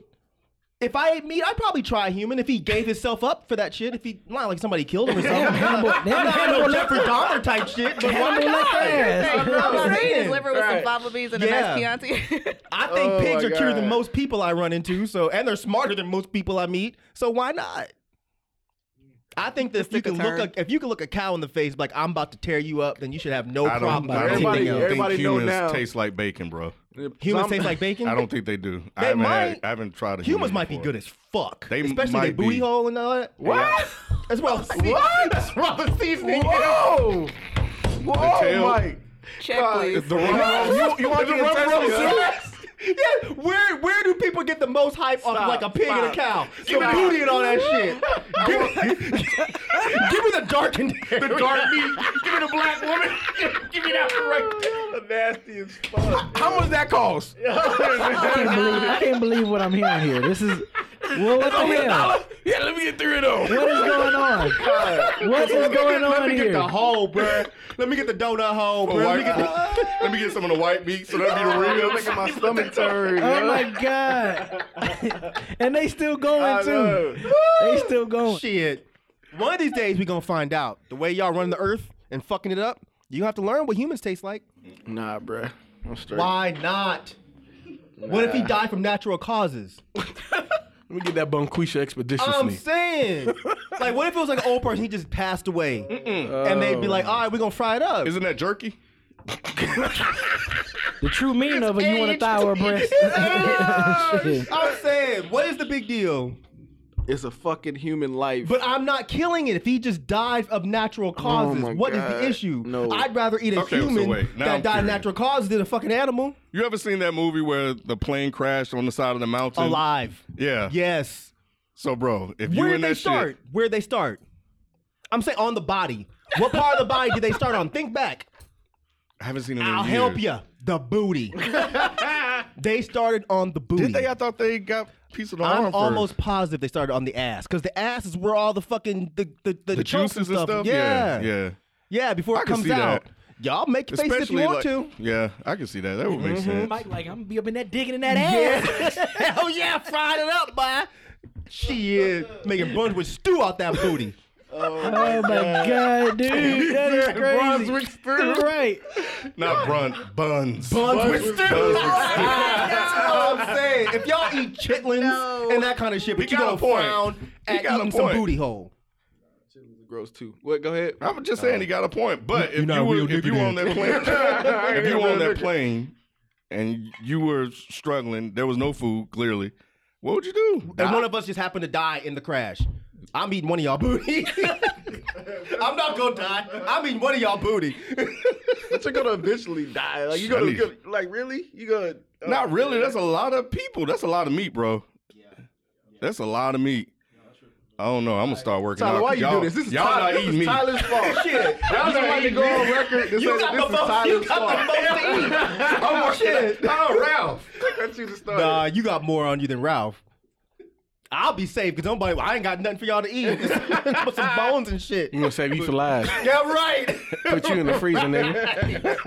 [SPEAKER 6] If I ate meat, I'd probably try a human if he gave himself up for that shit. If he not like somebody killed him or something. I'm
[SPEAKER 25] Hannibal-
[SPEAKER 6] not, I'm not
[SPEAKER 25] Hannibal
[SPEAKER 6] no
[SPEAKER 25] left
[SPEAKER 6] Jeffrey
[SPEAKER 25] that-
[SPEAKER 6] Dahmer type shit. But why
[SPEAKER 25] Hannibal left
[SPEAKER 6] not?
[SPEAKER 25] that ass.
[SPEAKER 6] I'm not
[SPEAKER 3] I'm not eating
[SPEAKER 6] saying.
[SPEAKER 3] his liver with
[SPEAKER 6] Right.
[SPEAKER 3] some fava beans and
[SPEAKER 6] Yeah.
[SPEAKER 3] a nice Chianti.
[SPEAKER 6] I think
[SPEAKER 3] Oh
[SPEAKER 6] pigs
[SPEAKER 3] my
[SPEAKER 6] are cuter than
[SPEAKER 3] God.
[SPEAKER 6] most people I run into, so and they're smarter than most people I meet. So why not? I think that if you can look a, if you can look a cow in the face like I'm about to tear you up, then you should have no
[SPEAKER 2] I
[SPEAKER 6] problem.
[SPEAKER 2] don't, I don't
[SPEAKER 6] everybody,
[SPEAKER 2] think,
[SPEAKER 6] else.
[SPEAKER 2] think humans taste like bacon, bro.
[SPEAKER 6] Humans taste like bacon.
[SPEAKER 2] I don't think they do. I
[SPEAKER 6] They
[SPEAKER 2] haven't, had-
[SPEAKER 6] might.
[SPEAKER 2] I haven't tried. A
[SPEAKER 6] humans
[SPEAKER 2] human
[SPEAKER 6] might be
[SPEAKER 2] before.
[SPEAKER 6] good as fuck,
[SPEAKER 2] They m-
[SPEAKER 6] especially their
[SPEAKER 2] might be.
[SPEAKER 6] booty hole and all that.
[SPEAKER 2] What?
[SPEAKER 6] As well as
[SPEAKER 5] What?
[SPEAKER 6] As well as seasoning.
[SPEAKER 5] Whoa!
[SPEAKER 2] The
[SPEAKER 5] Whoa,
[SPEAKER 6] Oh
[SPEAKER 2] tail.
[SPEAKER 5] Mike.
[SPEAKER 3] Check,
[SPEAKER 5] please.
[SPEAKER 2] The rubber roll- you- you want
[SPEAKER 6] The
[SPEAKER 2] to get
[SPEAKER 6] rubber roll
[SPEAKER 2] tested?
[SPEAKER 6] serious? Yeah, where where do people get the most hype off
[SPEAKER 5] Stop,
[SPEAKER 6] like a pig and a
[SPEAKER 5] stop,
[SPEAKER 6] cow? The
[SPEAKER 5] stop.
[SPEAKER 6] booty and all that shit. Give me, give me the dark and
[SPEAKER 5] The dark meat. Give me the black woman. Give me that right there. Nasty as fuck.
[SPEAKER 2] How much that cost?
[SPEAKER 25] I can't believe I can't believe what I'm hearing here. This is well, what the hell?
[SPEAKER 2] Yeah, let me get three of those.
[SPEAKER 25] What is going on? What is going
[SPEAKER 6] Let
[SPEAKER 25] on
[SPEAKER 6] me get the
[SPEAKER 25] here?
[SPEAKER 6] hole, bruh. Let me get the donut hole, bruh. Let me get the,
[SPEAKER 2] Let me get some of the white meat so that'd be the real.
[SPEAKER 5] Making my stomach turn.
[SPEAKER 25] Oh
[SPEAKER 5] yo.
[SPEAKER 25] my god! and they still
[SPEAKER 5] I
[SPEAKER 25] going
[SPEAKER 5] know.
[SPEAKER 25] too. They still going.
[SPEAKER 6] Shit. One of these days we gonna find out. The way y'all run the earth and fucking it up, you have to learn what humans taste like.
[SPEAKER 5] Nah, bruh. I'm straight.
[SPEAKER 6] Why not? What if he
[SPEAKER 5] Nah.
[SPEAKER 6] died from natural causes?
[SPEAKER 7] Let me get that Bunquisha expeditiously.
[SPEAKER 6] I'm saying, like, what if it was like an old person he just passed away, and they'd be like, "All right, we're gonna fry it up."
[SPEAKER 2] Isn't that jerky?
[SPEAKER 25] The true meaning of it, you want a thigh or a breast? Shit.
[SPEAKER 6] I'm saying, what is the big deal?
[SPEAKER 5] It's a fucking human life.
[SPEAKER 6] But I'm not killing it. If he just died of natural
[SPEAKER 2] Oh
[SPEAKER 6] causes,
[SPEAKER 5] my
[SPEAKER 6] what is
[SPEAKER 5] God.
[SPEAKER 6] the issue?
[SPEAKER 5] No.
[SPEAKER 6] I'd rather eat a
[SPEAKER 2] Okay, so
[SPEAKER 6] human
[SPEAKER 2] wait, now
[SPEAKER 6] that
[SPEAKER 2] I'm
[SPEAKER 6] died of
[SPEAKER 2] curious.
[SPEAKER 6] natural causes than a fucking animal
[SPEAKER 2] You ever seen that movie where the plane crashed on the side of the mountain?
[SPEAKER 6] alive.
[SPEAKER 2] Yeah.
[SPEAKER 6] Yes.
[SPEAKER 2] So, bro, if
[SPEAKER 6] Where
[SPEAKER 2] you in
[SPEAKER 6] did they
[SPEAKER 2] that
[SPEAKER 6] start?
[SPEAKER 2] shit,
[SPEAKER 6] Where did they start? I'm saying on the body. What part of the body did they start on? Think back.
[SPEAKER 2] I haven't seen it. in
[SPEAKER 6] I'll
[SPEAKER 2] years.
[SPEAKER 6] help you. The booty. they started on the booty.
[SPEAKER 2] Did they? I thought they got a piece of the arm
[SPEAKER 6] I'm
[SPEAKER 2] first.
[SPEAKER 6] almost positive they started on the ass because the ass is where all the fucking the the, the,
[SPEAKER 2] the
[SPEAKER 6] chunks
[SPEAKER 2] juices and stuff. yeah.
[SPEAKER 6] Yeah.
[SPEAKER 2] yeah.
[SPEAKER 6] Yeah, before
[SPEAKER 2] I
[SPEAKER 6] it
[SPEAKER 2] can
[SPEAKER 6] comes
[SPEAKER 2] see
[SPEAKER 6] out.
[SPEAKER 2] that.
[SPEAKER 6] Y'all make your face if you
[SPEAKER 2] Especially,
[SPEAKER 6] want
[SPEAKER 2] like-
[SPEAKER 6] to. Mm-hmm.
[SPEAKER 2] Yeah, I can see that. That would make sense.
[SPEAKER 25] Mike, like I'm gonna be up in that digging in that ass.
[SPEAKER 6] Hell yeah, fried it up, boy. She is making buns with stew out that booty.
[SPEAKER 25] Oh my god, dude, that is
[SPEAKER 2] Said
[SPEAKER 25] crazy.
[SPEAKER 2] Brunswick stew.
[SPEAKER 25] Right.
[SPEAKER 2] Not brun, buns.
[SPEAKER 6] Buns with stew.
[SPEAKER 2] Buns with stew.
[SPEAKER 6] That's all I'm saying. If y'all eat chitlins and that kind of shit, but
[SPEAKER 2] He
[SPEAKER 6] you
[SPEAKER 2] got a
[SPEAKER 6] gonna
[SPEAKER 2] point.
[SPEAKER 6] frown
[SPEAKER 2] He
[SPEAKER 6] at
[SPEAKER 2] got a
[SPEAKER 6] eating some
[SPEAKER 2] point.
[SPEAKER 6] booty hole.
[SPEAKER 5] Gross too. What? Go ahead.
[SPEAKER 2] I'm just saying he got a point. But
[SPEAKER 6] You're
[SPEAKER 2] if
[SPEAKER 6] not
[SPEAKER 2] you
[SPEAKER 6] a
[SPEAKER 2] were,
[SPEAKER 6] real
[SPEAKER 2] if
[SPEAKER 6] nigga
[SPEAKER 2] you were on that
[SPEAKER 6] then.
[SPEAKER 2] plane, if you were on
[SPEAKER 5] Real
[SPEAKER 2] that
[SPEAKER 5] nigga.
[SPEAKER 2] plane and you were struggling, there was no food clearly. What would you do?
[SPEAKER 6] And
[SPEAKER 2] Die?
[SPEAKER 6] one of us just happened to die in the crash. I'm eating one of y'all booty. I'm not gonna die. I'm eating one of y'all booty.
[SPEAKER 5] But you're gonna eventually die. Like you
[SPEAKER 2] I
[SPEAKER 5] gonna,
[SPEAKER 2] need-
[SPEAKER 5] gonna- like really? You gonna oh,
[SPEAKER 2] Not really. That's a lot of people. That's a lot of meat, bro. That's a lot of meat. I don't know. I'm gonna start working
[SPEAKER 5] Tyler,
[SPEAKER 2] out.
[SPEAKER 5] why
[SPEAKER 2] 'cause
[SPEAKER 5] you do
[SPEAKER 2] y'all-
[SPEAKER 5] this? This is
[SPEAKER 2] y'all
[SPEAKER 5] Tyler-
[SPEAKER 2] not
[SPEAKER 5] this is
[SPEAKER 2] eating me.
[SPEAKER 5] Tyler's fault. Shit. Y'all just about to go on record to say that this is Tyler's fault.
[SPEAKER 4] You got the most to eat.
[SPEAKER 5] Oh, shit.
[SPEAKER 4] Oh, Ralph.
[SPEAKER 5] That's you to start.
[SPEAKER 6] Nah, you got more on you than Ralph. I'll be safe because nobody. I ain't got nothing for y'all to eat. but some bones and shit.
[SPEAKER 7] I'm gonna save you for last.
[SPEAKER 6] Yeah, right.
[SPEAKER 7] Put you in the freezer, nigga.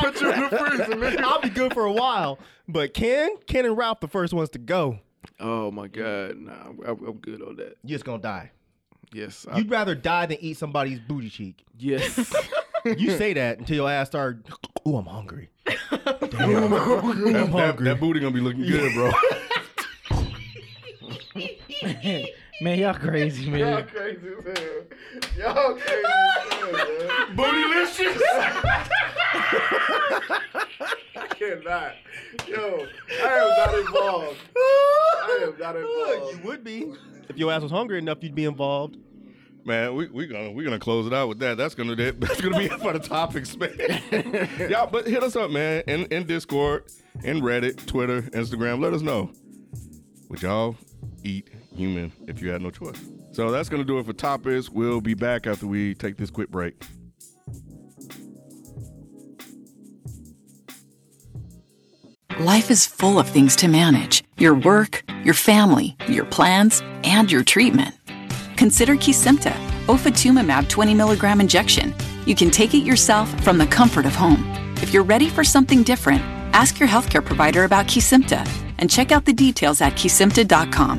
[SPEAKER 6] Put you in the freezer, nigga. I'll be good for a while. But Ken, Ken and Ralph, the first ones to go.
[SPEAKER 5] Oh my God, nah, I'm, I'm good on that.
[SPEAKER 6] You're just gonna die.
[SPEAKER 5] Yes.
[SPEAKER 6] You'd rather die than eat somebody's booty cheek.
[SPEAKER 5] Yes.
[SPEAKER 6] you say that until your ass start. Ooh, I'm hungry.
[SPEAKER 2] that, that, that booty gonna be looking good, bro.
[SPEAKER 25] man, y'all crazy,
[SPEAKER 5] Y'all
[SPEAKER 25] man.
[SPEAKER 5] crazy as hell. Y'all crazy as hell, man.
[SPEAKER 4] Bootylicious.
[SPEAKER 5] I cannot. Yo, I am not involved. I am not involved.
[SPEAKER 6] You would be. If your ass was hungry enough, you'd be involved.
[SPEAKER 2] Man, we we gonna we gonna close it out with that. That's gonna that- that's gonna be it for the topics, man. Y'all, but hit us up, man, in in Discord, in Reddit, Twitter, Instagram. Let us know. Would y'all eat human if you had no choice? So that's gonna do it for topics. We'll be back after we take this quick break.
[SPEAKER 26] Life is full of things to manage your work, your family, your plans, and your treatment. Consider Kisimta, ofatumumab 20 milligram injection. You can take it yourself from the comfort of home. If you're ready for something different, ask your healthcare provider about Kisimta and check out the details at kisimta.com.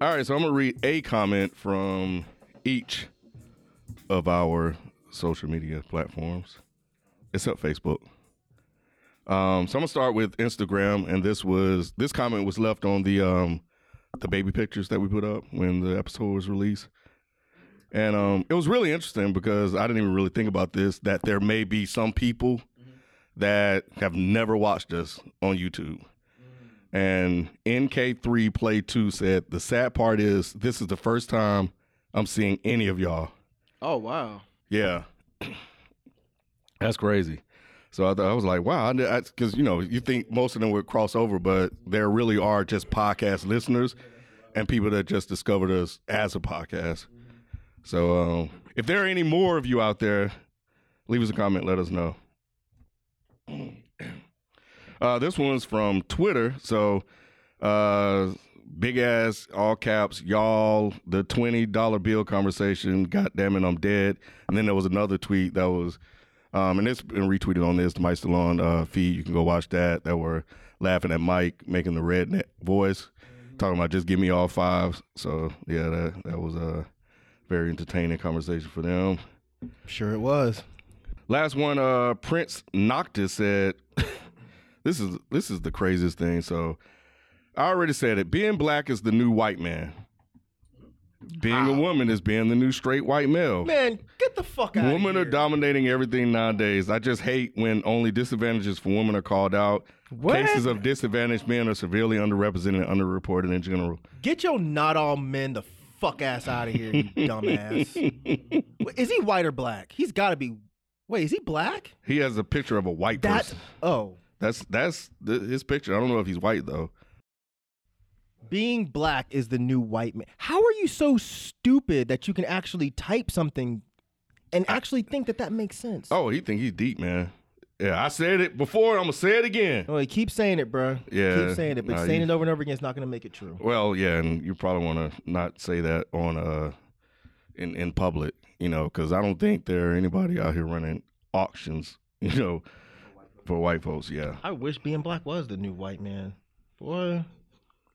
[SPEAKER 2] All right, so I'm gonna read a comment from each of our social media platforms, except Facebook. Um, so I'm gonna start with Instagram, and this was this comment was left on the um, the baby pictures that we put up when the episode was released, and um, it was really interesting because I didn't even really think about this that there may be some people that have never watched us on YouTube. And NK3 Play 2 said, The sad part is, this is the first time I'm seeing any of y'all.
[SPEAKER 5] Oh wow.
[SPEAKER 2] Yeah. That's crazy. So I, thought, I was like, wow, because, you know, you think most of them would cross over, but there really are just podcast listeners and people that just discovered us as a podcast. So um, if there are any more of you out there, leave us a comment, let us know. Uh, this one's from Twitter. So, uh, big ass, all caps, y'all, the $20 bill conversation. God damn it, I'm dead. And then there was another tweet that was, um, and it's been retweeted on this, the Mike Stallone uh, feed. You can go watch that. That were laughing at Mike making the redneck voice, talking about just give me all fives. So, yeah, that, that was a very entertaining conversation for them.
[SPEAKER 6] Sure, it was.
[SPEAKER 2] Last one, uh, Prince Noctis said, "This is this is the craziest thing." So, I already said it. Being black is the new white man. Being a woman is being the new straight white male.
[SPEAKER 6] Ah. Man, get the fuck out of here.
[SPEAKER 2] Women are dominating everything nowadays. I just hate when only disadvantages for women are called out. Cases of disadvantaged men are severely underrepresented and underreported in general.
[SPEAKER 6] Get your not all men the fuck ass out of here, you dumbass. Wait, Is he white or black? He's got to be. Wait, is he black?
[SPEAKER 2] He has a picture of a white
[SPEAKER 6] That-
[SPEAKER 2] person.
[SPEAKER 6] Oh,
[SPEAKER 2] That's that's th- his picture. I don't know if he's white though.
[SPEAKER 6] being black is the new white man. How are you so stupid that you can actually type something and actually think that that makes sense?
[SPEAKER 2] Oh, he think he's deep, man. Yeah, I said it before. I'm gonna say it again.
[SPEAKER 6] Oh, he keeps saying it, bro.
[SPEAKER 2] Yeah,
[SPEAKER 6] keep saying it, but
[SPEAKER 2] nah,
[SPEAKER 6] saying
[SPEAKER 2] you-
[SPEAKER 6] it over and over again is not going to make it true.
[SPEAKER 2] Well, yeah, and you probably want to not say that on uh in in public, you know, because I don't think there are anybody out here running auctions, you know, for white folks. Yeah,
[SPEAKER 6] I wish being black was the new white man. Boy,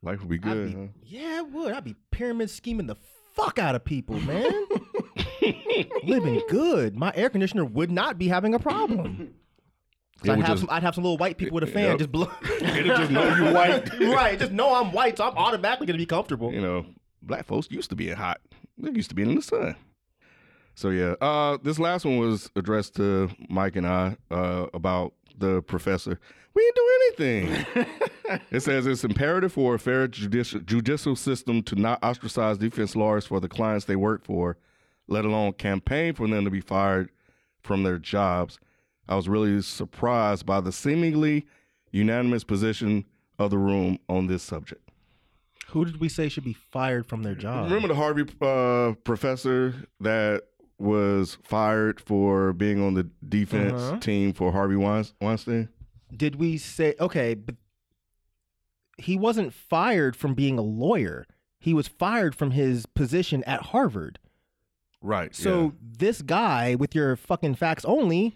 [SPEAKER 2] life would be good. huh?
[SPEAKER 6] yeah, it would. I'd be pyramid scheming the fuck out of people, man. Living good. My air conditioner would not be having a problem. So
[SPEAKER 2] It
[SPEAKER 6] I'd
[SPEAKER 2] would
[SPEAKER 6] have,
[SPEAKER 2] just-
[SPEAKER 6] some, I'd have some little white people with a fan
[SPEAKER 2] Yep.
[SPEAKER 6] just blow.
[SPEAKER 2] It'll just know you white.
[SPEAKER 6] right, just know I'm white, so I'm automatically going to be comfortable.
[SPEAKER 2] You know, black folks used to being hot. They used to being in the sun. So yeah, uh, this last one was addressed to Mike and I uh, about the professor. We didn't do anything. it says it's imperative for a fair judicial judicial system to not ostracize defense lawyers for the clients they work for, let alone campaign for them to be fired from their jobs. I was really surprised by the seemingly unanimous position of the room on this subject.
[SPEAKER 27] Who did we say should be fired from their
[SPEAKER 6] Oh.
[SPEAKER 27] job?
[SPEAKER 2] Remember the Harvey uh, professor that was fired for being on the defense
[SPEAKER 27] Uh-huh.
[SPEAKER 2] team for Harvey Weins- Weinstein?
[SPEAKER 6] Did we say okay? But he wasn't fired from being a lawyer. He was fired from his position at Harvard.
[SPEAKER 2] Right.
[SPEAKER 6] So this guy with your fucking facts only,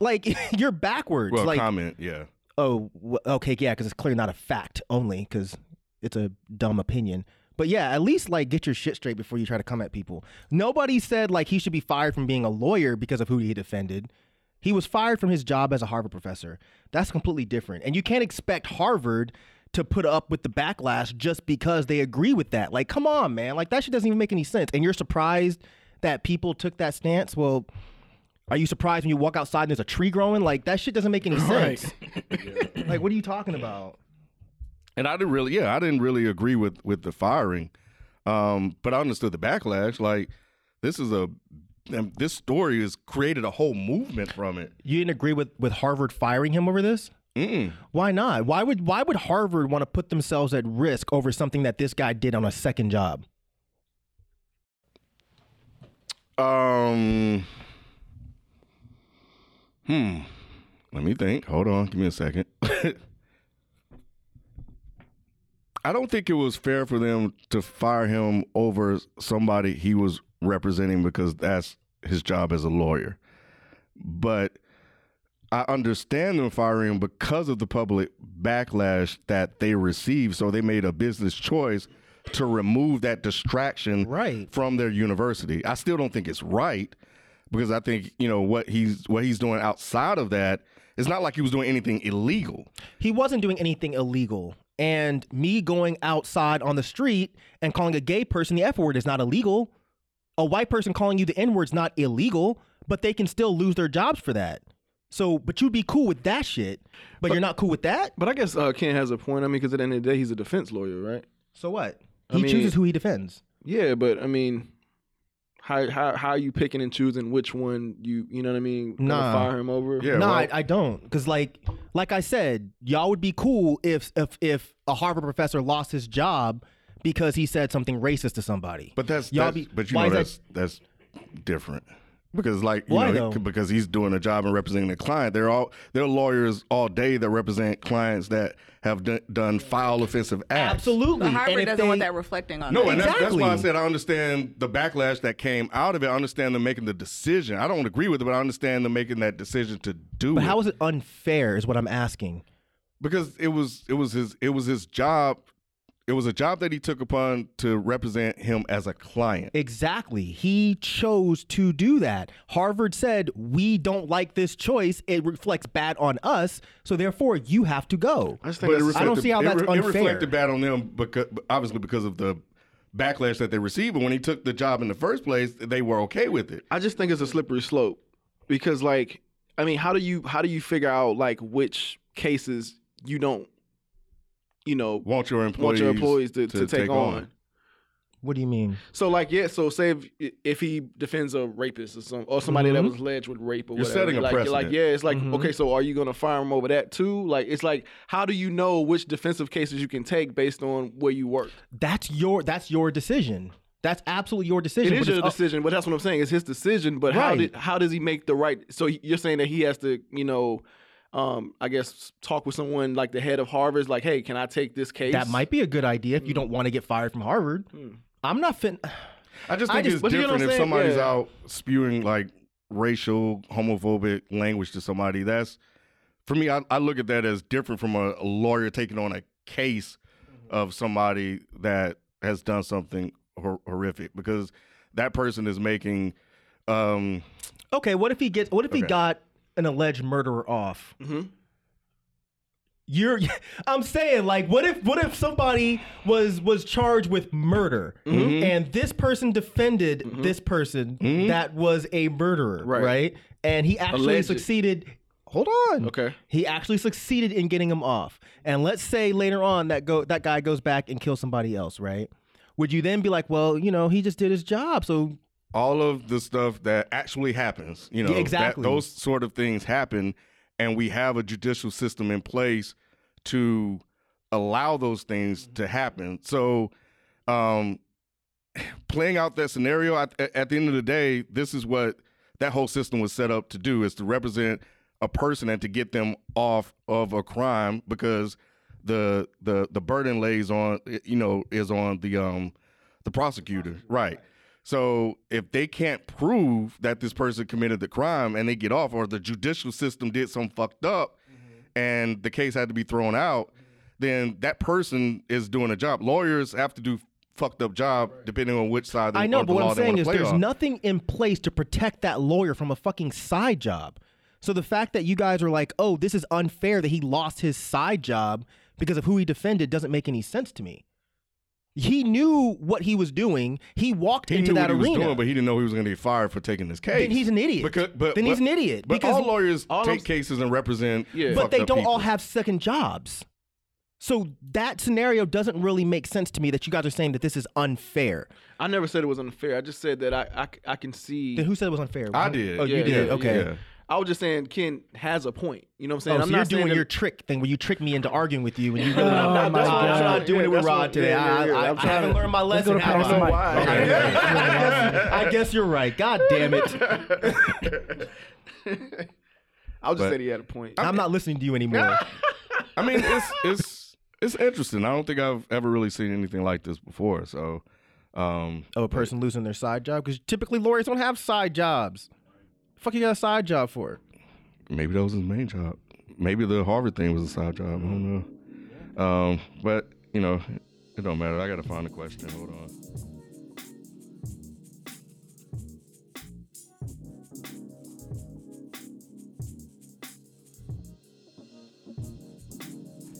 [SPEAKER 6] like you're backwards.
[SPEAKER 2] Well,
[SPEAKER 6] like
[SPEAKER 2] comment, yeah.
[SPEAKER 6] Oh, w- okay, yeah, because it's clearly not a fact only because it's a dumb opinion. But yeah, at least like get your shit straight before you try to come at people. Nobody said like he should be fired from being a lawyer because of who he defended. He was fired from his job as a Harvard professor. That's completely different. And you can't expect Harvard to put up with the backlash just because they agree with that. Like, come on, man. Like that shit doesn't even make any sense. And you're surprised that people took that stance. Well, are you surprised when you walk outside and there's a tree growing? Like that shit doesn't make any
[SPEAKER 24] Right.
[SPEAKER 6] sense. like what are you talking about?
[SPEAKER 2] And I didn't really, yeah, I didn't really agree with with the firing, um, but I understood the backlash. Like this is a um, this story has created a whole movement from it.
[SPEAKER 6] You didn't agree with with Harvard firing him over this? Why not? Why would why would Harvard want to put themselves at risk over something that this guy did on a second job?
[SPEAKER 2] Um. Hmm. Let me think. Hold on. Give me a second. I don't think it was fair for them to fire him over somebody he was representing because that's his job as a lawyer. But I understand them firing him because of the public backlash that they received. So they made a business choice to remove that distraction right. from their university. I still don't think it's right because I think, you know, what he's what he's doing outside of that, it's not like he was doing anything illegal.
[SPEAKER 6] He wasn't doing anything illegal. And me going outside on the street and calling a gay person the F word is not illegal. A white person calling you the N word is not illegal, but they can still lose their jobs for that. So, but you'd be cool with that shit, but, you're not cool with that?
[SPEAKER 5] But I guess uh, Ken has a point. I mean, because at the end of the day, he's a defense lawyer, right?
[SPEAKER 6] So what?
[SPEAKER 5] I
[SPEAKER 6] He
[SPEAKER 5] mean-
[SPEAKER 6] chooses who he defends.
[SPEAKER 5] Yeah, but I mean, how how how are you picking and choosing which one you you know what I mean? gonna
[SPEAKER 6] Nah.
[SPEAKER 5] fire him over.
[SPEAKER 6] no, I, I don't. Because like, like I said, y'all would be cool if if if a Harvard professor lost his job because he said something racist to somebody.
[SPEAKER 2] But that's,
[SPEAKER 6] y'all
[SPEAKER 2] that's-
[SPEAKER 6] be.
[SPEAKER 2] but you
[SPEAKER 6] why
[SPEAKER 2] know
[SPEAKER 6] is
[SPEAKER 2] that's that's different. Because like you
[SPEAKER 6] Why
[SPEAKER 2] know,
[SPEAKER 6] though?
[SPEAKER 2] he could- because he's doing a job and representing a client. They're all they're lawyers all day that represent clients that have done, done foul offensive acts.
[SPEAKER 3] But Harvard
[SPEAKER 6] if
[SPEAKER 3] doesn't want that reflecting on.
[SPEAKER 2] No,
[SPEAKER 3] them.
[SPEAKER 2] and that's, that's why I said I understand the backlash that came out of it. I understand them making the decision. I don't agree with it, but I understand them making that decision to do
[SPEAKER 6] But
[SPEAKER 2] it
[SPEAKER 6] how is it unfair? Is what I'm asking.
[SPEAKER 2] because it was it was his it was his job. It was a job that he took upon to represent him as a client.
[SPEAKER 6] Exactly. He chose to do that. Harvard said, "We don't like this choice. It reflects bad on us. So therefore, you have to go." I,
[SPEAKER 2] But it
[SPEAKER 6] don't
[SPEAKER 2] reflected-
[SPEAKER 6] see how
[SPEAKER 2] it
[SPEAKER 6] that's
[SPEAKER 2] re- It
[SPEAKER 6] unfair.
[SPEAKER 2] reflected bad on them because obviously because of the backlash that they received. But when he took the job in the first place, they were okay with it.
[SPEAKER 5] I just think it's a slippery slope because like I mean, how do you how do you figure out like which cases you don't you know
[SPEAKER 2] want your
[SPEAKER 5] want
[SPEAKER 2] employees
[SPEAKER 5] your employees to, to, take, on.
[SPEAKER 6] what do you mean?
[SPEAKER 5] So like yeah, so say if, if he defends a rapist or some or somebody that
[SPEAKER 2] Mhm.
[SPEAKER 5] was alleged with rape or
[SPEAKER 2] You're
[SPEAKER 5] whatever,
[SPEAKER 2] setting a
[SPEAKER 5] like, you're like
[SPEAKER 2] precedent.
[SPEAKER 5] yeah, it's like
[SPEAKER 2] Mhm.
[SPEAKER 5] okay, so are you gonna fire him over that too? Like it's like how do you know which defensive cases you can take based on where you work?
[SPEAKER 6] That's your. That's your decision. That's absolutely your
[SPEAKER 5] It
[SPEAKER 6] decision.
[SPEAKER 5] is
[SPEAKER 6] but it's
[SPEAKER 5] your
[SPEAKER 6] up-
[SPEAKER 5] decision, but that's what I'm saying. It's his decision. But how
[SPEAKER 6] Right.
[SPEAKER 5] did how does he make the right? So you're saying that he has to, you know, um, I guess talk with someone like the head of Harvard's, like, hey, can I take this case?
[SPEAKER 6] That might be a good idea
[SPEAKER 2] Hmm.
[SPEAKER 6] if you don't want to get fired from Harvard. I'm not fin.
[SPEAKER 2] I just think it's
[SPEAKER 6] but you know
[SPEAKER 2] different
[SPEAKER 6] what I'm
[SPEAKER 2] if
[SPEAKER 6] saying?
[SPEAKER 2] somebody's
[SPEAKER 6] Yeah.
[SPEAKER 2] out spewing like racial, homophobic language to somebody. That's for me. I, I look at that as different from a, a lawyer taking on a case
[SPEAKER 6] Mm-hmm.
[SPEAKER 2] of somebody that has done something hor- horrific because that person is making. Um,
[SPEAKER 6] Okay, Mm-hmm. what if he gets? What if he
[SPEAKER 2] Okay.
[SPEAKER 6] got an alleged murderer off,
[SPEAKER 24] You're
[SPEAKER 6] I'm saying like what if what if somebody was was charged with murder
[SPEAKER 24] Mhm.
[SPEAKER 6] and this person defended this person that was a murderer, Mm-hmm. right. And he actually
[SPEAKER 24] Alleged.
[SPEAKER 6] succeeded Hold on. Okay. He actually succeeded in getting him off. And let's say later on that go that guy goes back and kills somebody else, right? Would you then be like, well, you know, he just did his job, so
[SPEAKER 2] all of the stuff that actually happens. You know,
[SPEAKER 6] Yeah,
[SPEAKER 2] that-
[SPEAKER 6] exactly.
[SPEAKER 2] those sort of things happen, and we have a judicial system in place to allow those things to happen. So, um, playing out that scenario at, at the end of the day, this is what that whole system was set up to do: is to represent a person and to get them off of a crime because the the the burden lays on eh, you know is on the um the prosecutor, right? So if they can't prove that this person committed the crime and they get off, or the judicial system did something fucked up, and the case had to be thrown out, then that person is doing a job. Lawyers have to do fucked up job depending on which side. They,
[SPEAKER 6] I
[SPEAKER 2] of
[SPEAKER 6] know,
[SPEAKER 2] the
[SPEAKER 6] but what
[SPEAKER 2] law
[SPEAKER 6] I'm
[SPEAKER 2] they
[SPEAKER 6] saying
[SPEAKER 2] wanna
[SPEAKER 6] is
[SPEAKER 2] play
[SPEAKER 6] there's
[SPEAKER 2] on.
[SPEAKER 6] nothing in place to protect that lawyer from a fucking side job. So the fact that you guys are like, oh, this is unfair that he lost his side job because of who he defended doesn't make any sense to me. He knew what he was doing. He walked
[SPEAKER 2] He
[SPEAKER 6] into
[SPEAKER 2] knew
[SPEAKER 6] that
[SPEAKER 2] what
[SPEAKER 6] arena.
[SPEAKER 2] he was doing, but he didn't know he was going to get fired for taking this case.
[SPEAKER 6] Then he's an idiot.
[SPEAKER 2] Because, but,
[SPEAKER 6] Then he's
[SPEAKER 2] but-
[SPEAKER 6] an idiot
[SPEAKER 2] But
[SPEAKER 6] because-
[SPEAKER 2] all lawyers
[SPEAKER 6] All I'm
[SPEAKER 2] take cases and represent.
[SPEAKER 6] but
[SPEAKER 2] fucked
[SPEAKER 6] they
[SPEAKER 2] up
[SPEAKER 6] don't all
[SPEAKER 2] people.
[SPEAKER 6] have second jobs. So that scenario doesn't really make sense to me that you guys are saying that this is unfair.
[SPEAKER 5] I never said it was unfair. I just said that I I, c- I can see.
[SPEAKER 6] Then who said it was unfair?
[SPEAKER 5] I
[SPEAKER 6] Who-
[SPEAKER 5] did.
[SPEAKER 6] Oh,
[SPEAKER 5] Yeah,
[SPEAKER 6] you did.
[SPEAKER 5] yeah,
[SPEAKER 6] okay.
[SPEAKER 5] yeah. I was just saying Ken has a point. You know what I'm saying?
[SPEAKER 6] Oh,
[SPEAKER 5] I'm
[SPEAKER 6] so you're
[SPEAKER 5] not saying
[SPEAKER 6] doing
[SPEAKER 5] that-
[SPEAKER 6] your trick thing where you trick me into arguing with you, and you
[SPEAKER 5] No,
[SPEAKER 6] really.
[SPEAKER 5] no, that's
[SPEAKER 6] I'm, not,
[SPEAKER 5] what I'm
[SPEAKER 6] I'm
[SPEAKER 5] trying-
[SPEAKER 6] not doing
[SPEAKER 5] yeah,
[SPEAKER 6] it with
[SPEAKER 5] that's what-
[SPEAKER 6] Rod today.
[SPEAKER 5] yeah, yeah, yeah,
[SPEAKER 6] I, I,
[SPEAKER 5] I'm
[SPEAKER 6] I
[SPEAKER 5] trying
[SPEAKER 6] haven't
[SPEAKER 5] to-
[SPEAKER 6] learned my
[SPEAKER 5] Let's go
[SPEAKER 6] lesson.
[SPEAKER 5] to
[SPEAKER 6] have
[SPEAKER 5] Pastor
[SPEAKER 6] I?
[SPEAKER 5] Mike.
[SPEAKER 6] Okay.
[SPEAKER 5] Okay.
[SPEAKER 6] I guess you're right. God damn it!
[SPEAKER 5] I'll just
[SPEAKER 2] But-
[SPEAKER 5] say he had a point.
[SPEAKER 6] I'm not listening to you anymore.
[SPEAKER 2] I mean, it's it's it's interesting. I don't think I've ever really seen anything like this before. So, um,
[SPEAKER 6] of a person losing their side job because typically lawyers don't have side jobs. Fuck, you got a side job for?
[SPEAKER 2] maybe that was his main job. Maybe the Harvard thing was a side job. I don't know. Um, but you know, it don't matter. I gotta find the question. Hold on.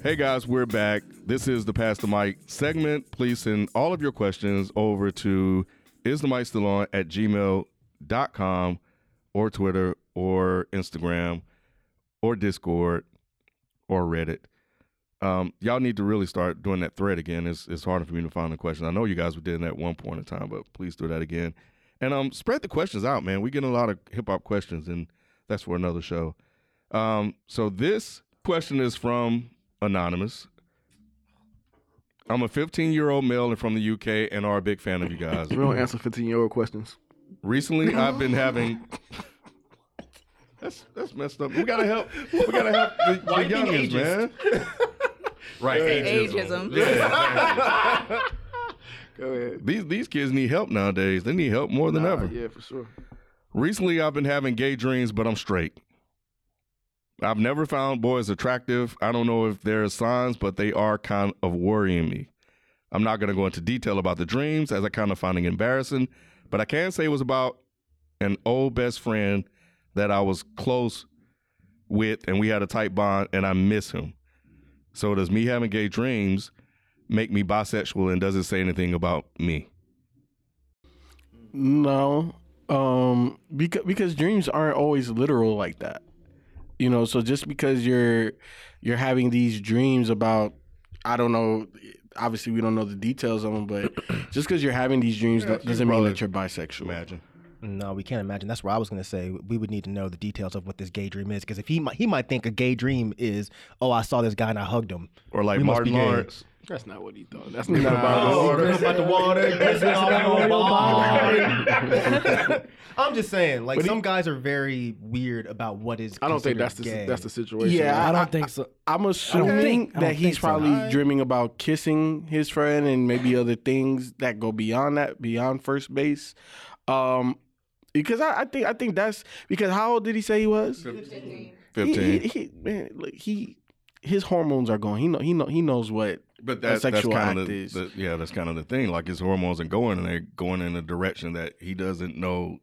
[SPEAKER 2] Hey guys, we're back. This is the Pass the Mic segment. Please send all of your questions over to is the mic still on at gmail.com or Twitter or Instagram or Discord or Reddit. Um, y'all need to really start doing that thread again. It's it's harder for me to find the questions. I know you guys were doing that at one point in time, but please do that again. And um, spread the questions out, man. We get a lot of hip hop questions, and that's for another show. Um, so this question is from anonymous. I'm a 15 year old male and from the UK, and are a big fan of you guys.
[SPEAKER 5] We don't answer 15 year old questions.
[SPEAKER 2] Recently, I've been having. That's that's messed up. We gotta help. We gotta help the, the
[SPEAKER 24] Why you being
[SPEAKER 2] youngins, man. Right,
[SPEAKER 3] Say ageism.
[SPEAKER 2] Yeah.
[SPEAKER 5] Go ahead.
[SPEAKER 2] these these kids need help nowadays. They need help more than
[SPEAKER 5] Nah,
[SPEAKER 2] ever.
[SPEAKER 5] Yeah, for sure.
[SPEAKER 2] Recently, I've been having gay dreams, but I'm straight. I've never found boys attractive. I don't know if there are signs, but they are kind of worrying me. I'm not going to go into detail about the dreams as I kind of finding embarrassing, but I can say it was about an old best friend that I was close with and we had a tight bond and I miss him. So does me having gay dreams make me bisexual and does it say anything about me?
[SPEAKER 7] No, um, because because dreams aren't always literal like that, you know. So just because you're you're having these dreams about, I don't know. Obviously, we don't know the details of them, but just because you're having these dreams that doesn't mean that you're bisexual.
[SPEAKER 2] Imagine.
[SPEAKER 6] No, we can't imagine. That's what I was gonna say. We would need to know the details of what this gay dream is, because if he might, he might think a gay dream is, oh, I saw this guy and I hugged him,
[SPEAKER 2] or like
[SPEAKER 6] we
[SPEAKER 2] Martin Lawrence.
[SPEAKER 5] That's not what he thought.
[SPEAKER 6] That's
[SPEAKER 5] not about the water.
[SPEAKER 6] about the water. Glisten all over the ball. I'm just saying, like
[SPEAKER 7] But he-
[SPEAKER 6] some guys are very weird about what is.
[SPEAKER 7] I don't think
[SPEAKER 6] considered
[SPEAKER 7] that's the-
[SPEAKER 6] gay.
[SPEAKER 7] that's the situation. Yeah, I don't think so. I'm assuming
[SPEAKER 6] think- I don't
[SPEAKER 7] that he's
[SPEAKER 6] think so.
[SPEAKER 7] probably
[SPEAKER 6] I-
[SPEAKER 7] dreaming about kissing his friend and maybe other things that go beyond that, beyond first base. Um, because I, I think I think that's because how old did he say he was? Fifteen. He,
[SPEAKER 2] Fifteen.
[SPEAKER 7] he- man, look, he his hormones are going. He know he know he knows what
[SPEAKER 2] But
[SPEAKER 7] a
[SPEAKER 2] that,
[SPEAKER 7] sexual
[SPEAKER 2] that's
[SPEAKER 7] act
[SPEAKER 2] kind of
[SPEAKER 7] is.
[SPEAKER 2] the, yeah, that's kind of the thing. Like his hormones are going, and they're going in a direction that he doesn't know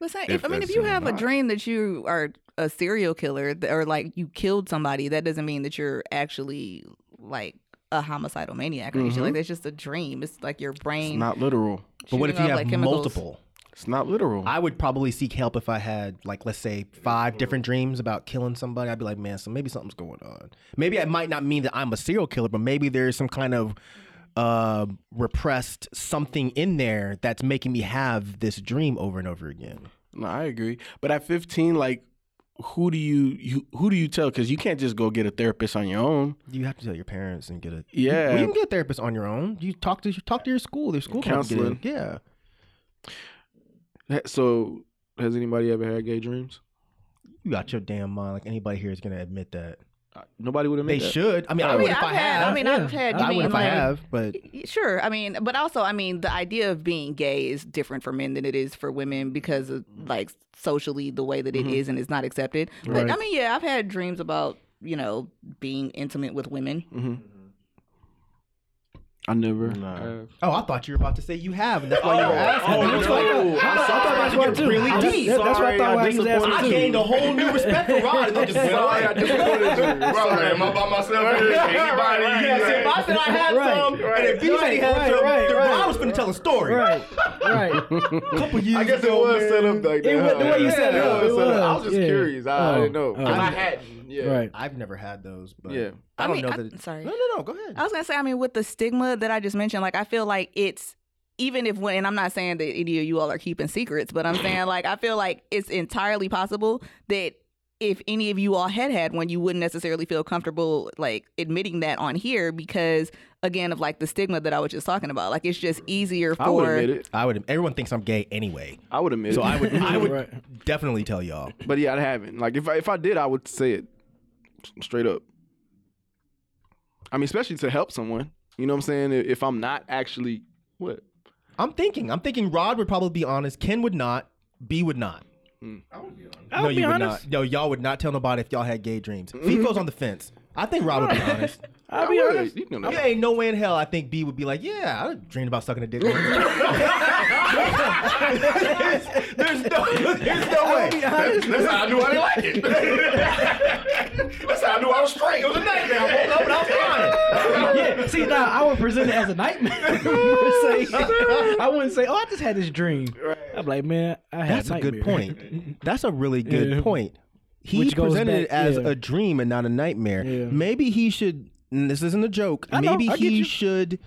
[SPEAKER 3] But say,
[SPEAKER 2] If
[SPEAKER 3] if, I mean, if
[SPEAKER 2] that's
[SPEAKER 3] you
[SPEAKER 2] in
[SPEAKER 3] have a
[SPEAKER 2] mind.
[SPEAKER 3] dream that you are a serial killer th- or like you killed somebody, that doesn't mean that you're actually like a homicidal maniac or anything.
[SPEAKER 7] Mhm.
[SPEAKER 3] Like that's just a dream. It's like your brain.
[SPEAKER 7] It's not literal.
[SPEAKER 6] But what if you
[SPEAKER 3] shooting off,
[SPEAKER 6] have
[SPEAKER 3] like, chemicals.
[SPEAKER 6] multiple?
[SPEAKER 7] It's not literal.
[SPEAKER 6] I would probably seek help if I had, like, let's say five different dreams about killing somebody. I'd be like, man, so maybe something's going on. Maybe I might not mean that I'm a serial killer, but maybe there's some kind of uh, repressed something in there that's making me have this dream over and over again.
[SPEAKER 7] No, I agree. But at 15, like, who do you, you who do you tell? Because you can't just go get a therapist on your own.
[SPEAKER 6] You have to tell your parents and get a
[SPEAKER 7] yeah.
[SPEAKER 6] well, you can get a therapist on your own. You talk to talk to your school, their school
[SPEAKER 7] Counselor.
[SPEAKER 6] counselor. Yeah.
[SPEAKER 5] Ha- So, has anybody ever had gay dreams?
[SPEAKER 6] You got your damn mind. Like anybody here is gonna admit that.
[SPEAKER 5] Uh, Nobody would
[SPEAKER 6] They
[SPEAKER 5] admit that.
[SPEAKER 6] should. I mean, I,
[SPEAKER 5] I
[SPEAKER 3] mean,
[SPEAKER 6] would if
[SPEAKER 3] Oh, I've
[SPEAKER 6] I
[SPEAKER 3] had-
[SPEAKER 6] had.
[SPEAKER 3] I mean, I've had- I
[SPEAKER 6] I would
[SPEAKER 3] mean,
[SPEAKER 6] if I
[SPEAKER 3] like-
[SPEAKER 6] have, but
[SPEAKER 3] Sure, I mean, but also, I mean, the idea of being gay is different for men than it is for women because of like socially the way that it is
[SPEAKER 7] Mhm.
[SPEAKER 3] and it's not accepted. But
[SPEAKER 7] Right.
[SPEAKER 3] I mean, yeah, I've had dreams about you know being intimate with women.
[SPEAKER 7] Mm-hmm.
[SPEAKER 5] I never.
[SPEAKER 6] Oh, I thought you were about to say you have, and that's why you were asking.
[SPEAKER 4] oh,
[SPEAKER 6] I was
[SPEAKER 4] no.
[SPEAKER 6] like,
[SPEAKER 4] I thought- I thought
[SPEAKER 6] that's
[SPEAKER 4] you were
[SPEAKER 6] why-
[SPEAKER 4] really
[SPEAKER 6] I'm
[SPEAKER 4] deep.
[SPEAKER 6] sorry,
[SPEAKER 4] That's what I thought why he was
[SPEAKER 6] disappointed
[SPEAKER 4] asking
[SPEAKER 6] you.
[SPEAKER 4] too. I gained a whole new respect for Rod, and they just went
[SPEAKER 2] Sorry,
[SPEAKER 4] away.
[SPEAKER 2] I disappointed you. Sorry, am I by myself here?
[SPEAKER 4] Right,
[SPEAKER 2] Anybody?
[SPEAKER 4] right, right.
[SPEAKER 2] Yeah,
[SPEAKER 4] Yeah, see, if I said I had
[SPEAKER 2] Right,
[SPEAKER 4] some,
[SPEAKER 2] right.
[SPEAKER 4] and if BJ
[SPEAKER 2] Right,
[SPEAKER 4] had
[SPEAKER 2] right,
[SPEAKER 4] some,
[SPEAKER 2] right,
[SPEAKER 4] then
[SPEAKER 2] right.
[SPEAKER 4] Rod was finna tell a story.
[SPEAKER 2] Right,
[SPEAKER 4] right.
[SPEAKER 2] couple
[SPEAKER 4] years
[SPEAKER 2] I guess
[SPEAKER 4] ago,
[SPEAKER 2] it was set up like that.
[SPEAKER 4] It was- the
[SPEAKER 2] huh?
[SPEAKER 4] way you set it
[SPEAKER 2] Yeah,
[SPEAKER 4] up,
[SPEAKER 2] was
[SPEAKER 4] it
[SPEAKER 2] set up. I
[SPEAKER 4] was,
[SPEAKER 2] was just
[SPEAKER 4] yeah.
[SPEAKER 2] curious. I, I
[SPEAKER 4] Oh,
[SPEAKER 2] didn't know.
[SPEAKER 4] oh.
[SPEAKER 2] 'Cause I hadn't. Yeah.
[SPEAKER 4] Right.
[SPEAKER 6] I've never had those, but
[SPEAKER 2] Yeah.
[SPEAKER 6] I don't
[SPEAKER 3] mean,
[SPEAKER 6] know
[SPEAKER 3] I-
[SPEAKER 6] that.
[SPEAKER 3] I'm sorry.
[SPEAKER 6] No, no, no. Go ahead.
[SPEAKER 3] I was gonna say, I mean, with the stigma that I just mentioned, like I feel like it's even if when and I'm not saying that any of you all are keeping secrets, but I'm saying like I feel like it's entirely possible that if any of you all had had one, you wouldn't necessarily feel comfortable like admitting that on here because again of like the stigma that I was just talking about. Like it's just easier for
[SPEAKER 5] it.
[SPEAKER 6] I would. Everyone thinks I'm gay anyway.
[SPEAKER 5] I would admit
[SPEAKER 6] So
[SPEAKER 5] it.
[SPEAKER 6] I would. I would
[SPEAKER 5] Right.
[SPEAKER 6] definitely tell y'all.
[SPEAKER 5] But yeah, I haven't. Like if I, if I did, I would say it s- straight up. I mean, especially to help someone. You know what I'm saying? If if I'm not actually what
[SPEAKER 6] I'm thinking. I'm thinking. Rod would probably be honest. Ken would not. B would not.
[SPEAKER 25] I'll
[SPEAKER 6] no,
[SPEAKER 25] be
[SPEAKER 6] you would
[SPEAKER 25] honest.
[SPEAKER 6] not. No, y'all would not tell nobody if y'all had gay dreams. FIFO's on the fence. I think Rod would be honest.
[SPEAKER 25] I'll
[SPEAKER 5] be
[SPEAKER 25] honest.
[SPEAKER 5] You know
[SPEAKER 6] There ain't no way in hell I think B would be like, yeah, I dreamed about sucking a dick.
[SPEAKER 4] there's no, there's no way.
[SPEAKER 2] That's, that's how I knew I didn't like it. that's how I knew I was straight. It was a nightmare. I woke up and I was crying.
[SPEAKER 25] yeah. See, now I would present it as a nightmare. Say- I wouldn't say, "Oh, I just had this dream." I'm like, man, I had
[SPEAKER 6] That's a good
[SPEAKER 25] nightmare."
[SPEAKER 6] point. That's a really good
[SPEAKER 25] Yeah.
[SPEAKER 6] point. He
[SPEAKER 25] Which goes
[SPEAKER 6] presented
[SPEAKER 25] back-
[SPEAKER 6] it as
[SPEAKER 25] yeah.
[SPEAKER 6] a dream and not a nightmare. Maybe he should. And this isn't a joke.
[SPEAKER 5] I know,
[SPEAKER 6] maybe
[SPEAKER 5] I get
[SPEAKER 6] he
[SPEAKER 5] you.
[SPEAKER 6] should.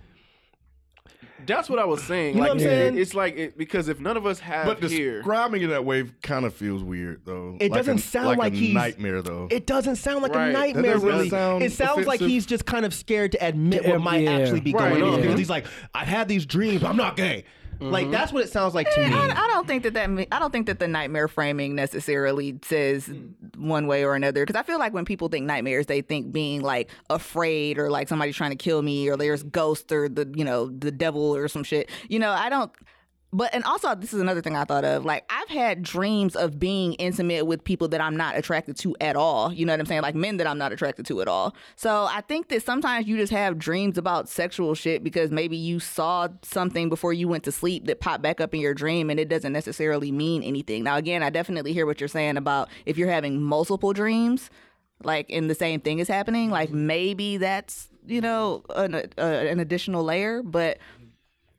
[SPEAKER 5] That's what I was saying.
[SPEAKER 6] You know
[SPEAKER 5] like,
[SPEAKER 6] what I'm saying?
[SPEAKER 5] It's like it, because if none of us have
[SPEAKER 2] But
[SPEAKER 5] here,
[SPEAKER 2] describing it that way kind of feels weird, though.
[SPEAKER 6] It
[SPEAKER 2] Like
[SPEAKER 6] doesn't
[SPEAKER 2] a-
[SPEAKER 6] sound
[SPEAKER 2] like
[SPEAKER 6] like
[SPEAKER 2] a
[SPEAKER 6] he's-
[SPEAKER 2] nightmare, though.
[SPEAKER 6] It doesn't sound like
[SPEAKER 2] Right.
[SPEAKER 6] a
[SPEAKER 2] That
[SPEAKER 6] nightmare,
[SPEAKER 2] doesn't
[SPEAKER 6] really.
[SPEAKER 2] sound
[SPEAKER 6] it sounds like
[SPEAKER 2] offensive.
[SPEAKER 6] he's just kind of scared to admit what might
[SPEAKER 2] yeah.
[SPEAKER 6] actually be
[SPEAKER 2] Right,
[SPEAKER 6] going on
[SPEAKER 2] yeah.
[SPEAKER 6] because he's like, I've had these dreams. I'm not gay. Like that's what it sounds like to
[SPEAKER 3] Eh,
[SPEAKER 6] me.
[SPEAKER 3] I, I don't think that that me- I don't think that the nightmare framing necessarily says
[SPEAKER 6] Hmm.
[SPEAKER 3] one way or another because I feel like when people think nightmares, they think being like afraid or like somebody's trying to kill me or there's ghosts or the you know the devil or some shit. You know, I don't. But and also this is another thing I thought of. Like I've had dreams of being intimate with people that I'm not attracted to at all. You know what I'm saying? Like men that I'm not attracted to at all. So I think that sometimes you just have dreams about sexual shit because maybe you saw something before you went to sleep that popped back up in your dream and it doesn't necessarily mean anything. Now again, I definitely hear what you're saying about if you're having multiple dreams, like and the same thing is happening, like maybe that's, you know, an uh, an additional layer, but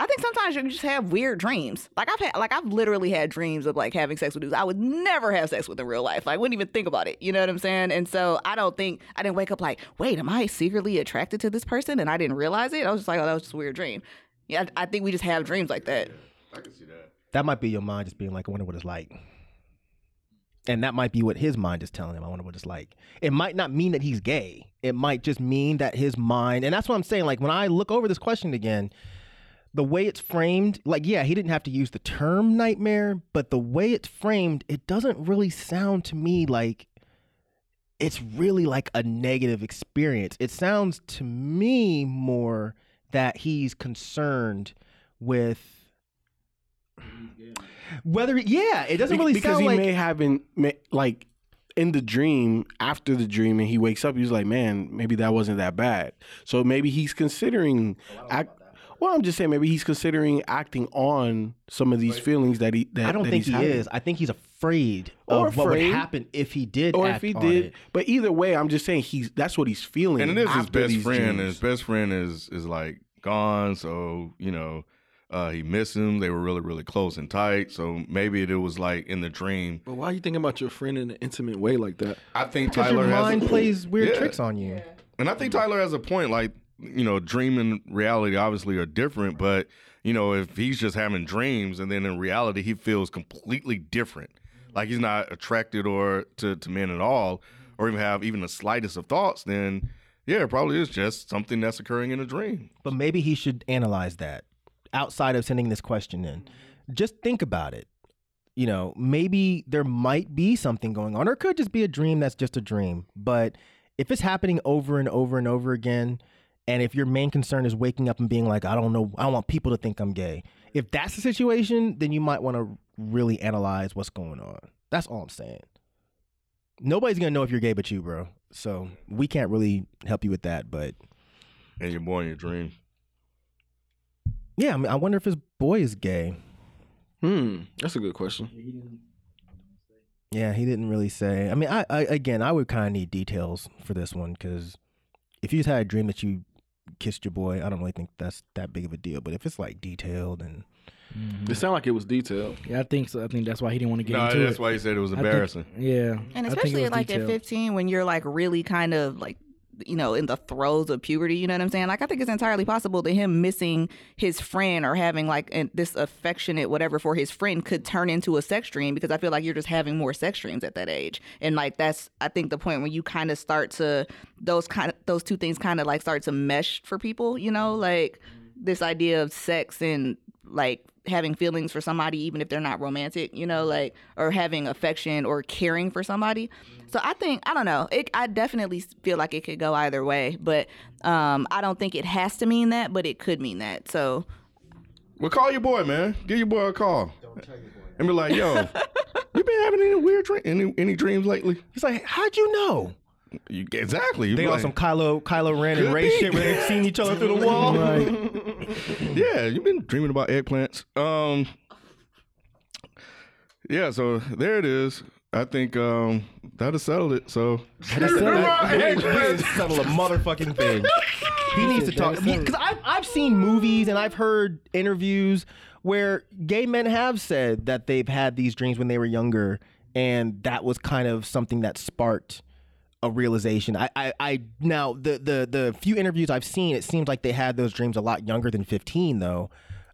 [SPEAKER 3] I think sometimes you just have weird dreams. Like I've had, like I've literally had dreams of like having sex with dudes I would never have sex with in real life. Like wouldn't even think about it. You know what I'm saying? And so I don't think I didn't wake up like, wait, am I secretly attracted to this person and I didn't realize it? I was just like, oh, that was just a weird dream. Yeah, I, I think we just have dreams like that.
[SPEAKER 6] That might be your mind just being like, I wonder what it's like. And that might be what his mind is telling him. I wonder what it's like. It might not mean that he's gay. It might just mean that his mind, and that's what I'm saying. Like, when I look over this question again, the way it's framed, like, yeah, he didn't have to use the term nightmare, but the way it's framed, it doesn't really sound to me like it's really like a negative experience. It sounds to me more that he's concerned with whether yeah, it doesn't
[SPEAKER 7] Be-
[SPEAKER 6] really
[SPEAKER 7] because
[SPEAKER 6] sound
[SPEAKER 7] he
[SPEAKER 6] like
[SPEAKER 7] may have been may, like in the dream after the dream and he wakes up he's like man maybe that wasn't that bad so maybe he's considering ac- Well, I'm just saying maybe he's considering acting on some of these feelings that he. That,
[SPEAKER 27] I don't
[SPEAKER 7] that
[SPEAKER 27] think
[SPEAKER 7] he's
[SPEAKER 27] he
[SPEAKER 7] having.
[SPEAKER 27] is. I think he's afraid
[SPEAKER 7] Or
[SPEAKER 27] of what would
[SPEAKER 7] afraid.
[SPEAKER 27] happen if he did.
[SPEAKER 7] or if
[SPEAKER 27] act
[SPEAKER 7] he
[SPEAKER 27] on
[SPEAKER 7] did.
[SPEAKER 27] it.
[SPEAKER 7] But either way, I'm just saying he's that's what he's feeling.
[SPEAKER 2] And it is his
[SPEAKER 7] after
[SPEAKER 2] best
[SPEAKER 7] these
[SPEAKER 2] friend. And
[SPEAKER 7] dreams.
[SPEAKER 2] his best friend is is like gone, so you know uh, he missed him. They were really really close and tight. So maybe it was like in the dream.
[SPEAKER 5] But why are you thinking about your friend in an intimate way like that?
[SPEAKER 2] I think
[SPEAKER 5] Because your
[SPEAKER 2] Tyler has
[SPEAKER 5] mind
[SPEAKER 2] a,
[SPEAKER 5] plays weird
[SPEAKER 6] tricks on you.
[SPEAKER 2] And I think Tyler has a point. Like, you know, dream and reality obviously are different, but, you know, if he's just having dreams and then in reality he feels completely different. Like he's not attracted or to, to men at all, or even have even the slightest of thoughts, then yeah, it probably is just something that's occurring in a dream.
[SPEAKER 6] But maybe he should analyze that outside of sending this question in. Just think about it. You know, maybe there might be something going on, or it could just be a dream that's just a dream. But if it's happening over and over and over again, and if your main concern is waking up and being like, I don't know, I don't want people to think I'm gay, if that's the situation, then you might want to really analyze what's going on. That's all I'm saying. Nobody's going to know if you're gay but you, bro. So we can't really help you with that, but.
[SPEAKER 2] And you're born your dream.
[SPEAKER 6] Yeah, I mean, I wonder if his boy is gay.
[SPEAKER 5] Hmm, that's a good question.
[SPEAKER 6] Yeah, he didn't really say. I mean, I, I again, I would kind of need details for this one because if you just had a dream that you kissed your boy, I don't really think that's that big of a deal. But if it's like detailed and
[SPEAKER 5] It sounded like it was detailed.
[SPEAKER 25] Yeah, I think so. I think that's why he didn't want to get
[SPEAKER 2] No,
[SPEAKER 25] into it.
[SPEAKER 2] that's why he said it was
[SPEAKER 25] I think-
[SPEAKER 2] embarrassing.
[SPEAKER 25] yeah,
[SPEAKER 3] And
[SPEAKER 25] I think it
[SPEAKER 3] especially
[SPEAKER 25] was
[SPEAKER 3] like
[SPEAKER 25] detailed.
[SPEAKER 3] at 15 when you're like really kind of like you know in the throes of puberty, you know what I'm saying? Like I think it's entirely possible that him missing his friend or having like an, this affectionate whatever for his friend could turn into a sex dream because I feel like you're just having more sex dreams at that age. And like that's I think the point when you kind of start to those kind of those two things kind of like start to mesh for people, you know, like this idea of sex and like having feelings for somebody even if they're not romantic you know like or having affection or caring for somebody
[SPEAKER 5] Mm-hmm.
[SPEAKER 3] so i think i don't know it i definitely feel like it could go either way but um i don't think it has to mean that but it could mean that so
[SPEAKER 2] Well, call your boy, man. Give your boy a call. And be like, yo, you been having any weird dream, any, any dreams lately?
[SPEAKER 6] He's like, how'd you know?
[SPEAKER 2] You, exactly. You
[SPEAKER 6] they
[SPEAKER 2] be
[SPEAKER 6] on
[SPEAKER 2] like,
[SPEAKER 6] some Kylo Kylo Ren and
[SPEAKER 2] Could
[SPEAKER 6] Ray
[SPEAKER 2] be.
[SPEAKER 6] shit where they've seen each other through the wall.
[SPEAKER 2] yeah, you've been dreaming about eggplants. Um, yeah, so there it is. I think um that'll settle it. So
[SPEAKER 6] settle a motherfucking thing. He needs to talk because I've I've seen movies and I've heard interviews where gay men have said that they've had these dreams when they were younger, and that was kind of something that sparked a realization. I I, I now the the the few interviews I've seen, it seems like they had those dreams a lot younger than fifteen though.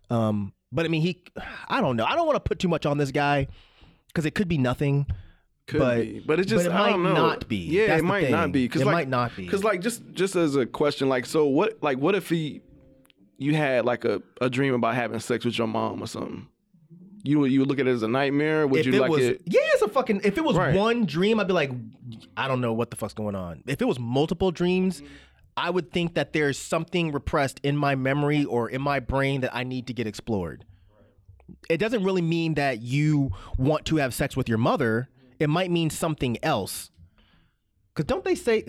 [SPEAKER 6] Um, but I mean, he I don't know. I don't want to put too much on this guy because it could be nothing.
[SPEAKER 5] Could
[SPEAKER 6] but
[SPEAKER 5] be, but it just
[SPEAKER 6] it
[SPEAKER 5] I
[SPEAKER 6] might
[SPEAKER 5] don't know.
[SPEAKER 6] not be.
[SPEAKER 5] Yeah,
[SPEAKER 6] That's
[SPEAKER 5] it
[SPEAKER 6] the
[SPEAKER 5] might not
[SPEAKER 6] thing.
[SPEAKER 5] be. 'Cause
[SPEAKER 6] It
[SPEAKER 5] like,
[SPEAKER 6] might not be.
[SPEAKER 5] Because like just just as a question, like so what like what if he you had like a, a dream about having sex with your mom or something? You would you would look at it as a nightmare? Would
[SPEAKER 6] if
[SPEAKER 5] you
[SPEAKER 6] it
[SPEAKER 5] like
[SPEAKER 6] was,
[SPEAKER 5] it?
[SPEAKER 6] Yeah, it's a fucking. If it was
[SPEAKER 5] Right.
[SPEAKER 6] one dream, I'd be like, I don't know what the fuck's going on. If it was multiple dreams, I would think that there's something repressed in my memory or in my brain that I need to get explored. It doesn't really mean that you want to have sex with your mother. It might mean something else. Cause don't they say?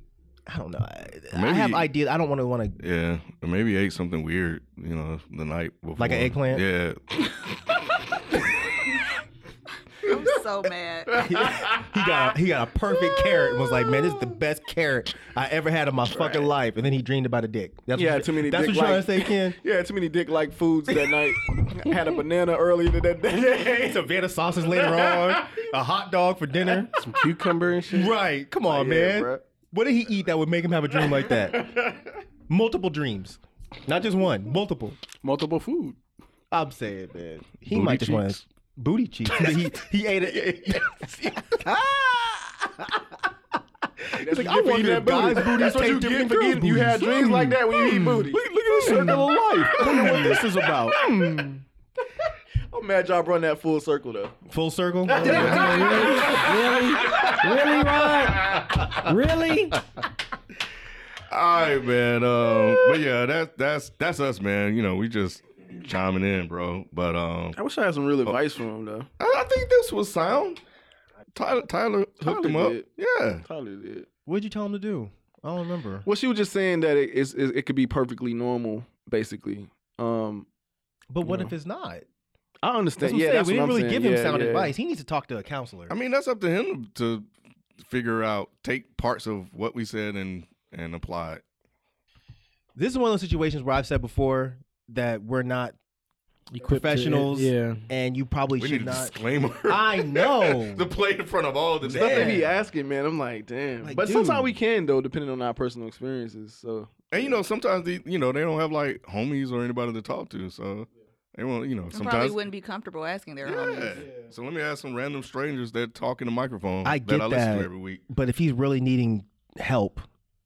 [SPEAKER 6] I don't know. I, I
[SPEAKER 2] Maybe-
[SPEAKER 6] have ideas. I don't want to want to.
[SPEAKER 2] yeah, or maybe ate something weird, you know, the night before.
[SPEAKER 6] Like an eggplant?
[SPEAKER 2] Yeah.
[SPEAKER 3] i'm so mad
[SPEAKER 6] He got a, he got a perfect carrot and was like, man, this is the best carrot I ever had in my fucking life. And then he dreamed about a dick. That's
[SPEAKER 5] yeah,
[SPEAKER 6] what,
[SPEAKER 5] too many.
[SPEAKER 6] That's
[SPEAKER 5] dick
[SPEAKER 6] what you're trying
[SPEAKER 5] like-
[SPEAKER 6] to say, Ken.
[SPEAKER 5] Yeah, too many dick like foods that night. Had a banana earlier that day.
[SPEAKER 6] Savannah sausage later on, a hot dog for dinner,
[SPEAKER 5] some cucumber and shit.
[SPEAKER 6] Right. Come on,
[SPEAKER 5] Oh, Yeah,
[SPEAKER 6] man.
[SPEAKER 5] bruh.
[SPEAKER 6] What did he eat that would make him have a dream like that? Multiple dreams. Not just one, multiple.
[SPEAKER 5] Multiple food.
[SPEAKER 6] I'm saying, man. He
[SPEAKER 5] Booty
[SPEAKER 6] might just want
[SPEAKER 5] cheeks.
[SPEAKER 6] his booty cheeks. he, he ate it.
[SPEAKER 5] That's
[SPEAKER 6] Like,
[SPEAKER 5] what
[SPEAKER 6] I
[SPEAKER 5] you get for
[SPEAKER 6] wonder
[SPEAKER 5] eating that
[SPEAKER 6] if
[SPEAKER 5] booty.
[SPEAKER 6] guys' booties
[SPEAKER 5] That's what
[SPEAKER 6] taste
[SPEAKER 5] you get
[SPEAKER 6] different
[SPEAKER 5] for
[SPEAKER 6] girls'
[SPEAKER 5] eating- You had
[SPEAKER 6] booties.
[SPEAKER 5] dreams like that when you
[SPEAKER 6] Mm.
[SPEAKER 5] eat booty. Look, look at this circle of life. I wonder what this is about. I'm mad y'all run that full circle though.
[SPEAKER 6] Full circle?
[SPEAKER 25] really, Rod? Really?
[SPEAKER 2] All right, man. Um, but yeah, that's that's that's us, man. You know, we just chiming in, bro. But um,
[SPEAKER 5] I wish I had some real advice from him though.
[SPEAKER 2] I, I think this was sound. Tyler, Tyler hooked him up.
[SPEAKER 5] did.
[SPEAKER 2] Yeah.
[SPEAKER 5] Tyler did.
[SPEAKER 6] What'd you tell him to do? I don't remember.
[SPEAKER 5] Well, she was just saying that it, it's, it, it could be perfectly normal basically. Um,
[SPEAKER 6] But
[SPEAKER 5] you
[SPEAKER 6] what
[SPEAKER 5] know.
[SPEAKER 6] if it's not?
[SPEAKER 5] I understand.
[SPEAKER 6] That's what I'm
[SPEAKER 5] yeah,
[SPEAKER 6] saying.
[SPEAKER 5] that's what
[SPEAKER 6] we didn't
[SPEAKER 5] I'm
[SPEAKER 6] really
[SPEAKER 5] saying.
[SPEAKER 6] give him
[SPEAKER 5] Yeah,
[SPEAKER 6] sound
[SPEAKER 5] yeah.
[SPEAKER 6] advice. He needs to talk to a counselor.
[SPEAKER 2] I mean, that's up to him to figure out, take parts of what we said and and apply it.
[SPEAKER 6] This is one of those situations where I've said before that we're not
[SPEAKER 25] to-
[SPEAKER 6] professionals.
[SPEAKER 25] yeah.
[SPEAKER 6] and you probably
[SPEAKER 2] We
[SPEAKER 6] should
[SPEAKER 2] need a
[SPEAKER 6] not.
[SPEAKER 2] disclaimer.
[SPEAKER 6] I know.
[SPEAKER 2] the play in front of all the
[SPEAKER 5] Stuff they
[SPEAKER 2] damn.
[SPEAKER 5] be asking, man. I'm like, damn.
[SPEAKER 2] Like,
[SPEAKER 5] but
[SPEAKER 2] dude.
[SPEAKER 5] sometimes we can though, depending on our personal experiences. So
[SPEAKER 2] And you know, sometimes they, you know, they don't have like homies or anybody to talk to, so they won't, you know,
[SPEAKER 3] I probably
[SPEAKER 2] sometimes.
[SPEAKER 3] wouldn't be comfortable asking their
[SPEAKER 2] Yeah.
[SPEAKER 3] homies.
[SPEAKER 2] So let me ask some random strangers that talk in the microphone
[SPEAKER 6] I
[SPEAKER 2] that
[SPEAKER 6] get
[SPEAKER 2] I listen
[SPEAKER 6] that.
[SPEAKER 2] to every week.
[SPEAKER 6] But if he's really needing help,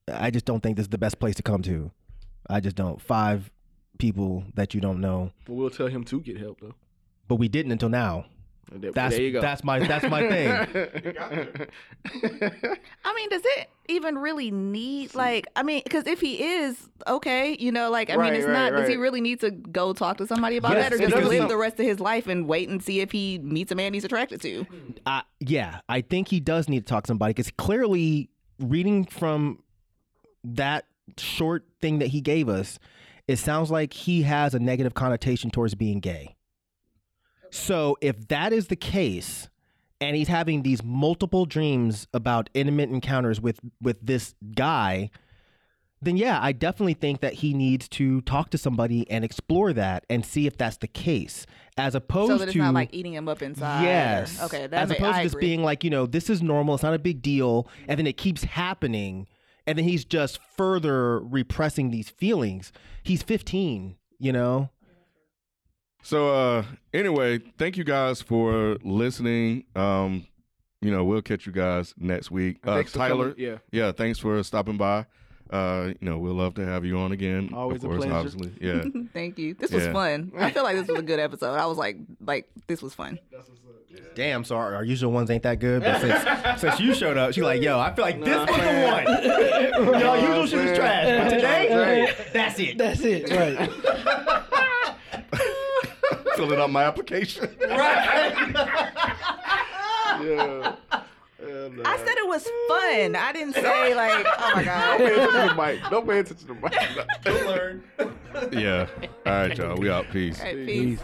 [SPEAKER 6] I just don't think this is the best place to come to. I just don't. Five people that you don't know,
[SPEAKER 5] but we'll tell him to get help though.
[SPEAKER 6] but we didn't until now.
[SPEAKER 5] There-
[SPEAKER 6] that's
[SPEAKER 5] there you go.
[SPEAKER 6] that's my that's my thing.
[SPEAKER 3] I mean, does it even really need like? I mean, because if he is okay, you know, like I
[SPEAKER 5] Right,
[SPEAKER 3] mean, it's
[SPEAKER 5] right,
[SPEAKER 3] not. Does he
[SPEAKER 5] right.
[SPEAKER 3] really need to go talk to somebody about
[SPEAKER 6] Yes,
[SPEAKER 3] that, or just
[SPEAKER 6] because
[SPEAKER 3] live
[SPEAKER 6] some-
[SPEAKER 3] the rest of his life and wait and see if he meets a man he's attracted to?
[SPEAKER 6] I, yeah, I think he does need to talk to somebody because clearly, reading from that short thing that he gave us, it sounds like he has a negative connotation towards being gay. So if that is the case, and he's having these multiple dreams about intimate encounters with with this guy, then yeah, I definitely think that he needs to talk to somebody and explore that and see if that's the case, as opposed
[SPEAKER 3] So that it's
[SPEAKER 6] to
[SPEAKER 3] not like eating him up inside. or-
[SPEAKER 6] Yes.
[SPEAKER 3] okay. That
[SPEAKER 6] As
[SPEAKER 3] may,
[SPEAKER 6] opposed
[SPEAKER 3] I
[SPEAKER 6] to just
[SPEAKER 3] agree.
[SPEAKER 6] being like, you know, this is normal. It's not a big deal. And then it keeps happening. And then he's just further repressing these feelings. He's 15, you know?
[SPEAKER 2] So uh anyway, thank you guys for listening. Um you know, we'll catch you guys next week.
[SPEAKER 5] And
[SPEAKER 2] Uh,
[SPEAKER 5] thanks for
[SPEAKER 2] Tyler,
[SPEAKER 5] coming. Yeah.
[SPEAKER 2] yeah, thanks for stopping by. Uh, you know, we'll love to have you on again.
[SPEAKER 5] Always
[SPEAKER 2] of
[SPEAKER 5] a
[SPEAKER 2] course,
[SPEAKER 5] pleasure.
[SPEAKER 2] Obviously, yeah.
[SPEAKER 3] Thank you. This was
[SPEAKER 2] Yeah.
[SPEAKER 3] fun. I feel like this was a good episode. I was like, like this was fun.
[SPEAKER 6] Damn, sorry. Our usual ones ain't that good. But since, since you showed up, she's like, yo, I feel like this was the one. Y'all usual shit is trash. But today, that's it.
[SPEAKER 25] That's it. Right.
[SPEAKER 2] Filling out my application.
[SPEAKER 5] yeah.
[SPEAKER 3] I said it was fun. I didn't say like, oh my
[SPEAKER 5] Don't pay attention to
[SPEAKER 3] god.
[SPEAKER 5] the mic. Don't pay attention to the mic. Don't learn.
[SPEAKER 2] yeah. All right, y'all. We out. Peace.
[SPEAKER 3] All right, peace.